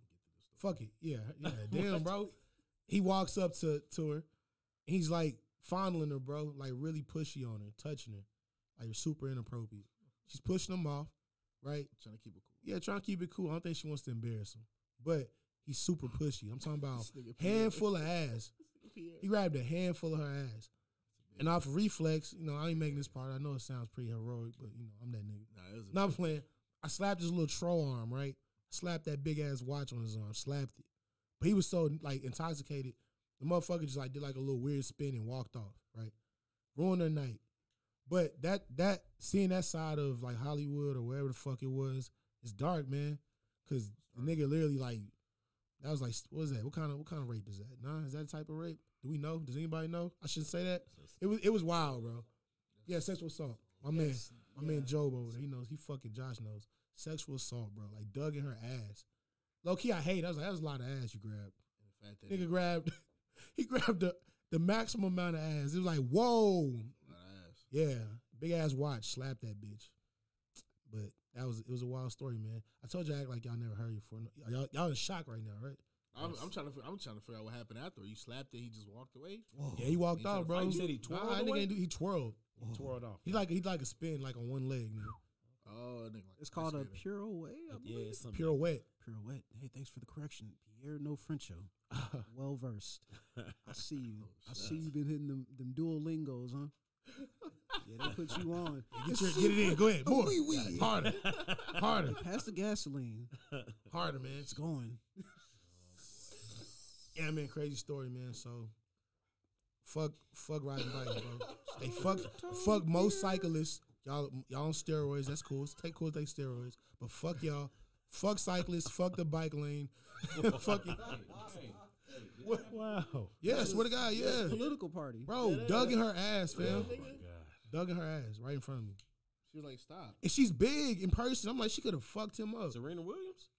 Speaker 2: Fuck it. Yeah.
Speaker 4: (laughs)
Speaker 2: Yeah. Damn, bro. He walks up to to her. He's like fondling her, bro. Like really pushy on her, touching her. Like super inappropriate. She's pushing him off, right?
Speaker 4: Trying to keep it cool.
Speaker 2: Yeah, trying to keep it cool. I don't think she wants to embarrass him. But he's super pushy. I'm talking about
Speaker 4: (laughs) This nigga Pierre.
Speaker 2: handful of ass. He grabbed a handful of her ass. And off reflex, you know, I ain't making this part. I know it sounds pretty heroic, but you know, I'm that nigga.
Speaker 4: Nah, it was a
Speaker 2: Not playing. I slapped his little troll arm, right? Slapped that big ass watch on his arm. Slapped it. But he was so like intoxicated, the motherfucker just like did like a little weird spin and walked off, right? Ruined her night. But that that seeing that side of like Hollywood or wherever the fuck it was, it's dark, man. Cause the nigga literally like that was like what is that? What kind of what kind of rape is that? Nah, is that a type of rape? Do we know? Does anybody know? I shouldn't say that. It was it was wild, bro. Yeah, sexual assault. My man,
Speaker 3: Yes,
Speaker 2: my
Speaker 3: yeah.
Speaker 2: man Job over there. He knows. He fucking Josh knows. Sexual assault, bro. Like dug in her ass. Low key, I hate. it. I was like, that was a lot of ass you grabbed.
Speaker 4: fact that
Speaker 2: Nigga grabbed. (laughs) he grabbed the the maximum amount of ass. It was like, whoa,
Speaker 4: he- my ass.
Speaker 2: yeah, big ass watch. Slap that bitch. But that was it. Was a wild story, man. I told you, I act like y'all never heard it before. Y'all, y'all in shock right now, right?
Speaker 4: I'm, I'm trying to. fi- I'm trying to figure out what happened after. You slapped it. He just walked away.
Speaker 1: Oh,
Speaker 2: Yeah, he walked
Speaker 4: He tried
Speaker 2: out,
Speaker 4: to
Speaker 2: bro.
Speaker 4: fight you?
Speaker 1: Said he twirled
Speaker 2: Nah, that nigga
Speaker 1: away?
Speaker 2: ain't do- he twirled.
Speaker 1: Tore it off.
Speaker 2: He like he like a spin like on one leg, man.
Speaker 4: Oh, nigga, like,
Speaker 3: It's called a
Speaker 4: that's good.
Speaker 3: pure way. I
Speaker 1: yeah,
Speaker 3: believe.
Speaker 1: it's something.
Speaker 2: Pirouette.
Speaker 3: Pirouette. Hey, thanks for the correction. Pierre No Frencho. well versed. I see you. I see you been hitting them, them Duolingos, huh? yeah, they put you on.
Speaker 2: Get, your, get it in.
Speaker 1: (laughs)
Speaker 2: Go ahead. More. Harder. Harder.
Speaker 3: Pass the gasoline.
Speaker 2: Harder, man.
Speaker 3: It's going.
Speaker 2: Yeah, man, crazy story, man. So, fuck, fuck riding bikes, bro. They fuck, fuck most cyclists. Y'all, y'all on steroids. That's cool. Take cool, take steroids. But fuck y'all. Fuck cyclists. Fuck the bike lane. (laughs) fuck it.
Speaker 1: Wow.
Speaker 2: Yeah, swear to God, yeah,
Speaker 3: Political party.
Speaker 2: bro. Dug in her ass, fam.
Speaker 5: my God.
Speaker 2: (laughs) Dug in her ass, right in front of me.
Speaker 4: She was like, "Stop." (laughs)
Speaker 2: And she's big in person. I'm like, she could have fucked him up.
Speaker 5: Serena Williams?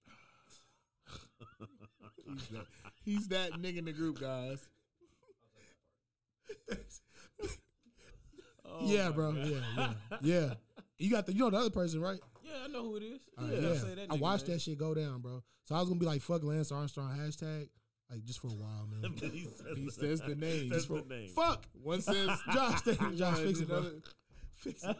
Speaker 4: He's that, he's that nigga in the group, guys.
Speaker 2: yeah, bro. Yeah, yeah, yeah. You got the, you know the other person, right?
Speaker 5: Yeah, I know who it is.
Speaker 2: All
Speaker 5: Uh, yeah,
Speaker 2: right,
Speaker 5: I
Speaker 2: Uh, yeah.
Speaker 5: say that.
Speaker 2: I
Speaker 5: nigga,
Speaker 2: watched
Speaker 5: man.
Speaker 2: that shit go down, bro. So I was gonna be like, fuck Lance Armstrong hashtag, like just for a while,
Speaker 5: (laughs)
Speaker 2: man.
Speaker 1: he says,
Speaker 4: He says the name.
Speaker 1: says the name. (laughs)
Speaker 2: fuck, (laughs)
Speaker 4: One says,
Speaker 5: (laughs)
Speaker 2: Josh, thank you, Josh,
Speaker 4: one,
Speaker 2: fix it, bro.
Speaker 4: another-
Speaker 2: Fix it.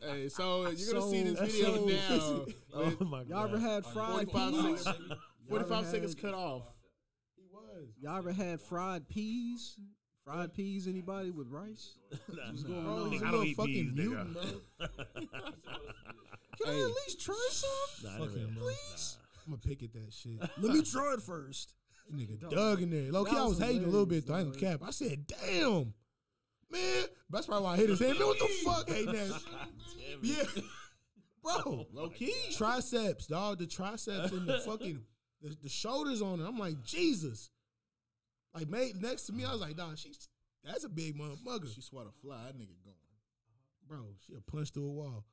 Speaker 4: Hey, so uh, you're gonna
Speaker 3: So-
Speaker 4: see this
Speaker 3: so-
Speaker 4: video now. with
Speaker 1: Oh my
Speaker 3: Y'all
Speaker 1: God.
Speaker 3: ever had fried
Speaker 4: 45
Speaker 3: peas?
Speaker 4: seconds,
Speaker 3: Y'all ever
Speaker 4: 45
Speaker 3: had-
Speaker 4: seconds cut off.
Speaker 2: He was.
Speaker 3: Y'all ever had fried peas? Fried peas, anybody with rice?
Speaker 1: What's
Speaker 3: going
Speaker 2: Bro,
Speaker 3: on?
Speaker 2: he's a
Speaker 1: I
Speaker 2: little
Speaker 1: don't eat
Speaker 2: fucking
Speaker 1: peas,
Speaker 2: mutant,
Speaker 1: nigga. (laughs)
Speaker 2: bro.
Speaker 3: Can I at least try some?
Speaker 1: Nah, I didn't
Speaker 2: Fuck
Speaker 1: really-
Speaker 2: him, bro.
Speaker 1: (laughs)
Speaker 3: Please?
Speaker 2: I'm gonna pick at that shit.
Speaker 3: Let me try it first.
Speaker 2: Nigga
Speaker 3: Dog.
Speaker 2: dug in there. Low key,
Speaker 3: That
Speaker 2: I was
Speaker 3: was
Speaker 2: hating a little
Speaker 3: hilarious,
Speaker 2: bit though. I ain't gonna
Speaker 3: dog.
Speaker 2: cap. I said, damn. Man, that's probably why I hit his head. Man, what the fuck? Hey,
Speaker 5: (laughs)
Speaker 2: that.
Speaker 1: (laughs)
Speaker 2: Yeah. (laughs)
Speaker 5: Oh
Speaker 2: Bro.
Speaker 4: Low key.
Speaker 2: Triceps, dog. The triceps
Speaker 5: (laughs)
Speaker 2: and the fucking the, the shoulders on her. I'm like, Jesus. Like mate next to me, I was like, nah, she's that's a big motherfucker.
Speaker 4: She swat a fly. That nigga going.
Speaker 2: bro, she'll punch through a wall.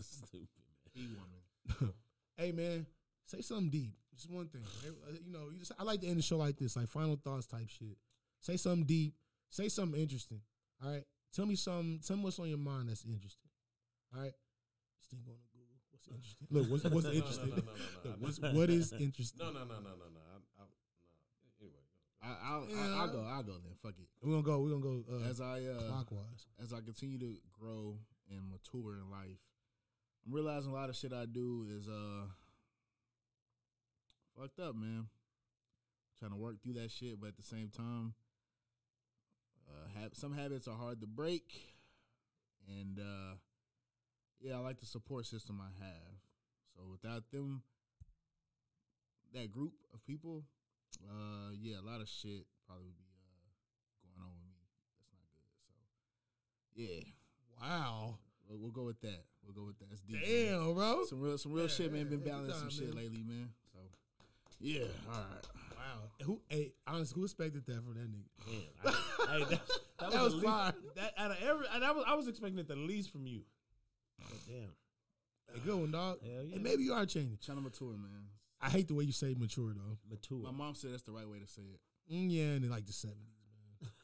Speaker 5: Stupid.
Speaker 4: He woman.
Speaker 2: hey man, say something deep. Just one thing. Eh, You know, you just, I like to end the show like this, like final thoughts type shit. Say something deep. Say something interesting. All right. Tell me something. Tell me what's on your mind that's interesting. All right. Just think on Google. What's interesting? Look, what's, what's
Speaker 5: (laughs) No, no, no,
Speaker 2: interesting?
Speaker 5: no, no, no, no.
Speaker 2: Look, what's, what is interesting?
Speaker 5: No, no, no, no, no, no. I, I, no. Anyway.
Speaker 4: I, I'll,
Speaker 2: Yeah.
Speaker 4: I, I'll go. I'll go then. Fuck it.
Speaker 2: We're gonna go. We're gonna go uh,
Speaker 4: As I uh,
Speaker 2: clockwise.
Speaker 4: as I continue to grow and mature in life, I'm realizing a lot of shit I do is uh fucked up, man. Trying to work through that shit, but at the same time, uh, hab- some habits are hard to break, and uh, yeah, I like the support system I have. So without them, that group of people, uh, yeah, a lot of shit probably would be uh, going on with me. That's not good. So yeah,
Speaker 2: Wow.
Speaker 4: we'll, we'll go with that. We'll go with that. That's deep. man.
Speaker 2: Damn, bro.
Speaker 4: Some real, some real
Speaker 2: Yeah,
Speaker 4: shit, man.
Speaker 2: yeah,
Speaker 4: Been
Speaker 2: every
Speaker 4: balancing some
Speaker 2: time,
Speaker 4: shit
Speaker 2: man.
Speaker 4: lately, man. So, yeah, all right.
Speaker 2: Wow. Who? Hey, honestly, who expected that from that nigga?
Speaker 1: Man, I- hey, that, that
Speaker 2: That
Speaker 1: was,
Speaker 2: was
Speaker 1: the least-
Speaker 2: fire.
Speaker 1: That out of every, and I was, I was expecting it the least from you. But damn,
Speaker 2: A good one, dog.
Speaker 1: Hell yeah.
Speaker 2: And maybe you are changing.
Speaker 4: Trying to mature, man.
Speaker 2: I hate the way you say mature though.
Speaker 1: mature. (laughs)
Speaker 4: My mom said that's the right way to say it.
Speaker 2: Mm, yeah, and in like the seventies.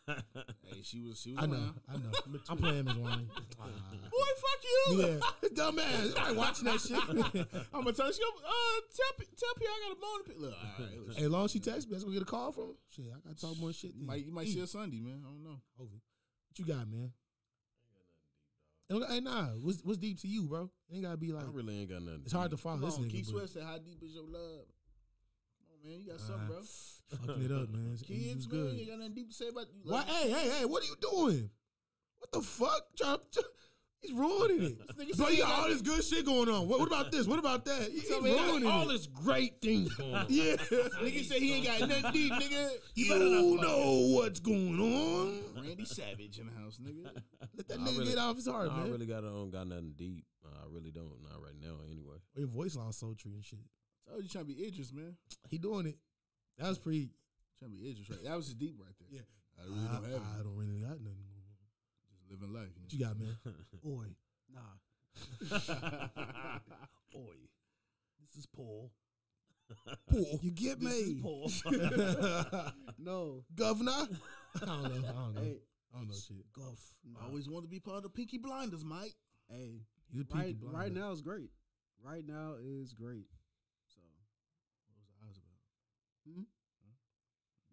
Speaker 4: Hey, she was, she was.
Speaker 2: I know,
Speaker 4: around.
Speaker 2: I know. I'm playing Miss Wayne. Ah.
Speaker 4: Boy, fuck you.
Speaker 2: (laughs) yeah, dumbass. I ain't watching that shit. (laughs)
Speaker 4: I'm gonna tell you. Uh, tell, P- tell P I got a bone to pick. Look, all right. Look,
Speaker 2: hey, long as she texts me, that's gonna get a call from her. Shit, I gotta talk more shit.
Speaker 4: you might, you might see her Sunday, man. I don't know.
Speaker 2: Over. What you got, man? Ain't got- Hey, nah. What's what's deep to you, bro? Ain't gotta be
Speaker 5: I
Speaker 2: like.
Speaker 5: really ain't got nothing.
Speaker 2: It's hard to follow
Speaker 4: Come
Speaker 2: this
Speaker 4: on,
Speaker 2: nigga.
Speaker 4: Keith
Speaker 2: but-
Speaker 4: Sweat said, "How deep is your love?" Come on, man. You got something,
Speaker 2: Ah,
Speaker 4: bro.
Speaker 2: (laughs) Fucking it up, man. It's- it was
Speaker 4: Kids, man.
Speaker 2: good.
Speaker 4: Uh, You ain't got nothing deep to say about you.
Speaker 2: Why?
Speaker 4: Like,
Speaker 2: Hey, hey, hey! What are you doing? What the fuck? Try, try, he's ruining
Speaker 4: (laughs)
Speaker 2: it.
Speaker 4: This nigga
Speaker 2: Bro,
Speaker 4: said
Speaker 2: you
Speaker 4: he
Speaker 2: got
Speaker 4: got-
Speaker 2: all this good shit going on. What, what about this? What about that? He's
Speaker 4: me he got
Speaker 2: ruining
Speaker 5: All
Speaker 2: it.
Speaker 5: this great things going on.
Speaker 2: Yeah.
Speaker 4: (laughs) Nigga said he ain't got nothing deep, nigga.
Speaker 2: You know what's going on.
Speaker 4: Randy Savage in the house, nigga.
Speaker 2: Let that
Speaker 5: I
Speaker 2: nigga
Speaker 5: really-
Speaker 2: get off his heart,
Speaker 5: I
Speaker 2: man.
Speaker 5: don't really got, I don't got nothing deep. Uh, I really don't. Not right now, anyway.
Speaker 2: Your voice lost sultry and shit.
Speaker 4: Told you trying to be Idris, man.
Speaker 2: He doing it. That was pretty.
Speaker 4: Trying to be Idris, right? That was just deep right there.
Speaker 2: Yeah.
Speaker 4: I really
Speaker 2: I,
Speaker 4: don't have
Speaker 2: I
Speaker 4: it.
Speaker 2: don't really got nothing. going on.
Speaker 4: Just living life.
Speaker 2: What you got,
Speaker 4: (laughs)
Speaker 2: man?
Speaker 3: Oi. Nah.
Speaker 1: Boy, this is Paul.
Speaker 2: Pool.
Speaker 3: You get me?
Speaker 1: Paul.
Speaker 3: (laughs)
Speaker 1: (laughs)
Speaker 3: No.
Speaker 2: Governor? (laughs) I don't know. I don't know.
Speaker 3: Hey,
Speaker 2: I don't know shit.
Speaker 3: golf.
Speaker 4: I always wanted to be part of the Pinky Blinders, Mike.
Speaker 3: Hey,
Speaker 2: He's a Peaky
Speaker 3: right,
Speaker 2: Blinder.
Speaker 3: right now is great. Right now is great. So
Speaker 4: What was the eyes about?
Speaker 3: Hmm?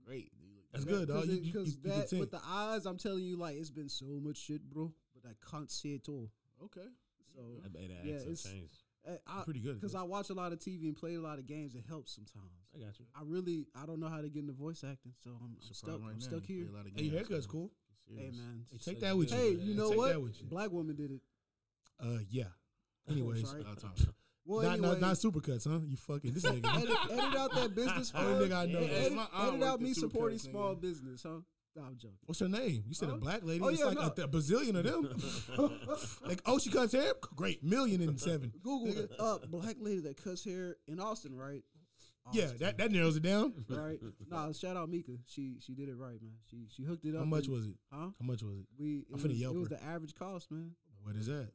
Speaker 4: Great. dude.
Speaker 2: That's good, dog.
Speaker 3: Cause
Speaker 2: You,
Speaker 3: it-
Speaker 2: you, you,
Speaker 3: 'cause
Speaker 2: you
Speaker 3: that
Speaker 2: content.
Speaker 3: with the eyes, I'm telling you, like it's been so much shit, bro. But I can't see it all.
Speaker 4: Okay.
Speaker 3: So
Speaker 1: That, that
Speaker 3: Yeah,
Speaker 1: accent
Speaker 3: it's-
Speaker 1: changed.
Speaker 3: eh, I,
Speaker 2: Mm-hmm. pretty good. at
Speaker 3: because
Speaker 2: this.
Speaker 3: I watch a lot of TV and play a lot of games. It helps sometimes.
Speaker 1: I got you.
Speaker 3: I really I don't know how to get into voice acting, so I'm, I'm stuck. I'm stuck here.
Speaker 2: hey, your haircut's cool.
Speaker 3: Hey man,
Speaker 2: Hey, take that with you.
Speaker 3: hey, you know
Speaker 2: Take
Speaker 3: what?
Speaker 2: that with you.
Speaker 3: Black woman did it.
Speaker 2: Uh,
Speaker 3: (laughs)
Speaker 2: yeah. Anyways,
Speaker 3: sorry. Well,
Speaker 2: not,
Speaker 3: anyway,
Speaker 2: not not supercuts, huh? You fucking this nigga.
Speaker 3: (laughs) edit, edit out that business part.
Speaker 2: Only nigga I
Speaker 1: (laughs)
Speaker 2: know. (laughs)
Speaker 4: Yeah,
Speaker 3: Edit,
Speaker 4: it's my- I
Speaker 3: edit
Speaker 4: work
Speaker 3: out
Speaker 4: the
Speaker 3: me
Speaker 4: two
Speaker 3: supporting
Speaker 4: cuts, nigga.
Speaker 3: small business, huh? Nah, I'm joking.
Speaker 2: What's her name? You said a
Speaker 3: Huh?
Speaker 2: black lady.
Speaker 3: Oh,
Speaker 2: it's
Speaker 3: yeah,
Speaker 2: like
Speaker 3: no.
Speaker 2: a, th- a bazillion of
Speaker 3: (laughs)
Speaker 2: them. (laughs) like, oh, she cuts hair. Great, million and seven.
Speaker 3: (laughs) Google up black lady that cuts hair in Austin, right?
Speaker 2: Yeah, that, that narrows it down.
Speaker 3: right. Nah, shout out Mika. She she did it right, man. She she hooked it up.
Speaker 2: mm, How much
Speaker 3: and-
Speaker 2: was it?
Speaker 3: Huh?
Speaker 2: How much was it?
Speaker 3: We it
Speaker 2: I'm finna
Speaker 3: was, it
Speaker 2: Yelp
Speaker 3: was
Speaker 2: her.
Speaker 3: the average cost, man.
Speaker 2: What is that?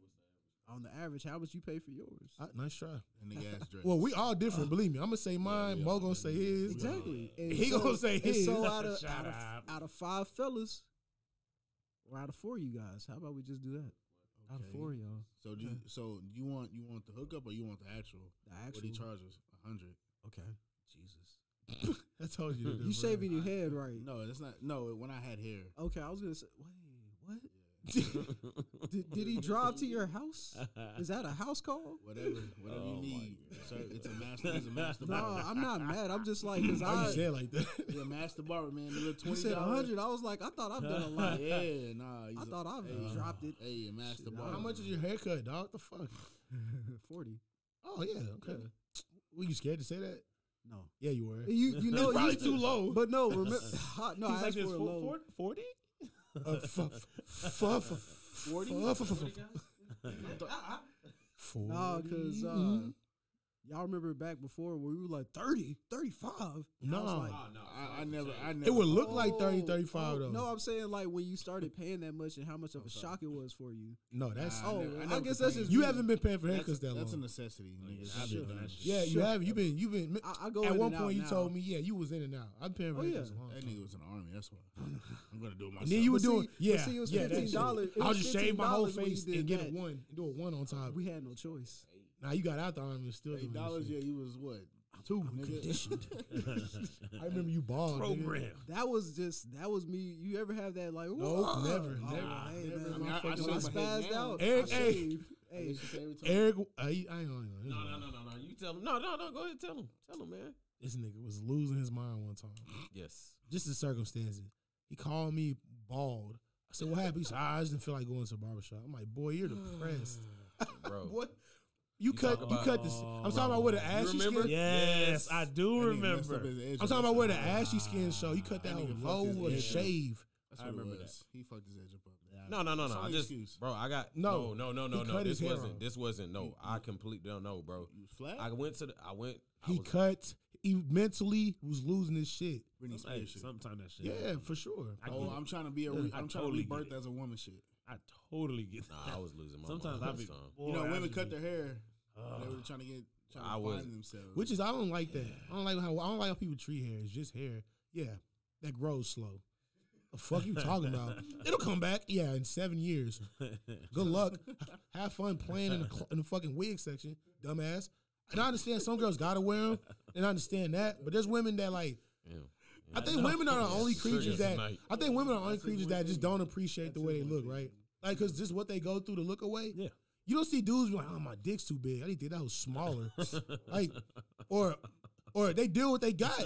Speaker 3: On the average, how much you pay for yours?
Speaker 2: Ah, nice try.
Speaker 4: And the gas dress.
Speaker 2: Well, we all
Speaker 3: (laughs)
Speaker 2: different. Believe me, I'm gonna say mine. Mo gonna say his.
Speaker 3: Exactly. And
Speaker 2: He
Speaker 3: so-
Speaker 2: gonna say
Speaker 3: and
Speaker 2: his.
Speaker 3: So
Speaker 2: (laughs)
Speaker 3: out of,
Speaker 1: Shut
Speaker 3: out, of,
Speaker 1: up.
Speaker 3: out of five fellas, or out of four of you guys, how about we just do that? Out of
Speaker 4: Okay.
Speaker 3: four of y'all,
Speaker 4: So do you, so you want you want the hookup or you want the actual?
Speaker 3: the
Speaker 4: What he
Speaker 3: actual.
Speaker 4: charges? A hundred.
Speaker 3: okay, Jesus,
Speaker 2: I told
Speaker 3: (laughs)
Speaker 2: you. to do
Speaker 3: you
Speaker 2: it,
Speaker 3: shaving your head right?
Speaker 4: No, that's not. No, when I had hair.
Speaker 3: Okay, I was gonna say, wait,
Speaker 2: (laughs)
Speaker 3: what? (laughs) did, did he drive to your house? Is that a house
Speaker 2: (laughs)
Speaker 3: call?
Speaker 4: Whatever, whatever
Speaker 5: Oh,
Speaker 4: you
Speaker 5: my
Speaker 4: need. So it's a master. It's a master
Speaker 3: No,
Speaker 4: barber.
Speaker 3: I'm not mad. I'm just like,
Speaker 2: (laughs)
Speaker 3: cause
Speaker 2: Why you say
Speaker 3: I
Speaker 2: it like
Speaker 3: (laughs)
Speaker 2: that?
Speaker 4: Yeah, master barber, man. The little
Speaker 3: you
Speaker 4: twenty
Speaker 3: said
Speaker 4: dollars.
Speaker 3: 100. I was like, I thought I've done a (laughs) lot.
Speaker 4: Yeah, nah. he's
Speaker 3: I
Speaker 4: a-
Speaker 3: thought I've
Speaker 4: hey,
Speaker 3: dropped (laughs) it
Speaker 4: Hey, master
Speaker 3: Shit,
Speaker 2: (laughs)
Speaker 4: barber.
Speaker 2: How much is your haircut, dog? The fuck?
Speaker 3: 40.
Speaker 2: Oh yeah, okay. Were you scared to say that?
Speaker 3: No,
Speaker 2: Yeah, you were.
Speaker 3: you you know
Speaker 2: it's probably
Speaker 3: you-
Speaker 2: too low.
Speaker 3: But no, remember, (laughs) no, I
Speaker 1: He's like
Speaker 3: asked
Speaker 1: this
Speaker 3: for a low.
Speaker 1: 40?
Speaker 2: Uh, f- f- f- f-
Speaker 4: Forty?
Speaker 2: f- f- f-
Speaker 3: No, because uh,
Speaker 2: Mhm.
Speaker 3: y'all remember back before where we were like 30, 35. And I was
Speaker 2: No.
Speaker 3: like,
Speaker 4: I, I never. I never.
Speaker 2: it would look like 30,
Speaker 3: oh,
Speaker 2: 35
Speaker 3: oh,
Speaker 2: though.
Speaker 3: No, I'm saying like when you started paying that much and how much of a shock it was for you.
Speaker 2: no, that's
Speaker 4: I
Speaker 3: Oh,
Speaker 4: never- I
Speaker 3: I,
Speaker 4: never
Speaker 3: guess that's
Speaker 4: complained.
Speaker 3: just
Speaker 2: you
Speaker 3: me.
Speaker 2: haven't been paying for
Speaker 4: That's,
Speaker 2: haircuts that
Speaker 4: that's a
Speaker 2: long.
Speaker 4: necessity, nigga.
Speaker 1: yeah,
Speaker 4: I
Speaker 1: I've
Speaker 4: be
Speaker 1: been doing that
Speaker 4: doing that
Speaker 1: shit. (laughs)
Speaker 2: Yeah, (laughs) you
Speaker 3: Shut
Speaker 2: have. You've been. You've been.
Speaker 3: I, I go
Speaker 2: At
Speaker 3: in
Speaker 2: one
Speaker 3: and out
Speaker 2: point, you
Speaker 3: now.
Speaker 2: told me, yeah, you was in and out. I'm paying for
Speaker 3: Oh,
Speaker 2: haircuts
Speaker 3: yeah.
Speaker 2: a long.
Speaker 4: That
Speaker 2: time.
Speaker 4: nigga was in the army. That's why. I'm gonna do it myself.
Speaker 2: And then you were
Speaker 3: But see-
Speaker 2: doing,
Speaker 3: but
Speaker 2: yeah,
Speaker 3: see, it was
Speaker 2: yeah, that shit.
Speaker 3: $15 it
Speaker 2: I'll
Speaker 3: was
Speaker 2: just shave my whole
Speaker 3: $15 when you
Speaker 2: face
Speaker 3: did
Speaker 2: and get a
Speaker 3: that.
Speaker 2: one, and do a one on top.
Speaker 3: We had no choice.
Speaker 2: now you got out the army and still
Speaker 4: Eight
Speaker 2: doing
Speaker 4: dollars.
Speaker 2: dollars.
Speaker 4: Yeah, you was what? Two.
Speaker 3: I'm
Speaker 4: nigga.
Speaker 3: conditioned.
Speaker 2: I remember you bald. nigga.
Speaker 3: that was just that was me. You ever have that like?
Speaker 2: Nope,
Speaker 3: "Whoa."
Speaker 2: never,
Speaker 3: Oh,
Speaker 2: never,
Speaker 3: hey,
Speaker 2: never.
Speaker 3: Man,
Speaker 2: I
Speaker 4: mean, I- I
Speaker 3: motherfucker,
Speaker 4: shave
Speaker 3: when I
Speaker 4: my head
Speaker 3: spazzed
Speaker 4: now.
Speaker 3: out.
Speaker 2: Eric,
Speaker 3: I
Speaker 2: hey.
Speaker 3: shaved.
Speaker 4: I
Speaker 3: Hey,
Speaker 4: used to say every time.
Speaker 2: Eric, I, I ain't gonna.
Speaker 5: No, no, no, no, no. You tell him. No, no, no. Go ahead. Tell him. Tell him, man.
Speaker 2: This nigga was losing his mind one time.
Speaker 5: Yes.
Speaker 2: Just the circumstances. He called me bald. I said, "What happened?" He said, "Ah, "I just didn't feel like going to a barbershop." I'm like, "Boy, you're depressed.
Speaker 5: Bro.
Speaker 2: (laughs) what? You, cut.
Speaker 5: talk
Speaker 2: You
Speaker 5: about-
Speaker 2: cut this. I'm talking about where the ashy
Speaker 5: remember?
Speaker 2: skin.
Speaker 5: Yeah.
Speaker 1: Yes, I do
Speaker 4: That nigga messed up
Speaker 1: remember.
Speaker 4: his edge
Speaker 2: I'm
Speaker 4: on
Speaker 2: talking
Speaker 4: that
Speaker 2: about where the
Speaker 4: shit.
Speaker 2: ashy skin show. You cut that
Speaker 4: That
Speaker 2: whole
Speaker 4: nigga
Speaker 2: low
Speaker 4: fucked his
Speaker 2: with a
Speaker 4: edge up.
Speaker 2: shave.
Speaker 4: That's
Speaker 1: I
Speaker 4: what it
Speaker 1: remember
Speaker 4: was. He fucked his edge up.
Speaker 5: No, no, no,
Speaker 4: It's
Speaker 5: no. I
Speaker 4: only
Speaker 5: just,
Speaker 4: excuse.
Speaker 5: bro, I got
Speaker 2: No.
Speaker 5: no, no, no,
Speaker 2: He
Speaker 5: no, no.
Speaker 2: cut his
Speaker 5: This
Speaker 2: hair
Speaker 5: wasn't.
Speaker 2: off.
Speaker 5: This wasn't. No, I completely don't know, bro.
Speaker 4: You flat?
Speaker 5: I went to the. I went. I
Speaker 2: He
Speaker 5: was,
Speaker 2: cut. He mentally was losing his shit.
Speaker 4: Britney Spears shit.
Speaker 1: Sometimes that shit.
Speaker 2: Yeah, for sure.
Speaker 1: I
Speaker 4: Oh,
Speaker 1: get it.
Speaker 4: I'm trying to be a. Re-
Speaker 1: Yeah, I
Speaker 4: I'm trying to
Speaker 1: totally
Speaker 4: be
Speaker 1: get
Speaker 4: birthed
Speaker 1: it.
Speaker 4: as a woman. Shit.
Speaker 1: I totally get (laughs)
Speaker 5: Nah, I was losing my
Speaker 1: Sometimes I
Speaker 5: mind.
Speaker 1: be.
Speaker 5: (laughs) last time.
Speaker 4: You know,
Speaker 1: boy, I
Speaker 4: women
Speaker 1: just
Speaker 4: cut
Speaker 1: be-
Speaker 4: their hair.
Speaker 1: Ugh.
Speaker 4: They were trying to get. Trying
Speaker 5: I
Speaker 4: to
Speaker 5: was-
Speaker 4: find themselves.
Speaker 2: Which is I don't like that. I don't like how I don't like how people treat hair. It's just hair. Yeah, that grows slow. The fuck you talking about? It'll come back. Yeah, in seven years. Good luck. Have fun playing in the cl- in the fucking wig section, dumbass. And I understand some girls gotta wear them, and I understand that. But there's women that like.
Speaker 5: Damn.
Speaker 2: I think women are the only creatures
Speaker 5: Triggers
Speaker 2: that
Speaker 5: tonight.
Speaker 2: I think women are the only creatures that just don't appreciate the way they look, right? Like, cause just what they go through to look away.
Speaker 1: Yeah.
Speaker 2: You don't see dudes be like, oh, my dick's too big. I didn't think that was smaller. like, or or they deal with what they got.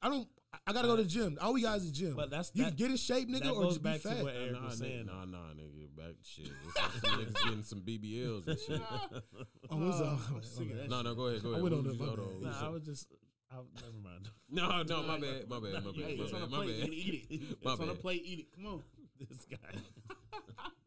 Speaker 2: I don't. I- I gotta go to the gym. All we got is the gym.
Speaker 1: But that's-
Speaker 2: you
Speaker 1: that-
Speaker 2: can get in shape, nigga,
Speaker 1: that
Speaker 2: or
Speaker 1: goes
Speaker 2: just be
Speaker 1: back to
Speaker 2: fat.
Speaker 1: what- Eric
Speaker 5: nah,
Speaker 1: was
Speaker 5: nigga,
Speaker 1: saying. uh,
Speaker 5: Nah, nah, nigga, back
Speaker 2: (laughs)
Speaker 5: shit. It's, it's some niggas getting some BBLs and shit.
Speaker 2: Oh, what's up?
Speaker 4: I'm sick of that
Speaker 5: no, no, go ahead, go ahead.
Speaker 2: went
Speaker 5: What
Speaker 2: on
Speaker 5: was
Speaker 2: the-
Speaker 5: you-
Speaker 2: my
Speaker 5: hold
Speaker 2: bad.
Speaker 5: on, what
Speaker 1: Nah, I
Speaker 5: you
Speaker 1: was just. I, never mind.
Speaker 5: said? No, no, (laughs) my bad,
Speaker 1: (laughs)
Speaker 5: my bad, my
Speaker 4: Hey,
Speaker 5: bad,
Speaker 4: it's on a
Speaker 5: my bad, my
Speaker 4: plate.
Speaker 5: bad.
Speaker 4: Eat it.
Speaker 5: My
Speaker 4: It's on a
Speaker 5: bad.
Speaker 4: plate. Eat it. Come on.
Speaker 1: this
Speaker 2: (laughs)
Speaker 1: guy. (laughs)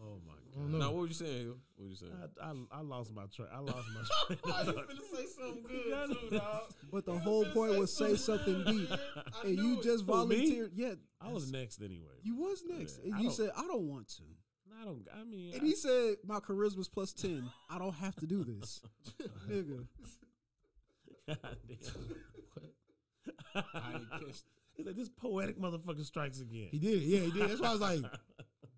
Speaker 1: oh my
Speaker 2: I don't
Speaker 1: god.
Speaker 2: know.
Speaker 5: No, what were you saying? Hill? What were you saying?
Speaker 1: I, I, I lost my track. I lost
Speaker 2: (laughs)
Speaker 1: my track.
Speaker 5: say something
Speaker 1: good, too,
Speaker 5: dog.
Speaker 3: But the whole point was say something deep,
Speaker 1: (laughs)
Speaker 3: and you just
Speaker 1: Who, me?
Speaker 3: volunteered. Yeah,
Speaker 1: I was next anyway.
Speaker 3: you was next,
Speaker 1: Yeah, I
Speaker 3: and you
Speaker 1: don't-
Speaker 3: said I don't want to.
Speaker 1: I don't. I mean,
Speaker 3: And
Speaker 1: I,
Speaker 3: he said my charisma's plus ten. I don't have to do
Speaker 1: (laughs)
Speaker 3: this, nigga.
Speaker 4: I ain't kissed.
Speaker 1: He's like, this poetic motherfucker strikes again.
Speaker 2: (laughs) He did it. Yeah, he did. That's why I was like,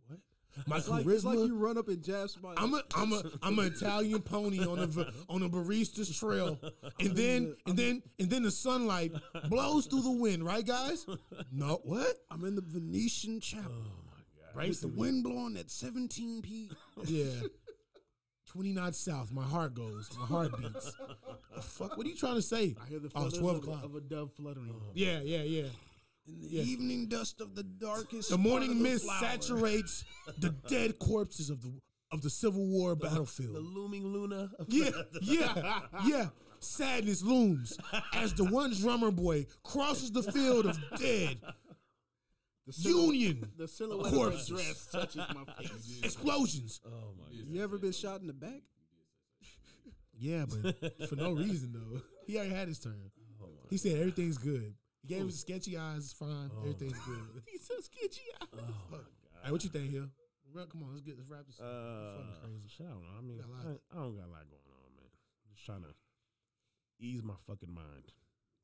Speaker 2: what? My
Speaker 3: It's
Speaker 2: charisma.
Speaker 3: like, it's like you run up and jab somebody.
Speaker 2: I'm a I'm a I'm an Italian pony on a v- on a barista's trail, and then and then and then the sunlight blows through the wind, right, guys? No, what? Oh,
Speaker 3: I'm in the Venetian chapel.
Speaker 2: Right,
Speaker 3: It's the wind blowing at 17 p.
Speaker 2: yeah. 29 South. My heart goes. My heart beats. The fuck, what are you trying to say?
Speaker 4: I hear the
Speaker 2: Oh,
Speaker 4: feathers
Speaker 2: 12
Speaker 4: of, a-
Speaker 2: o'clock.
Speaker 4: of a dove fluttering.
Speaker 1: Oh,
Speaker 2: Yeah, yeah, yeah.
Speaker 5: In the
Speaker 2: Yeah.
Speaker 5: evening dust of the darkest.
Speaker 2: The morning
Speaker 5: part of
Speaker 2: mist
Speaker 5: flower.
Speaker 2: saturates
Speaker 5: (laughs)
Speaker 2: the dead corpses of the of the Civil War battlefield.
Speaker 5: The looming luna.
Speaker 1: Oh
Speaker 5: Of (laughs)
Speaker 2: Yeah, yeah, yeah. Sadness looms as the one drummer boy crosses the field of
Speaker 5: (laughs)
Speaker 2: dead
Speaker 4: The silhou-
Speaker 2: Union
Speaker 4: The silhouette of her
Speaker 2: Corpses.
Speaker 4: dress touches
Speaker 3: (laughs)
Speaker 4: my face.
Speaker 2: explosions.
Speaker 5: Oh
Speaker 2: (laughs)
Speaker 5: my god.
Speaker 3: You ever been shot in the back?
Speaker 2: Yeah, but for no reason though. He already had his turn.
Speaker 5: Oh
Speaker 2: He said everything's good. He gave us sketchy eyes. It's fine.
Speaker 5: Oh.
Speaker 2: Everything's good.
Speaker 4: He's so sketchy.
Speaker 5: my. Oh my.
Speaker 2: Hey, what you think, Hill? Well, Come on, let's get let's wrap this.
Speaker 1: Uh,
Speaker 2: up. Fucking crazy.
Speaker 1: shit, I don't know. I mean,
Speaker 2: Got a lot.
Speaker 1: I, I don't got a lot going on, man. Just trying to ease my fucking mind.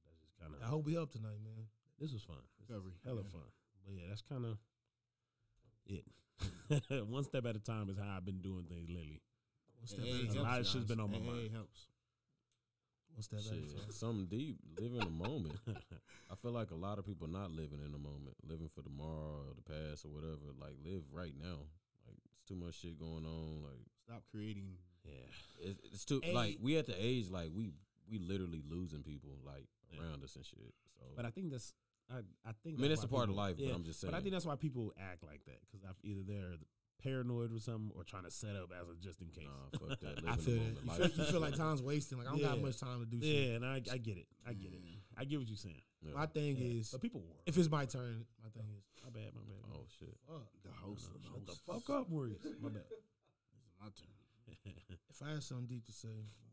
Speaker 1: That's just kind
Speaker 2: I
Speaker 1: of.
Speaker 2: hope we help tonight, man.
Speaker 1: This was fun. This was
Speaker 4: Recovery,
Speaker 1: hella
Speaker 4: yeah.
Speaker 1: fun. But yeah, that's kind of it. (laughs) One step at a time is how I've been doing things lately.
Speaker 2: One step
Speaker 4: Hey,
Speaker 2: at a
Speaker 1: A
Speaker 2: time.
Speaker 1: lot
Speaker 4: helps,
Speaker 1: of shit's
Speaker 4: guys.
Speaker 1: been on my
Speaker 4: Hey, hey,
Speaker 1: mind.
Speaker 4: helps.
Speaker 2: One step at a
Speaker 5: Shit,
Speaker 2: time.
Speaker 5: something deep. Live in the moment. (laughs) I feel like a lot of people not living in the moment, living for tomorrow or the past or whatever. Like live right now. Like it's too much shit going on. Like
Speaker 4: Stop creating.
Speaker 1: Yeah.
Speaker 5: it's, it's too
Speaker 2: Hey.
Speaker 5: like we at the age like we we literally losing people like
Speaker 1: Yeah.
Speaker 5: around us and shit. So
Speaker 1: But I think that's. I, I think.
Speaker 5: I mean,
Speaker 1: that's
Speaker 5: it's a
Speaker 1: why
Speaker 5: part of
Speaker 1: people-
Speaker 5: life,
Speaker 1: yeah.
Speaker 5: but I'm just saying.
Speaker 1: But I think that's why people act like that because either they're paranoid or something, or trying to set up as a just in case.
Speaker 5: nah, fuck that.
Speaker 2: (laughs)
Speaker 5: Live
Speaker 2: I
Speaker 5: in
Speaker 2: feel that.
Speaker 5: the moment.
Speaker 2: You
Speaker 5: Life
Speaker 2: feel,
Speaker 5: is
Speaker 2: you feel
Speaker 5: short. (laughs)
Speaker 2: like time's wasting. Like I don't got
Speaker 1: Yeah.
Speaker 2: much time to do shit.
Speaker 1: yeah, and I, I get it. I get it. I get what you're saying.
Speaker 5: Yeah.
Speaker 2: My thing
Speaker 1: Yeah.
Speaker 2: is,
Speaker 1: but people work.
Speaker 2: if it's my turn, my thing is,
Speaker 1: my bad, my bad.
Speaker 5: Oh shit.
Speaker 2: fuck.
Speaker 4: The host.
Speaker 1: No,
Speaker 4: the
Speaker 1: shut the
Speaker 4: host.
Speaker 1: fuck up, Maurice. My bad.
Speaker 4: It's my turn.
Speaker 2: If I had something deep to say,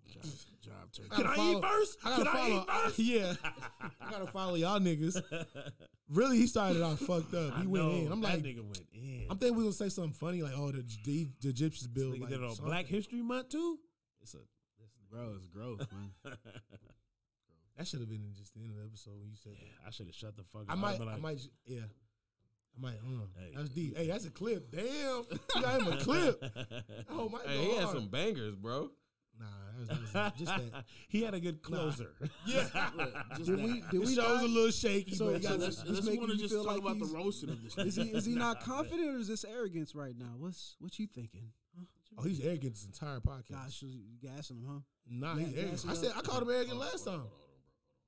Speaker 4: Job, job turkey.
Speaker 2: Can
Speaker 1: Can I
Speaker 2: follow-
Speaker 1: eat first?
Speaker 2: I gotta
Speaker 1: Can
Speaker 2: follow.
Speaker 1: I eat
Speaker 2: (laughs)
Speaker 1: first?
Speaker 2: yeah, I gotta follow y'all niggas. Really, he started
Speaker 1: (laughs)
Speaker 2: out fucked up. He
Speaker 1: I
Speaker 2: went
Speaker 1: know,
Speaker 2: in. I'm
Speaker 1: that
Speaker 2: like,
Speaker 1: nigga went in.
Speaker 2: I'm thinking we gonna say something funny like, oh, the the, the Egyptians
Speaker 1: this
Speaker 2: built
Speaker 1: nigga
Speaker 2: like
Speaker 1: did it on
Speaker 2: something.
Speaker 1: Black History Month too. It's a
Speaker 4: Bro, it's growth,
Speaker 3: (laughs)
Speaker 4: man.
Speaker 2: That should have been just the end of the episode when you said
Speaker 1: yeah, I should have shut the fuck up.
Speaker 2: that. I
Speaker 1: would've
Speaker 2: might,
Speaker 1: been
Speaker 2: I
Speaker 1: like,
Speaker 2: might, ju- yeah. I might, hold on.
Speaker 1: Hey.
Speaker 2: That's deep. Hey, that's a clip. Damn, you got
Speaker 1: (laughs)
Speaker 2: him a clip. Oh my
Speaker 5: Hey, he had
Speaker 2: god.
Speaker 5: some bangers, bro.
Speaker 2: Nah, that was, that was (laughs) just that.
Speaker 1: he had a good closer. (laughs)
Speaker 2: Yeah,
Speaker 4: Look, just
Speaker 3: Did we?
Speaker 4: that.
Speaker 3: Did
Speaker 2: his
Speaker 3: we
Speaker 2: show's
Speaker 3: not?
Speaker 2: a little shaky,
Speaker 3: So
Speaker 2: but
Speaker 3: you
Speaker 2: you
Speaker 3: guys-
Speaker 4: Let's,
Speaker 3: this
Speaker 4: let's
Speaker 3: making
Speaker 4: want to
Speaker 3: you
Speaker 4: just
Speaker 3: feel
Speaker 4: talk
Speaker 3: like
Speaker 4: about the
Speaker 3: he's-
Speaker 4: roasting of this.
Speaker 3: Is he
Speaker 4: nigga.
Speaker 3: is he not
Speaker 1: (laughs) Nah,
Speaker 3: confident or is this arrogance right now? What's what you thinking? Huh?
Speaker 2: oh, he's arrogant this entire podcast.
Speaker 3: Gosh, you gassing him, huh?
Speaker 2: Nah,
Speaker 3: Yeah,
Speaker 2: he's
Speaker 3: yeah,
Speaker 2: arrogant.
Speaker 3: so
Speaker 2: I
Speaker 3: that-
Speaker 2: said I called him arrogant last time.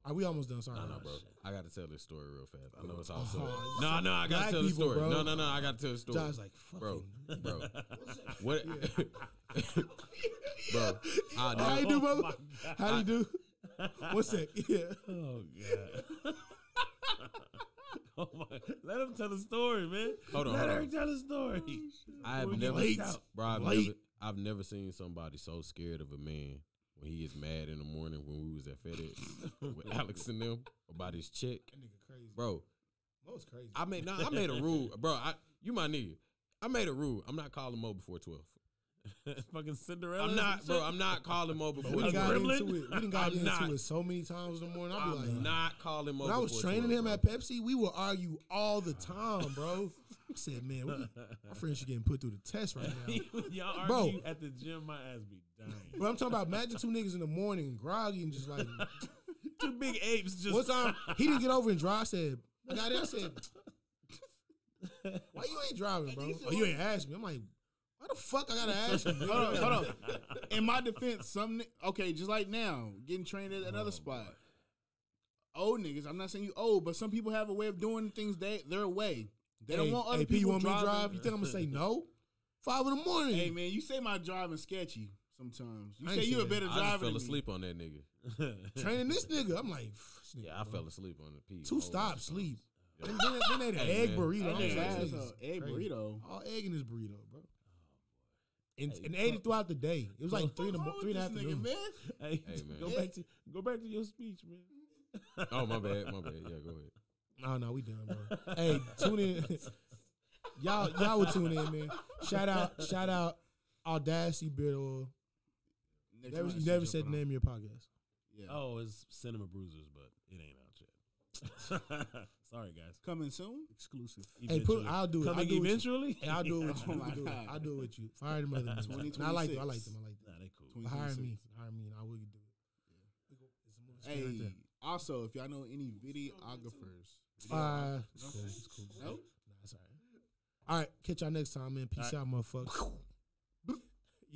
Speaker 2: Are we almost done? Sorry,
Speaker 5: No, no,
Speaker 2: guys.
Speaker 5: bro. I got to tell this story real fast. I know it's
Speaker 2: Oh, (laughs)
Speaker 5: awesome.
Speaker 2: you
Speaker 5: No, no, I got
Speaker 2: Black
Speaker 5: to tell the
Speaker 2: people,
Speaker 5: story.
Speaker 2: bro.
Speaker 5: No, no, no, I got to tell the story.
Speaker 2: Josh like fucking.
Speaker 5: bro,
Speaker 2: (laughs)
Speaker 5: bro, what, (laughs) bro? I
Speaker 2: How you
Speaker 5: know.
Speaker 2: do,
Speaker 1: Oh
Speaker 2: brother?
Speaker 1: my
Speaker 5: (laughs)
Speaker 2: How you do? What's that? (laughs) Yeah.
Speaker 1: Oh god. (laughs) oh my! Let him tell the story, man.
Speaker 5: Hold on,
Speaker 1: Let
Speaker 5: hold
Speaker 1: her
Speaker 5: on.
Speaker 1: tell the story.
Speaker 5: I have
Speaker 1: We're
Speaker 5: never,
Speaker 1: late.
Speaker 5: bro. I've
Speaker 1: Late.
Speaker 5: never, I've never seen somebody so scared of a man when he is mad in the morning when we was at FedEx
Speaker 2: (laughs)
Speaker 5: with Alex and them about his check,
Speaker 2: That nigga crazy.
Speaker 5: bro.
Speaker 2: Mo's crazy.
Speaker 5: I made, nah, I made a rule, bro. I, you my nigga. I made a rule. I'm not calling Mo before twelve.
Speaker 2: Oh,
Speaker 1: (laughs) Fucking Cinderella.
Speaker 5: I'm
Speaker 1: and
Speaker 5: not,
Speaker 1: shit.
Speaker 5: bro. I'm not calling Mo before.
Speaker 2: we done
Speaker 1: a
Speaker 5: 12.
Speaker 2: got
Speaker 1: gremlin?
Speaker 2: into it. We done got
Speaker 5: I'm
Speaker 2: into
Speaker 5: not.
Speaker 2: it so many times in the morning. I'd be like,
Speaker 5: I'm not calling Mo.
Speaker 2: When I was
Speaker 5: before
Speaker 2: training
Speaker 5: 12,
Speaker 2: him
Speaker 5: bro.
Speaker 2: at Pepsi, we would argue all the time, bro. I said, man, we, (laughs) our friends are getting put through the test right (laughs) now.
Speaker 1: (laughs) Y'all
Speaker 2: Bro.
Speaker 1: argue at the gym. My ass be dying.
Speaker 2: But I'm talking about imagine two niggas in the morning groggy and just like
Speaker 1: Two big apes just.
Speaker 2: one
Speaker 1: (laughs)
Speaker 2: time (laughs) he didn't get over and drive. I said, I got there, I said, Why you ain't driving, bro? Oh, you ain't asked me. I'm like, why the fuck I gotta ask you?
Speaker 4: hold on, hold on.
Speaker 3: (laughs)
Speaker 4: In my defense, some ni- okay, just like now, getting trained at
Speaker 3: Oh,
Speaker 4: another spot. Old niggas, I'm not saying you old, but some people have a way of doing things they, their way. They don't want other
Speaker 2: hey, P,
Speaker 4: people
Speaker 2: you want
Speaker 4: driving.
Speaker 2: me to drive? You think I'm gonna say no? Five in the morning.
Speaker 4: Hey man, you say my driving sketchy sometimes. You
Speaker 2: I
Speaker 4: say
Speaker 2: ain't
Speaker 4: you
Speaker 2: say
Speaker 4: a better
Speaker 2: that.
Speaker 5: I just
Speaker 4: driver.
Speaker 5: fell
Speaker 4: than me.
Speaker 5: asleep on that nigga.
Speaker 2: Training this nigga. I'm like, "Pff, this nigga,
Speaker 5: Yeah, I
Speaker 2: bro."
Speaker 5: fell asleep on the pee.
Speaker 2: Two
Speaker 5: Hold on.
Speaker 2: stops, sleep.
Speaker 5: Yeah.
Speaker 2: Then, then, then they had an
Speaker 5: (laughs) Hey,
Speaker 2: egg
Speaker 5: man.
Speaker 2: burrito.
Speaker 4: That
Speaker 2: I'm
Speaker 4: nigga's
Speaker 2: like,
Speaker 4: ass
Speaker 2: "This
Speaker 4: a
Speaker 2: is
Speaker 4: egg
Speaker 2: crazy."
Speaker 4: burrito.
Speaker 2: All egg in his burrito,
Speaker 5: oh,
Speaker 2: bro. And,
Speaker 1: Hey,
Speaker 2: and
Speaker 1: bro.
Speaker 2: ate it throughout the day. It was like three in the
Speaker 4: What's
Speaker 2: mo-
Speaker 4: wrong
Speaker 2: three and a
Speaker 4: with
Speaker 2: half in the
Speaker 4: this nigga,
Speaker 2: afternoon. (laughs)
Speaker 4: man.
Speaker 1: Hey,
Speaker 5: Hey, man.
Speaker 1: Go back to go back to your speech, man.
Speaker 5: Oh my bad, my bad. Yeah, go ahead.
Speaker 2: No, no, we done, bro. hey, tune in. (laughs) y'all, y'all will tune in, man. Shout out, shout out, Audacity Beard Oil.
Speaker 4: Next
Speaker 2: Never-
Speaker 4: time
Speaker 2: you
Speaker 4: I
Speaker 2: never
Speaker 4: see
Speaker 2: said the
Speaker 4: jumping
Speaker 2: name of your podcast.
Speaker 4: on. Yeah.
Speaker 1: Oh, it's Cinema Bruisers, but it ain't out yet. (laughs) Sorry, guys.
Speaker 4: Coming soon.
Speaker 3: Exclusive.
Speaker 2: Hey, put,
Speaker 1: Eventually.
Speaker 2: I'll do it.
Speaker 1: Coming
Speaker 2: I'll do it. with you.
Speaker 1: eventually.
Speaker 2: Hey, I'll
Speaker 1: (laughs)
Speaker 2: do it with you.
Speaker 4: Oh, my
Speaker 2: I'll do it.
Speaker 4: God.
Speaker 2: I'll do it with you. Fire the mother. Nah, I like them. I like them. I like
Speaker 1: Nah,
Speaker 2: them.
Speaker 1: they cool.
Speaker 4: Twenty-
Speaker 2: Hire me. Hire me, and I will do it. It's a movie screen right
Speaker 4: Hey,
Speaker 2: there.
Speaker 4: also, if y'all know any videographers,
Speaker 2: Uh,
Speaker 4: videographers-
Speaker 2: it's cool, it's cool.
Speaker 4: Nope.
Speaker 2: Nah, it's all right. All right, catch y'all next time, man. Peace out, motherfuckers.